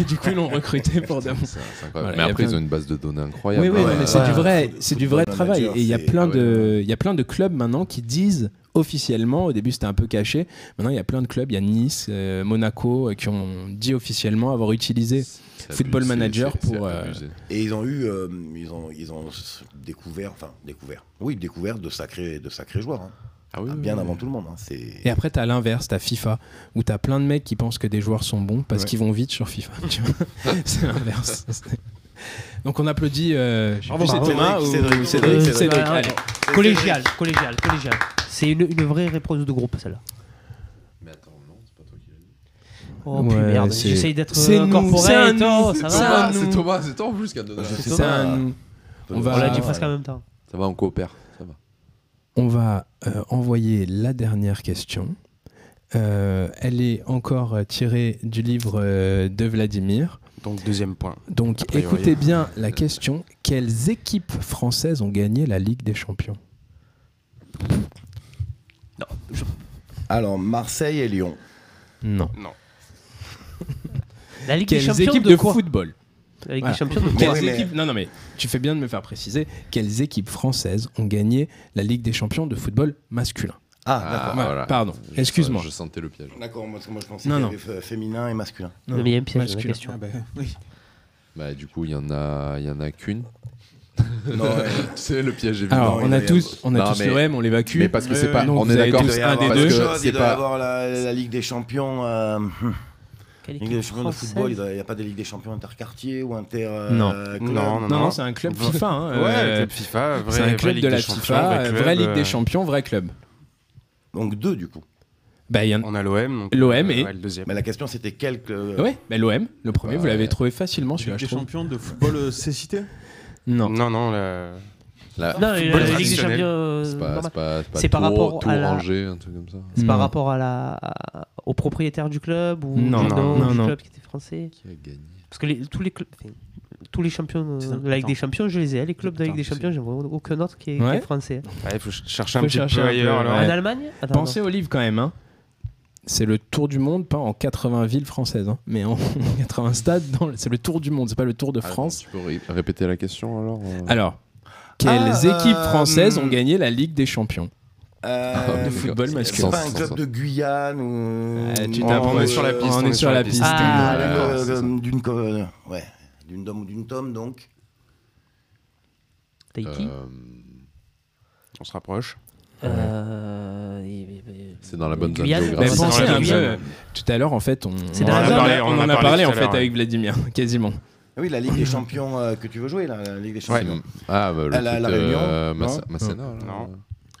Speaker 1: et du coup ils l'ont recruté pour de
Speaker 2: C'est c'est incroyable.
Speaker 1: Voilà,
Speaker 2: mais
Speaker 1: y a
Speaker 2: après,
Speaker 1: plein
Speaker 2: ils ont une base de données incroyable.
Speaker 1: Oui, oui,
Speaker 6: Ouais,
Speaker 1: mais
Speaker 6: ouais,
Speaker 1: c'est
Speaker 6: ouais.
Speaker 1: du vrai,
Speaker 6: Foot-
Speaker 1: c'est du vrai
Speaker 6: football
Speaker 1: travail.
Speaker 6: manager,
Speaker 1: Et il y a
Speaker 6: c'est-
Speaker 1: plein
Speaker 2: ah ouais.
Speaker 1: de, il y a plein de clubs maintenant qui disent officiellement. Au début, c'était un peu caché. Maintenant, il y a plein de clubs. Il y a Nice, euh, Monaco, euh, qui ont dit officiellement avoir utilisé.
Speaker 2: C'est
Speaker 1: Football
Speaker 2: abusé,
Speaker 1: Manager
Speaker 2: c'est- c'est
Speaker 1: pour, euh,
Speaker 2: abusé.
Speaker 6: Et ils ont eu, euh, ils ont, ils ont s- découvert, enfin découvert, oui, découvert de sacrés, de sacrés joueurs, hein.
Speaker 2: Ah oui,
Speaker 6: Ah,
Speaker 2: oui,
Speaker 6: bien
Speaker 2: oui.
Speaker 6: avant tout le monde. hein. C'est
Speaker 1: Et après, t'as l'inverse, t'as FIFA, où t'as plein de mecs qui pensent que des joueurs sont bons parce
Speaker 5: Ouais.
Speaker 1: qu'ils vont vite sur FIFA. *laughs* tu vois. c'est l'inverse. *laughs* Donc on applaudit. Euh, je sais
Speaker 5: Bravo,
Speaker 1: plus, c'est
Speaker 5: bravo,
Speaker 1: Thomas
Speaker 6: Cédric,
Speaker 1: ou-
Speaker 3: Euh,
Speaker 6: Cédric, Cédric,
Speaker 1: Cédric,
Speaker 3: Cédric,
Speaker 1: Cédric,
Speaker 3: ouais,
Speaker 1: allez.
Speaker 3: Collégial, collégial, collégial. C'est une, une vraie réponse de groupe celle-là.
Speaker 2: Mais attends, non, c'est pas toi qui l'as dit.
Speaker 3: Oh
Speaker 1: Ouais,
Speaker 3: puis merde,
Speaker 1: c'est-
Speaker 3: j'essaye d'être
Speaker 1: c'est
Speaker 3: euh,
Speaker 1: nous, c'est un
Speaker 3: corporate. oh,
Speaker 1: nous,
Speaker 3: ça
Speaker 1: c'est
Speaker 3: va.
Speaker 1: un-
Speaker 2: Thomas,
Speaker 1: nous.
Speaker 2: C'est Thomas, c'est toi en plus qui a donné. la-
Speaker 6: Je-
Speaker 1: C'est
Speaker 6: Thomas.
Speaker 1: ça, un- on va-
Speaker 3: On l'a dit
Speaker 1: Ah,
Speaker 3: presque en même temps.
Speaker 2: Ça va, on coopère. Ça va.
Speaker 1: On va euh, envoyer la dernière question. Euh, elle est encore euh, tirée du livre euh, de Vladimir.
Speaker 4: Donc, deuxième point.
Speaker 1: Donc
Speaker 4: A priori.
Speaker 1: écoutez bien la question. Quelles équipes françaises ont gagné la Ligue des Champions
Speaker 6: Alors Marseille et Lyon.
Speaker 1: Non.
Speaker 3: La Ligue des
Speaker 1: Quelles
Speaker 3: Champions
Speaker 1: équipes
Speaker 3: de
Speaker 1: de,
Speaker 3: quoi
Speaker 1: football
Speaker 3: La Ligue
Speaker 1: Voilà.
Speaker 3: des Champions de
Speaker 1: Quelles
Speaker 3: quoi
Speaker 6: Ouais, mais-
Speaker 1: équipes- Non, non, mais tu fais bien de me faire préciser. Quelles équipes françaises ont gagné la Ligue des Champions de football masculin
Speaker 6: Ah,
Speaker 1: Ouais, pardon.
Speaker 2: Je-
Speaker 1: Excuse-moi.
Speaker 2: Je sentais le piège.
Speaker 6: d'accord. D'accord, moi, parce que moi je pensais
Speaker 1: Non,
Speaker 6: qu'il y
Speaker 1: non.
Speaker 6: avait f- féminin et masculin.
Speaker 3: Non, mais il y a un piège dans la
Speaker 1: Masculin.
Speaker 3: question.
Speaker 5: Ah bah, oui.
Speaker 2: Bah, du coup, il y en a, il y en a qu'une. *laughs*
Speaker 6: Non, ouais.
Speaker 2: Tu sais, le piège est
Speaker 1: Alors,
Speaker 6: Non,
Speaker 1: on
Speaker 6: il
Speaker 1: a
Speaker 6: doit y
Speaker 1: tous, on a
Speaker 2: Non,
Speaker 1: tous
Speaker 2: mais-
Speaker 1: l'OM, on l'évacue.
Speaker 2: Mais parce que c'est
Speaker 1: Ouais,
Speaker 2: pas.
Speaker 1: ouais, donc
Speaker 2: on
Speaker 1: vous
Speaker 2: est
Speaker 1: avez
Speaker 2: d'accord.
Speaker 1: tous
Speaker 6: Il doit y
Speaker 1: un des
Speaker 6: avoir
Speaker 2: parce
Speaker 1: deux.
Speaker 6: quelque
Speaker 2: que
Speaker 6: chose,
Speaker 2: C'est
Speaker 6: il doit y
Speaker 2: pas.
Speaker 6: avoir la, la Ligue des Champions. euh,
Speaker 3: Quelle
Speaker 6: Ligue des
Speaker 3: équipe
Speaker 6: Champions de
Speaker 3: française
Speaker 6: football. Il doit- il n'y a pas des Ligue des Champions interquartier ou inter. euh,
Speaker 1: Non.
Speaker 6: club
Speaker 4: Non,
Speaker 1: Non,
Speaker 4: non,
Speaker 1: non,
Speaker 4: non.
Speaker 1: c'est un club
Speaker 4: Ouais.
Speaker 1: FIFA. hein,
Speaker 4: ouais,
Speaker 1: euh,
Speaker 4: club FIFA, vrai,
Speaker 1: C'est un
Speaker 4: vraie
Speaker 1: club
Speaker 4: Ligue
Speaker 1: de la
Speaker 4: des Champions,
Speaker 1: FIFA,
Speaker 4: vrai
Speaker 1: euh,
Speaker 4: club,
Speaker 1: vraie Ligue
Speaker 4: euh,
Speaker 1: des Champions, vrai club.
Speaker 6: Donc deux du coup.
Speaker 1: Bah, il y en a.
Speaker 4: On euh, a l'OM. donc,
Speaker 1: L'OM
Speaker 4: euh,
Speaker 1: et-
Speaker 4: ouais, le deuxième.
Speaker 6: Mais la question c'était quel. club-
Speaker 1: Ouais, bah, l'OM, le premier,
Speaker 2: Bah,
Speaker 1: vous l'avez
Speaker 2: ouais.
Speaker 1: trouvé facilement celui-là,
Speaker 5: Ligue
Speaker 1: je
Speaker 5: des
Speaker 1: trouve.
Speaker 5: champions de football euh, cécité
Speaker 1: Non.
Speaker 4: Non, non, la-
Speaker 2: la-
Speaker 3: Non, mais la,
Speaker 4: Football
Speaker 3: la Ligue des
Speaker 4: traditionnel.
Speaker 3: Champions. euh,
Speaker 2: C'est pas,
Speaker 3: normale.
Speaker 2: c'est pas, c'est pas
Speaker 3: C'est par
Speaker 2: Tours-
Speaker 3: rapport à
Speaker 2: Tours,
Speaker 3: la-
Speaker 2: Angers, un truc comme ça.
Speaker 3: C'est par
Speaker 1: Non.
Speaker 3: rapport à la, à- au propriétaire du club ou
Speaker 1: Non,
Speaker 3: du
Speaker 4: non,
Speaker 3: nom
Speaker 1: non,
Speaker 3: du
Speaker 1: non.
Speaker 3: club qui était français
Speaker 2: Qui a gagné
Speaker 3: Parce que les- tous les clubs, enfin, tous les champions, euh,
Speaker 5: C'est un-
Speaker 3: de la Ligue des Champions, je les ai. Les clubs de la Ligue des
Speaker 4: Putain,
Speaker 3: Champions, j'en vois aucun autre qui est,
Speaker 1: Ouais.
Speaker 3: qui est français.
Speaker 4: Ouais, faut ch- chercher
Speaker 1: Faut
Speaker 4: un petit
Speaker 1: chercher un
Speaker 4: peu
Speaker 1: peu,
Speaker 4: ailleurs. alors.
Speaker 1: ouais.
Speaker 3: En Allemagne Attends,
Speaker 1: Pensez au livre quand même. hein. C'est le tour du monde, pas en 80 villes françaises, hein, mais en *laughs* 80 stades. dans le- C'est le tour du monde, c'est pas le tour
Speaker 4: Ah,
Speaker 1: de France.
Speaker 2: Tu peux ré- répéter la question alors euh
Speaker 1: Alors, quelles
Speaker 6: Ah,
Speaker 1: équipes françaises
Speaker 6: euh,
Speaker 1: ont gagné la Ligue des Champions
Speaker 6: Euh,
Speaker 1: Ah, De football
Speaker 6: c'est-
Speaker 1: masculin.
Speaker 6: C'est pas un
Speaker 2: Sans-
Speaker 6: club
Speaker 2: sans-
Speaker 6: de Guyane ou.
Speaker 1: Euh, tu
Speaker 6: ou-
Speaker 1: t'apprends-
Speaker 4: on est sur la piste,
Speaker 1: On est sur la piste.
Speaker 3: Ah,
Speaker 6: D'une-
Speaker 2: d'accord,
Speaker 6: euh,
Speaker 2: c'est ça.
Speaker 6: D'une co- euh, ouais, d'une dame ou d'une tome donc.
Speaker 3: Tahiti
Speaker 2: Euh,
Speaker 4: On se rapproche.
Speaker 3: Euh, et- et- et-
Speaker 2: C'est dans la bonne zone
Speaker 3: Guyane.
Speaker 1: Mais
Speaker 2: géographique.
Speaker 3: Grâce à
Speaker 1: pensez
Speaker 4: ça,
Speaker 1: un
Speaker 4: la
Speaker 1: peu.
Speaker 4: Guyane.
Speaker 1: Tout à l'heure, en fait, on,
Speaker 3: C'est dans la
Speaker 1: en a
Speaker 3: zone.
Speaker 1: parlé- on en a parlé
Speaker 4: tout
Speaker 1: en
Speaker 4: à
Speaker 1: fait
Speaker 4: l'heure, ouais.
Speaker 1: avec Vladimir, quasiment.
Speaker 6: Ah Oui, la Ligue
Speaker 1: *laughs*
Speaker 6: des Champions euh, que tu veux jouer, là, la Ligue des
Speaker 2: Ouais.
Speaker 6: Champions.
Speaker 2: Ah, bah, le
Speaker 6: À la-
Speaker 2: truc,
Speaker 6: la
Speaker 2: euh,
Speaker 6: Réunion,
Speaker 2: Massa-
Speaker 6: non
Speaker 2: Masséna. là.
Speaker 4: Non.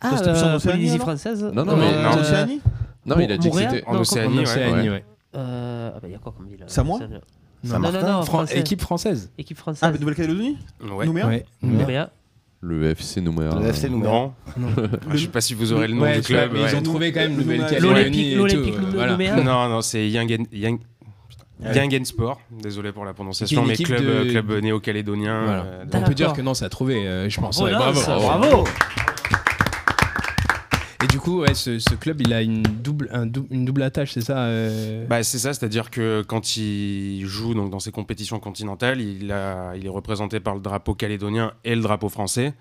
Speaker 3: Ah,
Speaker 5: Costa-
Speaker 3: euh,
Speaker 5: Océanie,
Speaker 3: Polynésie
Speaker 5: alors
Speaker 3: française
Speaker 2: Non, non, mais
Speaker 3: Euh,
Speaker 2: non.
Speaker 5: En Océanie
Speaker 2: Non, il a dit que
Speaker 3: Montréal
Speaker 2: c'était.
Speaker 4: En Océanie,
Speaker 1: En
Speaker 4: ouais.
Speaker 1: Océanie, ouais.
Speaker 3: Euh, ah bah, il y a quoi comme ville euh,
Speaker 5: Samoa
Speaker 3: Océanie
Speaker 6: Saint
Speaker 3: Non, non, non,
Speaker 6: Martin.
Speaker 1: Fran-
Speaker 3: français.
Speaker 1: équipe française.
Speaker 3: Équipe française.
Speaker 5: Ah, bah, Nouvelle-Calédonie
Speaker 4: Ouais.
Speaker 5: Nouméa
Speaker 1: Ouais.
Speaker 3: Nouméa.
Speaker 2: Le FC Nouméa.
Speaker 6: Le FC Nouméa.
Speaker 4: Euh, Non.
Speaker 1: Non.
Speaker 5: Ah,
Speaker 4: Je sais pas si vous aurez le nom
Speaker 1: Ouais,
Speaker 4: du
Speaker 1: je sais pas,
Speaker 4: club.
Speaker 1: mais
Speaker 4: ouais.
Speaker 1: ils ont trouvé quand même
Speaker 5: Le-
Speaker 1: Nouvelle-Calédonie et
Speaker 3: l'Olympique-
Speaker 1: tout,
Speaker 3: l'Olympique
Speaker 1: voilà.
Speaker 3: Nouméa.
Speaker 4: Non, non, c'est Young, and- Young... putain,
Speaker 5: Ouais.
Speaker 4: Young and Sport. Désolé pour la prononciation,
Speaker 1: Une
Speaker 4: mais
Speaker 1: équipe
Speaker 4: club,
Speaker 1: de-
Speaker 4: euh, club néo-calédonien.
Speaker 1: Voilà.
Speaker 4: euh,
Speaker 1: On
Speaker 3: D'accord.
Speaker 1: peut dire que non, ça a trouvé, euh, je pense.
Speaker 3: Oh,
Speaker 1: Ouais,
Speaker 3: là,
Speaker 1: bravo.
Speaker 3: ça,
Speaker 2: bravo.
Speaker 3: bravo.
Speaker 1: Et du coup, ouais, ce, ce club, il a une double, un dou- une double attache, c'est ça euh,
Speaker 4: Bah, c'est ça, c'est-à-dire que quand il joue donc, dans ces compétitions continentales, il, a- il est représenté par le drapeau calédonien et le drapeau français.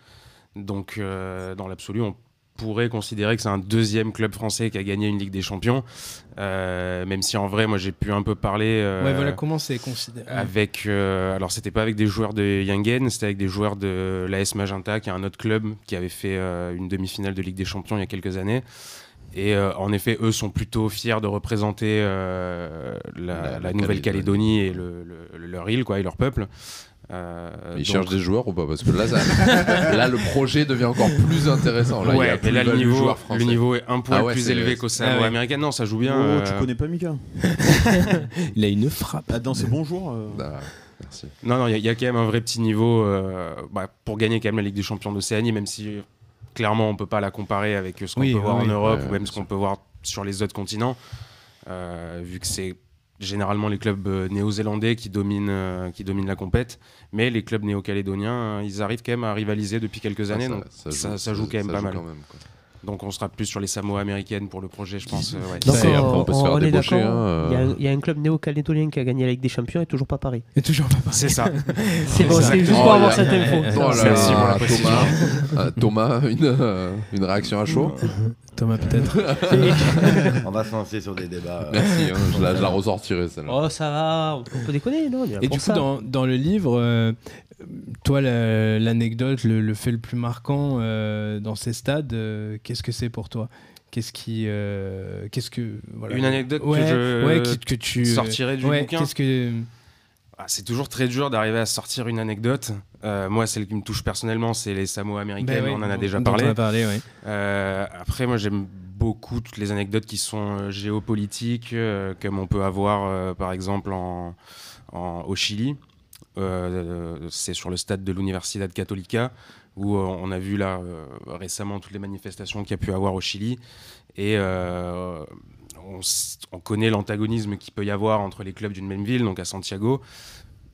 Speaker 4: Donc, euh, dans l'absolu, on pourrait considérer que c'est un deuxième club français qui a gagné une Ligue des Champions. Euh, même si en vrai, moi, j'ai pu un peu parler. euh,
Speaker 1: Ouais, voilà comment c'est considéré.
Speaker 2: Mm.
Speaker 4: Avec, euh, alors c'était pas avec des joueurs de Yangen, c'était avec des joueurs de l'AS Magenta, qui est un autre club qui avait fait euh, une demi-finale de Ligue des Champions il y a quelques années. Et euh, en effet, eux sont plutôt fiers de représenter euh,
Speaker 2: La-
Speaker 4: la, la
Speaker 2: la
Speaker 4: Nouvelle-Calédonie et le- le- le- leur île, quoi, et leur peuple. Euh,
Speaker 2: Mais ils
Speaker 4: donc-
Speaker 2: cherchent des joueurs ou pas Parce que là, ça-
Speaker 6: *laughs*
Speaker 2: là, le projet devient encore plus intéressant. Là, il y a
Speaker 4: Ouais,
Speaker 2: plus
Speaker 4: mais là, le
Speaker 2: de
Speaker 4: niveau,
Speaker 2: joueurs français.
Speaker 4: le niveau est un poil
Speaker 2: Ah ouais,
Speaker 4: plus
Speaker 2: c'est-
Speaker 4: élevé qu'au
Speaker 1: Ah ouais.
Speaker 4: Savoie américain. Non, ça joue bien.
Speaker 5: Oh, tu
Speaker 4: euh,
Speaker 5: connais pas Mika
Speaker 1: Il a une frappe.
Speaker 5: Ah, Dans ses bons jours. euh,
Speaker 2: Ah, merci.
Speaker 4: Non, non, il y, a- il y a quand même un vrai petit niveau euh, bah, pour gagner quand même la Ligue des Champions d'Océanie, même si euh, clairement on peut pas la comparer avec euh, ce qu'on
Speaker 1: Oui,
Speaker 4: peut voir
Speaker 1: oui,
Speaker 4: en Europe
Speaker 2: Ouais,
Speaker 4: ou même ce qu'on peut voir sur les autres continents, euh, vu que c'est généralement les clubs euh, néo-zélandais qui dominent, euh, qui dominent la compète, mais les clubs Ah,
Speaker 2: Ah,
Speaker 4: néo-calédoniens, euh, ils arrivent quand même à rivaliser depuis quelques années, donc ça, ça joue quand même pas mal.
Speaker 2: quand même, quoi.
Speaker 4: Donc on sera plus sur les Samoa américaines pour le projet, je pense. euh, ouais.
Speaker 3: Donc,
Speaker 2: Ça, et après, on peut se faire
Speaker 3: est
Speaker 2: débaucher,
Speaker 3: d'accord,
Speaker 2: hein,
Speaker 3: Il y a
Speaker 2: euh.
Speaker 3: un- il y, a un club néo-calédonien qui a gagné la Ligue des Champions et toujours pas Paris.
Speaker 1: Et toujours pas parlé.
Speaker 4: C'est ça.
Speaker 3: C'est bon,
Speaker 1: ça.
Speaker 3: c'est juste
Speaker 2: Oh
Speaker 3: pour
Speaker 2: là
Speaker 3: avoir
Speaker 2: là.
Speaker 3: cette info.
Speaker 2: Oh là
Speaker 4: Merci pour la
Speaker 2: là,
Speaker 4: précision.
Speaker 2: Thomas, Euh, Thomas une, euh, une réaction à chaud
Speaker 1: Thomas, peut-être.
Speaker 6: On va se lancer sur des débats. euh,
Speaker 2: Merci, hein, je, la, je la ressortirai celle-là.
Speaker 3: Oh, ça va, on on peut déconner, non on est là
Speaker 1: Et
Speaker 3: pour
Speaker 1: du coup,
Speaker 3: ça.
Speaker 1: dans, dans le livre, euh, toi, la- l'anecdote, le, le fait le plus marquant euh, dans ces stades, euh, qu'est-ce que c'est pour toi Qu'est-ce qui. euh, qu'est-ce que. voilà.
Speaker 4: Une anecdote que
Speaker 1: ouais,
Speaker 4: je
Speaker 1: ouais, *laughs* qui- que tu. euh,
Speaker 4: sortirai du
Speaker 1: ouais,
Speaker 4: bouquin.
Speaker 1: Qu'est-ce que.
Speaker 4: Ah, c'est toujours très dur d'arriver à sortir une anecdote. Euh, moi, celle qui me touche personnellement, c'est les Samoa américaines.
Speaker 1: Ben ouais,
Speaker 4: on en
Speaker 1: dont-
Speaker 4: a déjà
Speaker 1: dont
Speaker 4: parlé.
Speaker 1: On en a parlé, ouais.
Speaker 4: Euh, après, moi, j'aime beaucoup toutes les anecdotes qui sont euh, géopolitiques, euh, comme on peut avoir, euh, par exemple, en, en- au Chili. Euh, euh, c'est sur le stade de l'Universidad Católica, où euh, on a vu là euh, récemment toutes les manifestations qu'il y a pu avoir au Chili. Et euh, on, s- on connaît l'antagonisme qu'il peut y avoir entre les clubs d'une même ville, donc à Santiago.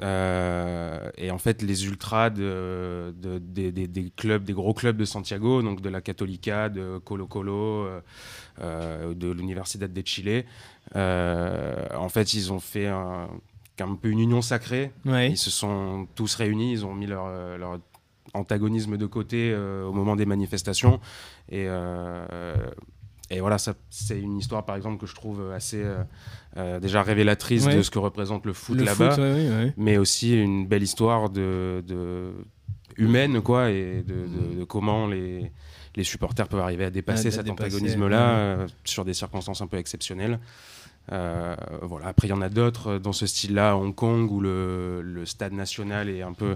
Speaker 4: Euh, et en fait, les ultras de, de- des, des- des clubs, des gros clubs de Santiago, donc de la Católica, de Colo Colo, euh, euh, de l'Universidad de Chile, euh, en fait, ils ont fait un, un peu une union sacrée.
Speaker 1: Ouais.
Speaker 4: Ils se sont tous réunis, ils ont mis leur, euh, leur antagonisme de côté euh, au moment des manifestations. Et, euh, et voilà, ça, c'est une histoire, par exemple, que je trouve assez euh, euh, déjà révélatrice
Speaker 1: Ouais.
Speaker 4: de ce que représente le foot
Speaker 1: Le
Speaker 4: là-bas
Speaker 1: foot, ouais, ouais, ouais.
Speaker 4: mais aussi une belle histoire de, de- humaine quoi et de, de-
Speaker 1: Mm.
Speaker 4: de comment les les supporters peuvent arriver à dépasser
Speaker 1: Ah, de
Speaker 4: cet
Speaker 1: dépasser,
Speaker 4: antagonisme là sur des circonstances un peu exceptionnelles Euh, voilà après il y en a d'autres euh, dans ce style là à Hong Kong où le, le stade national est un peu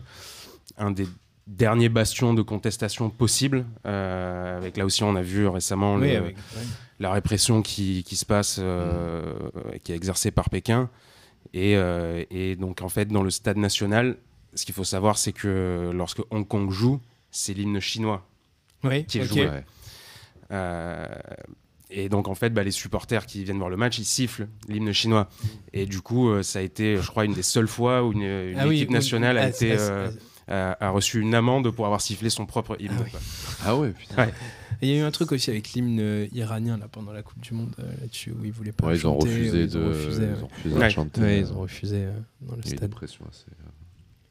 Speaker 4: un des derniers bastions de contestation possible Euh, avec là aussi on a vu récemment
Speaker 1: Oui,
Speaker 4: le-
Speaker 1: avec- ouais.
Speaker 4: la répression qui, qui se passe, euh, qui est exercée par Pékin. Et, euh, et donc, en fait, dans le stade national, ce qu'il faut savoir, c'est que lorsque Hong Kong joue, c'est l'hymne chinois
Speaker 1: Ouais,
Speaker 4: qui est
Speaker 1: ok.
Speaker 4: joué. Euh, et donc, en fait, bah, les supporters qui viennent voir le match, ils sifflent l'hymne chinois. Et du coup, euh, ça a été, je crois, une des seules fois où une, une
Speaker 1: Ah oui,
Speaker 4: équipe
Speaker 1: oui,
Speaker 4: nationale a,
Speaker 1: ah,
Speaker 4: été,
Speaker 1: ah,
Speaker 4: euh, a- a reçu une amende pour avoir sifflé son propre hymne.
Speaker 1: Ah oui.
Speaker 4: quoi.
Speaker 2: Ah ouais, putain.
Speaker 1: Il y a eu un truc aussi avec l'hymne euh, iranien là, pendant la Coupe du Monde, euh, là-dessus, où ils voulaient pas.
Speaker 2: Ouais,
Speaker 1: le
Speaker 2: ils ont
Speaker 1: chanter, où
Speaker 2: refusé
Speaker 1: ils
Speaker 2: de,
Speaker 1: ont refusé,
Speaker 2: ils
Speaker 1: ouais.
Speaker 2: ont refusé
Speaker 4: Ouais.
Speaker 2: de chanter.
Speaker 1: Ouais, ils ont refusé euh, dans le
Speaker 2: Il y a eu
Speaker 1: stade.
Speaker 2: une pression assez, euh,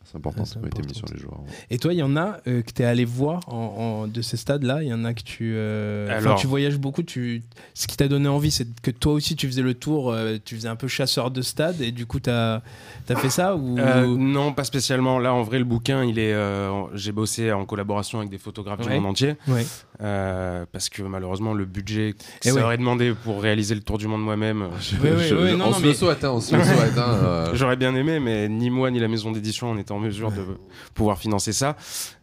Speaker 2: assez importante
Speaker 1: Assez
Speaker 2: qui a été mise
Speaker 1: importante.
Speaker 2: sur les joueurs. ouais.
Speaker 1: Et toi, il y en a euh, que tu es allé voir en- en- de ces stades-là Il y en a que tu. euh, enfin,
Speaker 4: Alors.
Speaker 1: tu voyages beaucoup. Tu... Ce qui t'a donné envie, c'est que toi aussi, tu faisais le tour, euh, tu faisais un peu chasseur de stades, et du coup, tu as... fait ça ou...
Speaker 4: Euh, non, pas spécialement. Là, en vrai, le bouquin, il est. euh, en- J'ai bossé en collaboration avec des photographes du
Speaker 1: Ouais.
Speaker 4: monde entier
Speaker 1: Ouais.
Speaker 4: euh, parce que malheureusement, le budget que
Speaker 1: Eh
Speaker 4: ça
Speaker 1: ouais.
Speaker 4: aurait demandé pour réaliser le tour du monde moi-même, euh,
Speaker 2: Je-
Speaker 1: Ouais, ouais,
Speaker 2: je-
Speaker 1: ouais,
Speaker 2: je-
Speaker 1: non,
Speaker 2: on
Speaker 1: non,
Speaker 2: se
Speaker 1: mais-
Speaker 2: le souhaite, hein,
Speaker 1: *laughs*
Speaker 2: on se le souhaite. hein, euh,
Speaker 4: j'aurais bien aimé, mais ni moi ni la maison d'édition on était en mesure de pouvoir financer ça.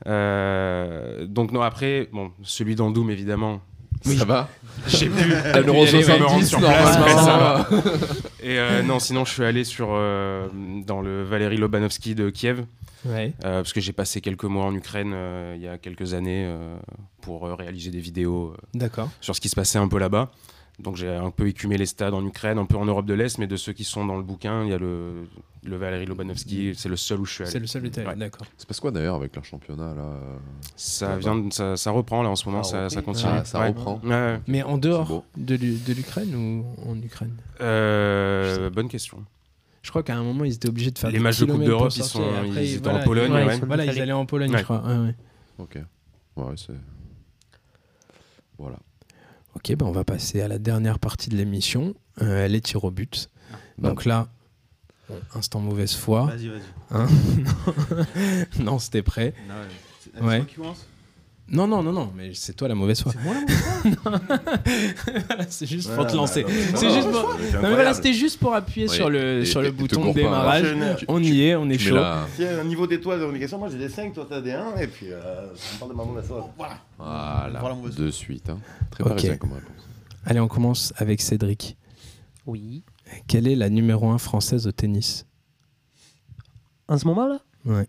Speaker 4: Euh, donc non, après, bon, celui d'Andoum évidemment. *laughs*
Speaker 2: Ça va
Speaker 4: J'ai pu.
Speaker 1: Euh,
Speaker 2: Un euro
Speaker 4: j'ai pu y aller me rendre
Speaker 2: 70,
Speaker 4: sur
Speaker 1: Ah,
Speaker 4: place, mais
Speaker 2: Ah,
Speaker 4: ça va.
Speaker 2: normalement.
Speaker 4: Et euh, non, sinon je suis allé sur euh, dans le Valérie Lobanovski de Kiev.
Speaker 1: Ouais.
Speaker 4: Euh, parce que j'ai passé quelques mois en Ukraine euh, il y a quelques années euh, pour euh, réaliser des vidéos euh,
Speaker 1: D'accord.
Speaker 4: sur ce qui se passait un peu là-bas. Donc j'ai un peu écumé les stades en Ukraine, un peu en Europe de l'Est, mais de ceux qui sont dans le bouquin, il y a le, le Valérie Lobanovski, c'est le seul où je suis
Speaker 1: C'est
Speaker 4: allé.
Speaker 1: le seul détail.
Speaker 4: Ouais.
Speaker 1: D'accord.
Speaker 2: C'est parce quoi d'ailleurs avec leur championnat là euh,
Speaker 4: Ça, vient, de- ça, ça reprend là en ce moment,
Speaker 2: Ça
Speaker 4: ça,
Speaker 2: reprit.
Speaker 4: ça continue.
Speaker 2: Ah, Ça, ça
Speaker 4: Ouais.
Speaker 2: reprend.
Speaker 4: Ouais.
Speaker 1: Mais en
Speaker 2: C'est
Speaker 1: dehors
Speaker 2: beau.
Speaker 1: de l'U- de l'Ukraine ou en Ukraine
Speaker 4: Euh, bonne question.
Speaker 1: Je crois qu'à un moment, ils étaient obligés de faire
Speaker 4: Les
Speaker 1: des
Speaker 4: matchs de Coupe
Speaker 1: kilomètres pour
Speaker 4: d'Europe, ils
Speaker 1: sortir,
Speaker 4: sont-
Speaker 1: et après,
Speaker 4: ils étaient
Speaker 1: voilà,
Speaker 4: en Pologne,
Speaker 1: ils-
Speaker 4: ouais.
Speaker 1: Voilà, ils allaient en Pologne, je
Speaker 4: Ouais.
Speaker 1: crois. Ouais, ouais.
Speaker 2: Ok. Ouais, c'est. Voilà.
Speaker 1: Ok, ben on va passer à la dernière partie de l'émission. Euh, elle est tir au but.
Speaker 2: Ah.
Speaker 1: Donc là, instant mauvaise foi.
Speaker 5: Vas-y, vas-y.
Speaker 1: hein. *laughs* non, c'était prêt.
Speaker 5: Non, ouais. C'est- c'est
Speaker 1: Ouais.
Speaker 5: toi qui commence
Speaker 1: Non, non, non, non, mais c'est toi la mauvaise foi.
Speaker 5: C'est moi là
Speaker 1: *laughs* c'est juste
Speaker 6: ouais,
Speaker 1: pour te
Speaker 6: ouais,
Speaker 1: lancer.
Speaker 6: alors, c'est
Speaker 1: C'est juste
Speaker 6: pas-
Speaker 1: pour. Non,
Speaker 6: c'est
Speaker 1: mais voilà,
Speaker 6: incroyable.
Speaker 1: c'était juste pour appuyer
Speaker 2: Ouais,
Speaker 1: sur le,
Speaker 2: et-
Speaker 1: sur
Speaker 2: et-
Speaker 1: le
Speaker 2: et te
Speaker 1: bouton de
Speaker 2: gourre pas,
Speaker 1: démarrage.
Speaker 6: alors.
Speaker 2: Tu-
Speaker 1: On y est, on est
Speaker 2: tu mets
Speaker 1: chaud.
Speaker 2: la-
Speaker 6: Si un niveau d'étoile dans une question, moi j'ai des 5, toi t'as des 1, et puis euh, on parle de maman de la sauce.
Speaker 5: Voilà,
Speaker 2: Voilà.
Speaker 5: mon boss.
Speaker 2: De suite. hein. Très
Speaker 1: Ok.
Speaker 2: parisien comme réponse.
Speaker 1: Allez, on commence avec Cédric.
Speaker 3: Oui.
Speaker 1: Quelle est la numéro 1 française au tennis
Speaker 3: En ce moment, là
Speaker 1: Ouais.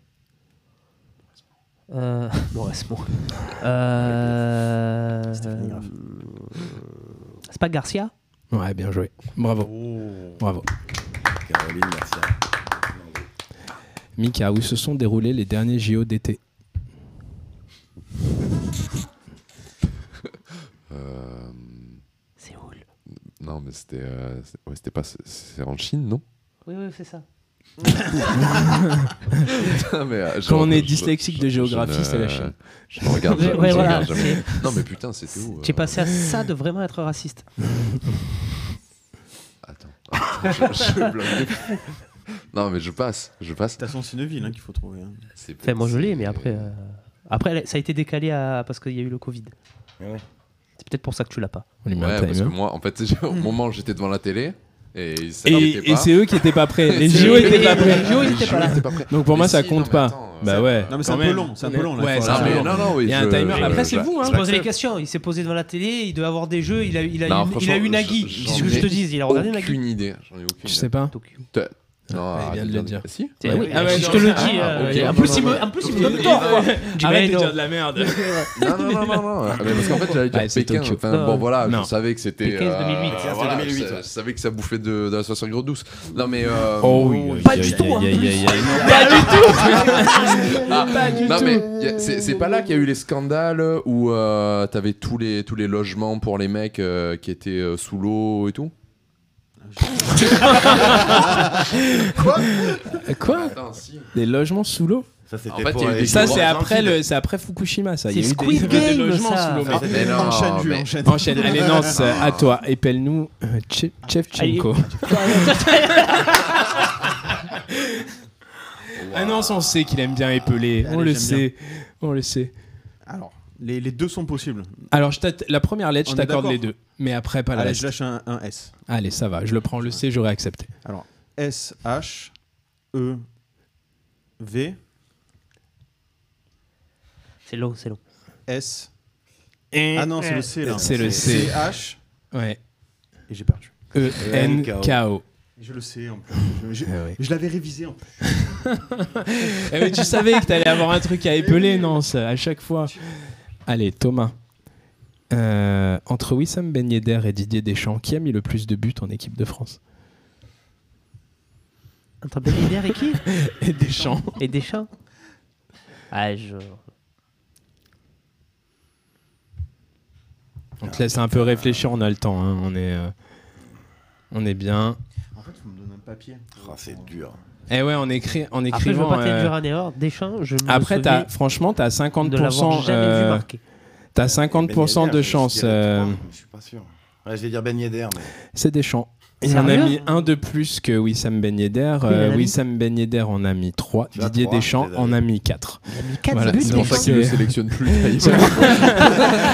Speaker 3: Euh... *laughs* Bon, ouais, c'est bon. Euh...
Speaker 5: Stéphanie Raff.
Speaker 3: C'est pas Garcia
Speaker 1: Ouais, bien joué. Bravo,
Speaker 2: Oh.
Speaker 1: bravo.
Speaker 6: Caroline, merci.
Speaker 1: Mika, où se sont déroulés les derniers JO d'été
Speaker 2: Euh, merde, c'était euh, c'est- ouais, c'était pas c'est en
Speaker 1: *laughs*
Speaker 2: Chine, non
Speaker 3: Oui, oui, c'est ça.
Speaker 2: Putain, mais, euh,
Speaker 1: Quand
Speaker 2: genre,
Speaker 1: on est
Speaker 2: je-
Speaker 1: dyslexique de géographie,
Speaker 2: je ne-
Speaker 1: c'est la Chine.
Speaker 2: Je
Speaker 1: *laughs*
Speaker 2: ne regarde
Speaker 3: Ouais,
Speaker 2: jamais,
Speaker 3: ouais,
Speaker 2: je
Speaker 3: voilà.
Speaker 2: regarde jamais. Non mais putain, c'était où
Speaker 3: J'ai
Speaker 2: euh,
Speaker 3: passé à ça de vraiment être raciste.
Speaker 2: Attends. *laughs* je, je blague. Non mais je passe, je passe.
Speaker 5: T'as son Cineville hein, qu'il faut trouver. hein.
Speaker 2: C'est-
Speaker 3: Enfin, moi je l'ai,
Speaker 2: c'est-
Speaker 3: mais après. euh, Après, elle- ça a été décalé à... parce qu'il y a eu le Covid.
Speaker 6: Ouais.
Speaker 3: C'est peut-être pour ça que tu l'as pas.
Speaker 1: On lui met un
Speaker 2: Ouais, parce que
Speaker 1: timer.
Speaker 2: moi, en fait, *laughs* j'ai- au moment où j'étais devant la télé, et ils s'arrêtaient
Speaker 1: Et, et
Speaker 2: pas.
Speaker 1: c'est eux qui étaient pas prêts. Les
Speaker 2: C'est
Speaker 1: JO
Speaker 2: eux
Speaker 3: qui
Speaker 1: étaient
Speaker 3: étaient
Speaker 1: pas
Speaker 3: pas
Speaker 1: prêts.
Speaker 3: prêts. JO, ils étaient pas là.
Speaker 2: J'étais pas prêt.
Speaker 1: Donc pour
Speaker 2: Mais
Speaker 1: moi, ça
Speaker 2: si,
Speaker 1: compte
Speaker 2: non, mais
Speaker 1: pas.
Speaker 2: attends, euh,
Speaker 1: Bah ouais.
Speaker 5: Non, mais c'est un
Speaker 1: quand
Speaker 5: peu
Speaker 1: même.
Speaker 5: long, c'est un peu long, là,
Speaker 1: Ouais,
Speaker 5: faut
Speaker 1: c'est
Speaker 2: Non,
Speaker 1: un peu
Speaker 2: mais
Speaker 1: long.
Speaker 2: non, non, oui,
Speaker 1: Il y a un
Speaker 2: je-
Speaker 1: timer.
Speaker 2: je-
Speaker 1: Après, c'est
Speaker 2: je-
Speaker 1: vous, hein.
Speaker 3: Il se posait les questions, il s'est posé devant la télé, il devait avoir des jeux, il a, il a,
Speaker 2: Non,
Speaker 3: eu, il a eu
Speaker 2: franchement,
Speaker 3: Nagui.
Speaker 2: je-
Speaker 3: Qu'est-ce que je te
Speaker 2: j'en ai
Speaker 3: dis Il a regardé Nagui.
Speaker 2: Aucune idée. J'en ai aucune
Speaker 1: Je
Speaker 2: idée.
Speaker 1: sais pas.
Speaker 2: Non,
Speaker 1: Ah, il vient de
Speaker 2: arrête Bah,
Speaker 1: le dire.
Speaker 2: Si
Speaker 3: Eh
Speaker 1: Ouais.
Speaker 3: oui,
Speaker 1: Ah ouais,
Speaker 3: je
Speaker 1: non,
Speaker 3: te le
Speaker 1: ah,
Speaker 3: dis. euh,
Speaker 2: ok,
Speaker 3: en,
Speaker 2: non,
Speaker 3: plus,
Speaker 2: non,
Speaker 3: il me,
Speaker 2: non.
Speaker 3: en plus, il me donne tort. quoi. Dis, mais
Speaker 1: Arrête de
Speaker 3: non.
Speaker 1: dire de la merde.
Speaker 2: Non, non, non, non, non. Ah, mais parce qu'en fait, j'allais dire
Speaker 1: Ouais, c'est
Speaker 2: Pékin.
Speaker 1: Tokyo.
Speaker 2: Enfin,
Speaker 3: Non.
Speaker 2: bon, voilà,
Speaker 1: Non.
Speaker 2: je savais que c'était.
Speaker 3: Pékin, 2008.
Speaker 2: euh, voilà, je, je savais que ça bouffait de, de la sauce à gros douce. Non, mais. euh,
Speaker 1: Oh
Speaker 3: Pas du tout, hein.
Speaker 2: ah, non, mais y a- c'est c'est pas là qu'il y a eu les scandales où euh, t'avais tous les, tous les logements pour les mecs euh, qui étaient euh, sous l'eau et tout
Speaker 1: Quoi
Speaker 2: Attends, si.
Speaker 1: Des logements sous l'eau
Speaker 6: Ça, c'était
Speaker 2: En fait,
Speaker 6: pour
Speaker 2: il y a eu
Speaker 6: les-
Speaker 2: des
Speaker 1: Ça,
Speaker 2: gros
Speaker 1: c'est
Speaker 6: les
Speaker 1: après,
Speaker 6: gentils.
Speaker 1: le, c'est après Fukushima, ça. Il y a
Speaker 3: C'est
Speaker 1: eu des-
Speaker 3: Squid
Speaker 1: il y avait des
Speaker 3: Game,
Speaker 1: logements
Speaker 3: ça.
Speaker 1: sous l'eau, mais-
Speaker 6: Ah,
Speaker 5: Ah,
Speaker 2: mais non,
Speaker 5: enchaîne, Jules,
Speaker 2: mais-
Speaker 5: enchaîne.
Speaker 1: Enchaîne, allez, Nance, euh, à toi. Épelle-nous euh, Tche- Chevchenko. Ah Nance, on sait qu'il aime bien épeler. On le
Speaker 5: Allez, j'aime
Speaker 1: sait. On le sait.
Speaker 5: Alors, les, les deux sont possibles.
Speaker 1: Alors, je t'att- la première lettre, je
Speaker 5: On est
Speaker 1: t'accorde
Speaker 5: d'accord
Speaker 1: les deux. Mais après, pas la
Speaker 5: Allez, je
Speaker 1: lettre.
Speaker 5: lâche un, un S.
Speaker 1: Allez, ça va. Je le prends, le C, j'aurais accepté.
Speaker 5: Alors, S, H, E, V,
Speaker 3: C'est long, c'est long.
Speaker 5: S. Ah non, c'est le C là.
Speaker 1: C'est le C.
Speaker 5: C, H,
Speaker 1: Ouais.
Speaker 5: et j'ai perdu.
Speaker 1: E
Speaker 5: Ah
Speaker 1: E-N-K-O.
Speaker 5: Je le sais en plus. Je, je l'avais révisé en plus.
Speaker 1: Eh mais tu savais que t'allais avoir un truc à épeler, Nance, à chaque fois. Allez, Thomas. Euh, entre Wissam Ben Yedder et Didier Deschamps, qui a mis le plus de buts en équipe de France
Speaker 3: Entre Ben Yedder *laughs* et qui
Speaker 1: Et Deschamps.
Speaker 3: Et Deschamps Ah, je.
Speaker 1: On te laisse un peu réfléchir, on a le temps. hein. On, est, euh, on est bien.
Speaker 5: En fait, faut me donner un papier.
Speaker 6: Ah, c'est dur.
Speaker 1: Eh ouais, on écrit en
Speaker 3: Après, je veux
Speaker 1: écrivant.
Speaker 3: pas
Speaker 1: euh,
Speaker 3: t'être dur en erreur. Deschamps, je me
Speaker 1: Après,
Speaker 3: souviens
Speaker 1: t'as- franchement, t'as
Speaker 3: de l'avoir
Speaker 1: 50%,
Speaker 3: jamais vu
Speaker 1: euh,
Speaker 3: marquer.
Speaker 1: t'as 50
Speaker 6: Ben Yedder,
Speaker 1: de
Speaker 6: je- je
Speaker 1: chance.
Speaker 6: dirais
Speaker 1: euh,
Speaker 6: trois, mais je suis pas sûr. Ouais, je vais dire Ben Yedder, mais
Speaker 1: C'est Deschamps. Il en a
Speaker 3: Sérieux
Speaker 1: mis un de plus que Wissam Ben Yedder.
Speaker 3: Oui, il en a
Speaker 1: Euh,
Speaker 3: mis-
Speaker 1: Wissam Ben Yedder en a mis 3.
Speaker 6: Tu as
Speaker 1: Didier
Speaker 6: trois,
Speaker 1: Deschamps
Speaker 6: t'es
Speaker 1: en a
Speaker 6: allé.
Speaker 1: mis 4.
Speaker 3: Il a mis 4
Speaker 1: Voilà,
Speaker 3: buts,
Speaker 2: C'est pour ça
Speaker 3: Deschamps.
Speaker 2: qu'il ne sélectionne plus. *laughs* Il
Speaker 1: *laughs*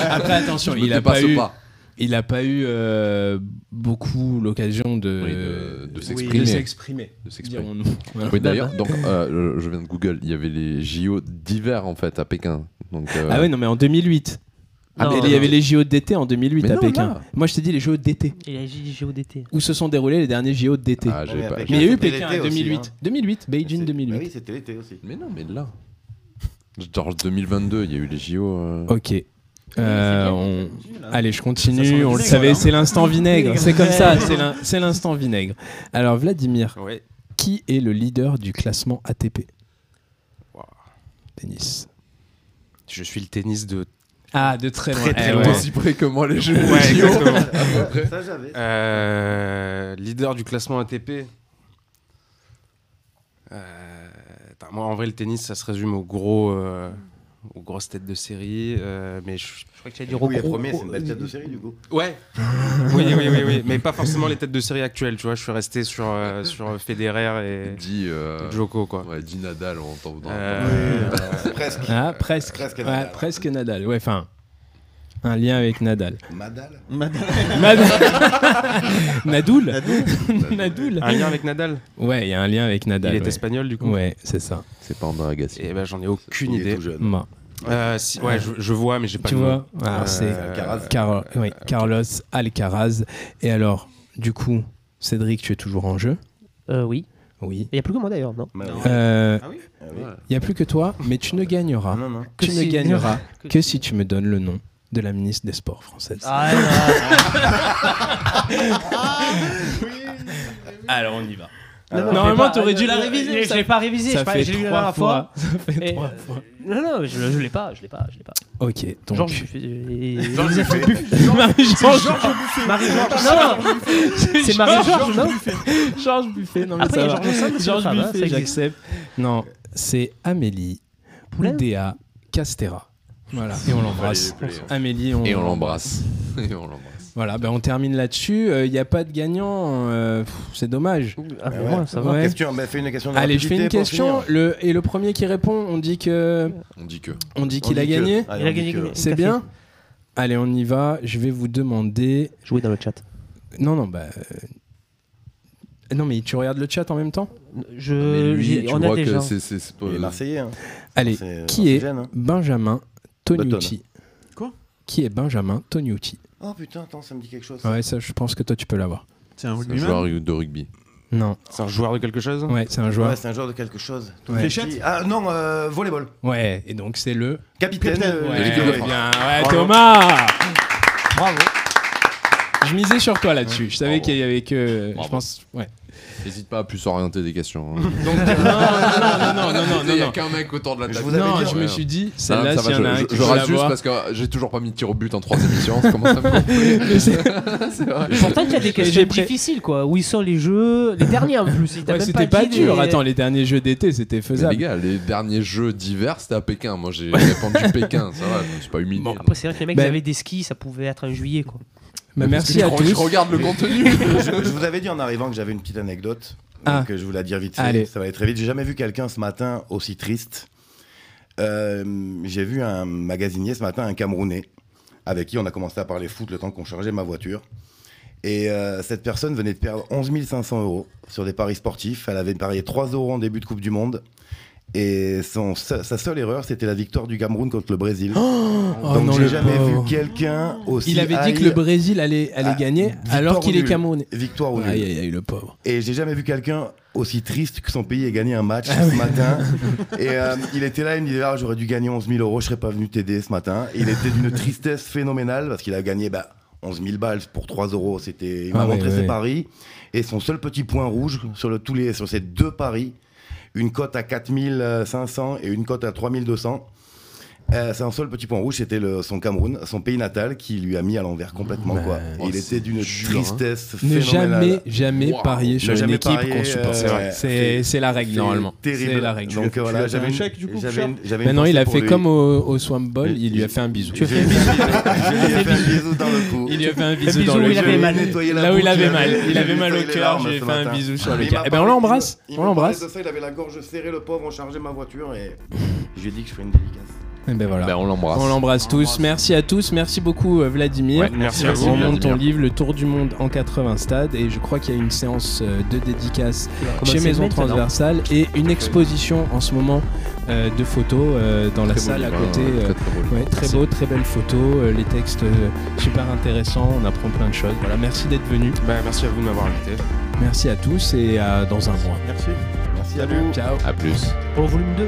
Speaker 1: Après, attention,
Speaker 2: ne
Speaker 1: il a, pas
Speaker 2: dépasse
Speaker 1: eu,
Speaker 2: pas.
Speaker 1: il a pas eu euh, beaucoup l'occasion de,
Speaker 2: Oui, de- de s'exprimer.
Speaker 1: de s'exprimer,
Speaker 2: De s'exprimer.
Speaker 1: dirons-nous. Voilà.
Speaker 2: Oui, d'ailleurs, donc, euh, je viens de Google, il y avait les JO d'hiver en fait à Pékin. Donc, euh,
Speaker 1: Ah ouais, non, mais en 2008.
Speaker 3: Ah,
Speaker 1: Mais
Speaker 3: non,
Speaker 1: il y
Speaker 3: non.
Speaker 1: avait les JO d'été en 2008
Speaker 2: Mais
Speaker 1: à
Speaker 2: non,
Speaker 1: Pékin.
Speaker 2: là.
Speaker 1: Moi, je t'ai dit les JO d'été.
Speaker 3: Il a dit JODT.
Speaker 1: Où se sont déroulés les derniers JO d'été.
Speaker 2: ah, j'avais
Speaker 6: Ouais,
Speaker 2: pas-
Speaker 6: avec-
Speaker 1: mais il y a eu
Speaker 6: C'était
Speaker 1: Pékin
Speaker 6: l'été
Speaker 1: en
Speaker 6: aussi,
Speaker 1: 2008.
Speaker 6: hein.
Speaker 1: 2008, Beijing
Speaker 6: c'est-
Speaker 1: 2008.
Speaker 6: Bah oui, c'était l'été aussi.
Speaker 2: Mais non, mais là. Genre 2022, il y a eu les JO. euh,
Speaker 1: Ok. Euh, on- Allez, je
Speaker 5: Ça sent
Speaker 1: continue.
Speaker 5: le
Speaker 1: On le
Speaker 5: vinaigre,
Speaker 1: savait,
Speaker 5: là.
Speaker 1: c'est l'instant vinaigre. *laughs*
Speaker 3: Vinaigre.
Speaker 1: C'est comme ça, c'est l'in- c'est l'instant vinaigre. Alors, Vladimir,
Speaker 4: Ouais.
Speaker 1: qui est le leader du classement ATP
Speaker 4: Wow.
Speaker 1: Tennis.
Speaker 4: Je suis le tennis de.
Speaker 1: Ah, de très loin.
Speaker 4: Très, très
Speaker 1: Eh
Speaker 4: loin.
Speaker 1: ouais.
Speaker 2: Aussi près que moi, les JO.
Speaker 6: Ça, j'avais.
Speaker 4: Euh, leader du classement ATP. Euh, attends, moi, en vrai, le tennis, ça se résume aux gros, euh, aux grosses têtes de série. euh, mais je-
Speaker 3: Je crois que tu as
Speaker 6: Du
Speaker 3: dit
Speaker 6: coup, il est
Speaker 3: Rocco.
Speaker 6: premier, c'est une belle tête de série, du coup.
Speaker 4: Ouais. *laughs* oui, oui, oui, oui, mais pas forcément les têtes de série actuelles. Tu vois, je suis resté sur euh, sur Federer et
Speaker 2: Dit, euh,
Speaker 4: Djoko, quoi.
Speaker 2: ouais, dit Nadal, on entend. dans-
Speaker 4: Euh,
Speaker 6: Presque.
Speaker 1: Ah, presque.
Speaker 6: Presque
Speaker 1: Ouais,
Speaker 6: Nadal.
Speaker 1: presque Nadal. Ouais, enfin, un lien avec Nadal.
Speaker 6: Madal.
Speaker 1: *laughs* Nad- Nadoul. *laughs* Nadoul.
Speaker 4: un lien avec Nadal.
Speaker 1: Ouais, il y a un lien avec Nadal.
Speaker 4: Ah. Il est
Speaker 1: ouais.
Speaker 4: espagnol, du coup.
Speaker 1: Ouais, c'est ça.
Speaker 2: C'est pas André Agassi.
Speaker 4: Et ben, j'en ai
Speaker 6: Il
Speaker 4: aucune
Speaker 6: est
Speaker 4: idée.
Speaker 6: tout jeune.
Speaker 1: Bon.
Speaker 4: Euh, si- ouais, je, je vois, mais j'ai pas
Speaker 1: Tu
Speaker 4: le nom.
Speaker 1: vois, alors Ah, c'est
Speaker 6: Ah, Alcaraz. Ah,
Speaker 1: Car- oui, Carlos Alcaraz. Et alors, du coup, Cédric, tu es toujours en jeu.
Speaker 3: Euh, oui.
Speaker 1: Oui.
Speaker 3: Il n'y a plus que moi d'ailleurs, non
Speaker 6: Bah oui.
Speaker 1: Il euh,
Speaker 5: Ah oui
Speaker 6: Ah oui.
Speaker 1: n'y a plus que toi, mais tu ne
Speaker 6: Ah
Speaker 1: gagneras.
Speaker 6: non, non.
Speaker 1: Tu
Speaker 3: Que
Speaker 1: ne
Speaker 3: si-
Speaker 1: gagneras
Speaker 3: *laughs* que
Speaker 1: que
Speaker 3: si-
Speaker 1: si tu me donnes le nom de la ministre des Sports française.
Speaker 3: Ah, là, là.
Speaker 1: Ah, Alors, on y va.
Speaker 6: Alors,
Speaker 3: Normalement,
Speaker 1: Normalement, t'aurais dû la réviser.
Speaker 3: Je l'ai pas révisé,
Speaker 1: euh,
Speaker 3: je
Speaker 1: Ça
Speaker 3: l'ai pas-
Speaker 1: fait
Speaker 3: je l'ai lu la
Speaker 1: trois
Speaker 3: dernière fois.
Speaker 1: fois. Ça fait
Speaker 3: Et- euh,
Speaker 1: trois fois.
Speaker 3: Non, non, mais je, je l'ai pas, je l'ai pas, je l'ai pas.
Speaker 1: Ok, donc.
Speaker 3: Georges *laughs*
Speaker 1: *laughs*
Speaker 3: Buffet.
Speaker 6: Joseph Buffet.
Speaker 1: Georges
Speaker 3: Marie-Georges. Non, non, c'est Marie-Georges, non
Speaker 1: Georges Buffet, non mais
Speaker 3: Après, il
Speaker 1: ça
Speaker 3: y a
Speaker 1: va.
Speaker 3: Georges V, c'est
Speaker 1: Georges
Speaker 3: une femme, hein, ça
Speaker 1: Buffet,
Speaker 3: existe.
Speaker 1: j'accepte. Non, c'est Amélie
Speaker 3: Poulain
Speaker 1: Oudéa Castera. Voilà, et on l'embrasse.
Speaker 2: Allez, les plaies.
Speaker 1: Amélie, on,
Speaker 2: Et on l'embrasse. *laughs* Et on l'embrasse.
Speaker 1: Voilà, ben on termine là-dessus. Il n'y a pas de gagnant, euh, pff, c'est dommage.
Speaker 3: Ah, mais
Speaker 6: Ouais.
Speaker 3: moi, ça va.
Speaker 1: Ouais.
Speaker 6: Question, bah, fais une question de
Speaker 1: Allez, je fais une
Speaker 6: rapidité pour
Speaker 1: question,
Speaker 6: finir.
Speaker 1: le, et le premier qui répond, on dit que,
Speaker 2: On dit que.
Speaker 1: on dit Ah,
Speaker 6: On
Speaker 1: qu'il a
Speaker 6: dit que-
Speaker 1: gagné.
Speaker 6: Allez,
Speaker 3: Il a
Speaker 6: on dit
Speaker 3: gagné.
Speaker 6: que-
Speaker 1: C'est
Speaker 3: Café.
Speaker 1: bien. Allez, on y va. Je vais vous demander.
Speaker 3: Jouez dans le chat.
Speaker 1: Non, non, bah. euh, Non, mais tu regardes le chat en même temps. Euh,
Speaker 3: Je, j'ai- on a déjà.
Speaker 2: c'est, c'est- c'est pas-
Speaker 6: Il est Marseillais. hein.
Speaker 1: Allez,
Speaker 6: C'est-
Speaker 1: qui est
Speaker 6: Marseillais, hein.
Speaker 1: Benjamin Tonucci.
Speaker 5: Quoi
Speaker 1: Qui est Benjamin Tonucci
Speaker 6: Oh putain, attends, ça me dit quelque chose.
Speaker 1: Ah Ouais, ça, je pense que toi, tu peux l'avoir.
Speaker 5: C'est un
Speaker 2: c'est un
Speaker 5: rugbyman
Speaker 2: joueur de rugby.
Speaker 1: Non.
Speaker 4: C'est un joueur de quelque chose
Speaker 1: Ouais, c'est un
Speaker 6: Ouais,
Speaker 1: joueur.
Speaker 6: c'est un joueur de quelque chose.
Speaker 1: Ouais.
Speaker 5: Fléchette
Speaker 6: Ah non, euh, volleyball.
Speaker 1: Ouais, et donc c'est le.
Speaker 6: Capitaine.
Speaker 5: Capitaine.
Speaker 6: euh,
Speaker 1: Ouais, eh
Speaker 6: l'équipe de France.
Speaker 1: bien, ouais,
Speaker 6: Bravo.
Speaker 1: Thomas Bravo Je misais sur toi là-dessus. Je savais
Speaker 2: Bravo.
Speaker 1: qu'il y avait que. Je
Speaker 2: Bravo.
Speaker 1: pense. Ouais. euh,
Speaker 2: N'hésite pas à plus orienter des questions. hein.
Speaker 1: *laughs* non, non, non,
Speaker 2: Il y
Speaker 1: non,
Speaker 2: a
Speaker 1: non.
Speaker 2: qu'un mec autour de la
Speaker 6: Je
Speaker 2: table.
Speaker 6: vous avais
Speaker 1: Non,
Speaker 6: dit,
Speaker 1: je
Speaker 2: ouais.
Speaker 1: me suis dit,
Speaker 2: Non, mais
Speaker 1: celle-là,
Speaker 2: ça
Speaker 1: s'il y
Speaker 2: va,
Speaker 1: en a
Speaker 2: je,
Speaker 1: un
Speaker 2: je,
Speaker 1: qui
Speaker 2: je
Speaker 1: veut la
Speaker 2: rase juste
Speaker 1: voir.
Speaker 2: parce que euh, j'ai toujours pas mis de tir au but en trois *laughs* émissions. ça commence à me gonfler.
Speaker 1: Mais *laughs*
Speaker 2: *laughs*
Speaker 1: c'est-
Speaker 3: Pourtant, il y a des questions
Speaker 1: j'ai pré-
Speaker 3: difficiles, quoi. Où ils sont les jeux Les derniers en plus. ils t'ont
Speaker 1: Ouais,
Speaker 3: même
Speaker 1: c'était pas,
Speaker 3: dit les-
Speaker 1: dur. Attends, les derniers jeux d'été, c'était
Speaker 2: Mais les
Speaker 1: faisable.
Speaker 2: gars, les derniers jeux d'hiver, c'était à Pékin. Moi, j'ai
Speaker 1: *laughs*
Speaker 2: répondu Pékin. Ça va, je me suis pas humilié.
Speaker 1: Bon,
Speaker 2: non.
Speaker 3: Après, c'est vrai que les mecs
Speaker 1: Ben-
Speaker 3: ils avaient des skis, ça pouvait être en juillet, quoi.
Speaker 1: Bah, merci
Speaker 2: Je
Speaker 1: à
Speaker 2: re- Je
Speaker 1: tous.
Speaker 2: regarde le contenu.
Speaker 6: je, je vous avais dit en arrivant que j'avais une petite anecdote.
Speaker 1: Ah.
Speaker 6: Donc euh, je vous la dire vite fait.
Speaker 1: Allez.
Speaker 6: Ça va aller très vite. J'ai jamais vu quelqu'un ce matin aussi triste. Euh, J'ai vu un magasinier ce matin, un Camerounais, avec qui on a commencé à parler foot le temps qu'on chargeait ma voiture. Et euh, cette personne venait de perdre 11 500 euros sur des paris sportifs. Elle avait parié 3 euros en début de Coupe du Monde. Et son, se- sa seule erreur, c'était la victoire du Cameroun contre le Brésil.
Speaker 1: Oh
Speaker 6: Donc
Speaker 1: non,
Speaker 6: j'ai
Speaker 1: le
Speaker 6: jamais
Speaker 1: pauvre.
Speaker 6: vu quelqu'un aussi.
Speaker 1: Il avait dit
Speaker 6: high,
Speaker 1: que le Brésil allait, allait
Speaker 6: Ah,
Speaker 1: gagner
Speaker 6: victoire
Speaker 1: alors
Speaker 6: ou
Speaker 1: qu'il est
Speaker 6: nul.
Speaker 1: Camerounais.
Speaker 6: victoire ou nul.
Speaker 1: Aïe, aïe, aïe, le pauvre.
Speaker 6: Et j'ai jamais vu quelqu'un aussi triste que son pays ait gagné
Speaker 1: *laughs*
Speaker 6: un match
Speaker 1: Ah
Speaker 6: ce matin. Et euh, il était là, il me disait ah, j'aurais dû gagner 11 000 euros, je serais pas venu t'aider ce matin. Et il était d'une tristesse phénoménale parce qu'il a gagné bah, 11 000 balles pour 3 euros. C'était, il m'a
Speaker 1: Ah ouais,
Speaker 6: montré ses
Speaker 1: ouais.
Speaker 6: paris. Et son seul petit point rouge sur, le, tous les, sur ces deux paris, une cote à 4 500 et une cote à 3 200. Euh, c'est un seul petit point rouge, c'était le- son Cameroun, son pays natal, qui lui a mis à l'envers complètement.
Speaker 1: Bah,
Speaker 6: quoi.
Speaker 2: oh,
Speaker 6: il
Speaker 2: c'est
Speaker 6: était d'une
Speaker 2: dur, hein.
Speaker 6: tristesse
Speaker 1: Ne
Speaker 6: phénoménale.
Speaker 1: jamais, jamais
Speaker 2: Wow.
Speaker 1: parier
Speaker 6: Ne
Speaker 1: sur une
Speaker 6: jamais
Speaker 1: équipe
Speaker 6: parier,
Speaker 1: qu'on supporte.
Speaker 6: euh, ouais.
Speaker 1: C'est c'est la règle,
Speaker 6: C'est
Speaker 1: normalement.
Speaker 6: Terrible.
Speaker 1: C'est la règle.
Speaker 6: Donc euh, voilà, j'avais
Speaker 5: un
Speaker 6: une-
Speaker 5: chèque, du coup,
Speaker 6: j'avais
Speaker 5: Bouchard
Speaker 6: une- j'avais une
Speaker 1: Maintenant, il a
Speaker 6: pensée
Speaker 1: fait
Speaker 6: pour
Speaker 1: comme
Speaker 6: *laughs* lui.
Speaker 1: au, au Swamp Ball,
Speaker 6: Mais-
Speaker 1: il lui a fait un bisou.
Speaker 6: J'ai fait un bisou, j'ai- j'ai fait un bisou dans le cou.
Speaker 1: Il lui a fait un bisou
Speaker 3: bisou
Speaker 1: dans
Speaker 3: où
Speaker 1: le
Speaker 3: il avait
Speaker 1: jeu.
Speaker 3: mal.
Speaker 6: nettoyé la
Speaker 1: Là où
Speaker 6: bouche,
Speaker 1: il avait mal, il
Speaker 6: j'ai
Speaker 1: avait mal au
Speaker 6: nettoyé les
Speaker 1: cœur,
Speaker 6: larmes
Speaker 1: j'ai
Speaker 6: ce
Speaker 1: fait un
Speaker 6: matin.
Speaker 1: bisou sur le
Speaker 6: Il
Speaker 1: cœur.
Speaker 6: m'a
Speaker 1: Eh ben, on
Speaker 6: parlé-
Speaker 1: l'embrasse, on
Speaker 6: il m'a parlé
Speaker 1: l'embrasse.
Speaker 6: de ça, Il avait la gorge serrée, le pauvre, on chargeait ma voiture et
Speaker 1: *laughs*
Speaker 6: je lui ai dit que je ferais une dédicace.
Speaker 1: Eh ben voilà.
Speaker 2: Ben, on l'embrasse.
Speaker 1: On l'embrasse tous. Merci à tous. Merci beaucoup, euh, Vladimir.
Speaker 4: Ouais, merci à vous,
Speaker 1: On monte ton
Speaker 4: Vladimir.
Speaker 1: livre, Le Tour du Monde en 80 stades. Et je crois qu'il y a une séance euh, de dédicace chez Maison Transversale et une exposition en ce moment euh, de photos euh, dans la
Speaker 2: Très beau
Speaker 1: salle à
Speaker 2: livre, hein,
Speaker 1: côté. euh,
Speaker 2: très, très beau livre.
Speaker 1: ouais, très beau, très belles photos. euh, les textes euh, super intéressants. On apprend plein de choses. Voilà, merci d'être venu.
Speaker 4: Bah, merci à vous de m'avoir invité.
Speaker 1: Merci à tous et à dans un mois.
Speaker 5: Merci.
Speaker 6: Merci à
Speaker 5: Salut.
Speaker 6: vous.
Speaker 1: Ciao.
Speaker 2: À plus.
Speaker 3: Au volume 2.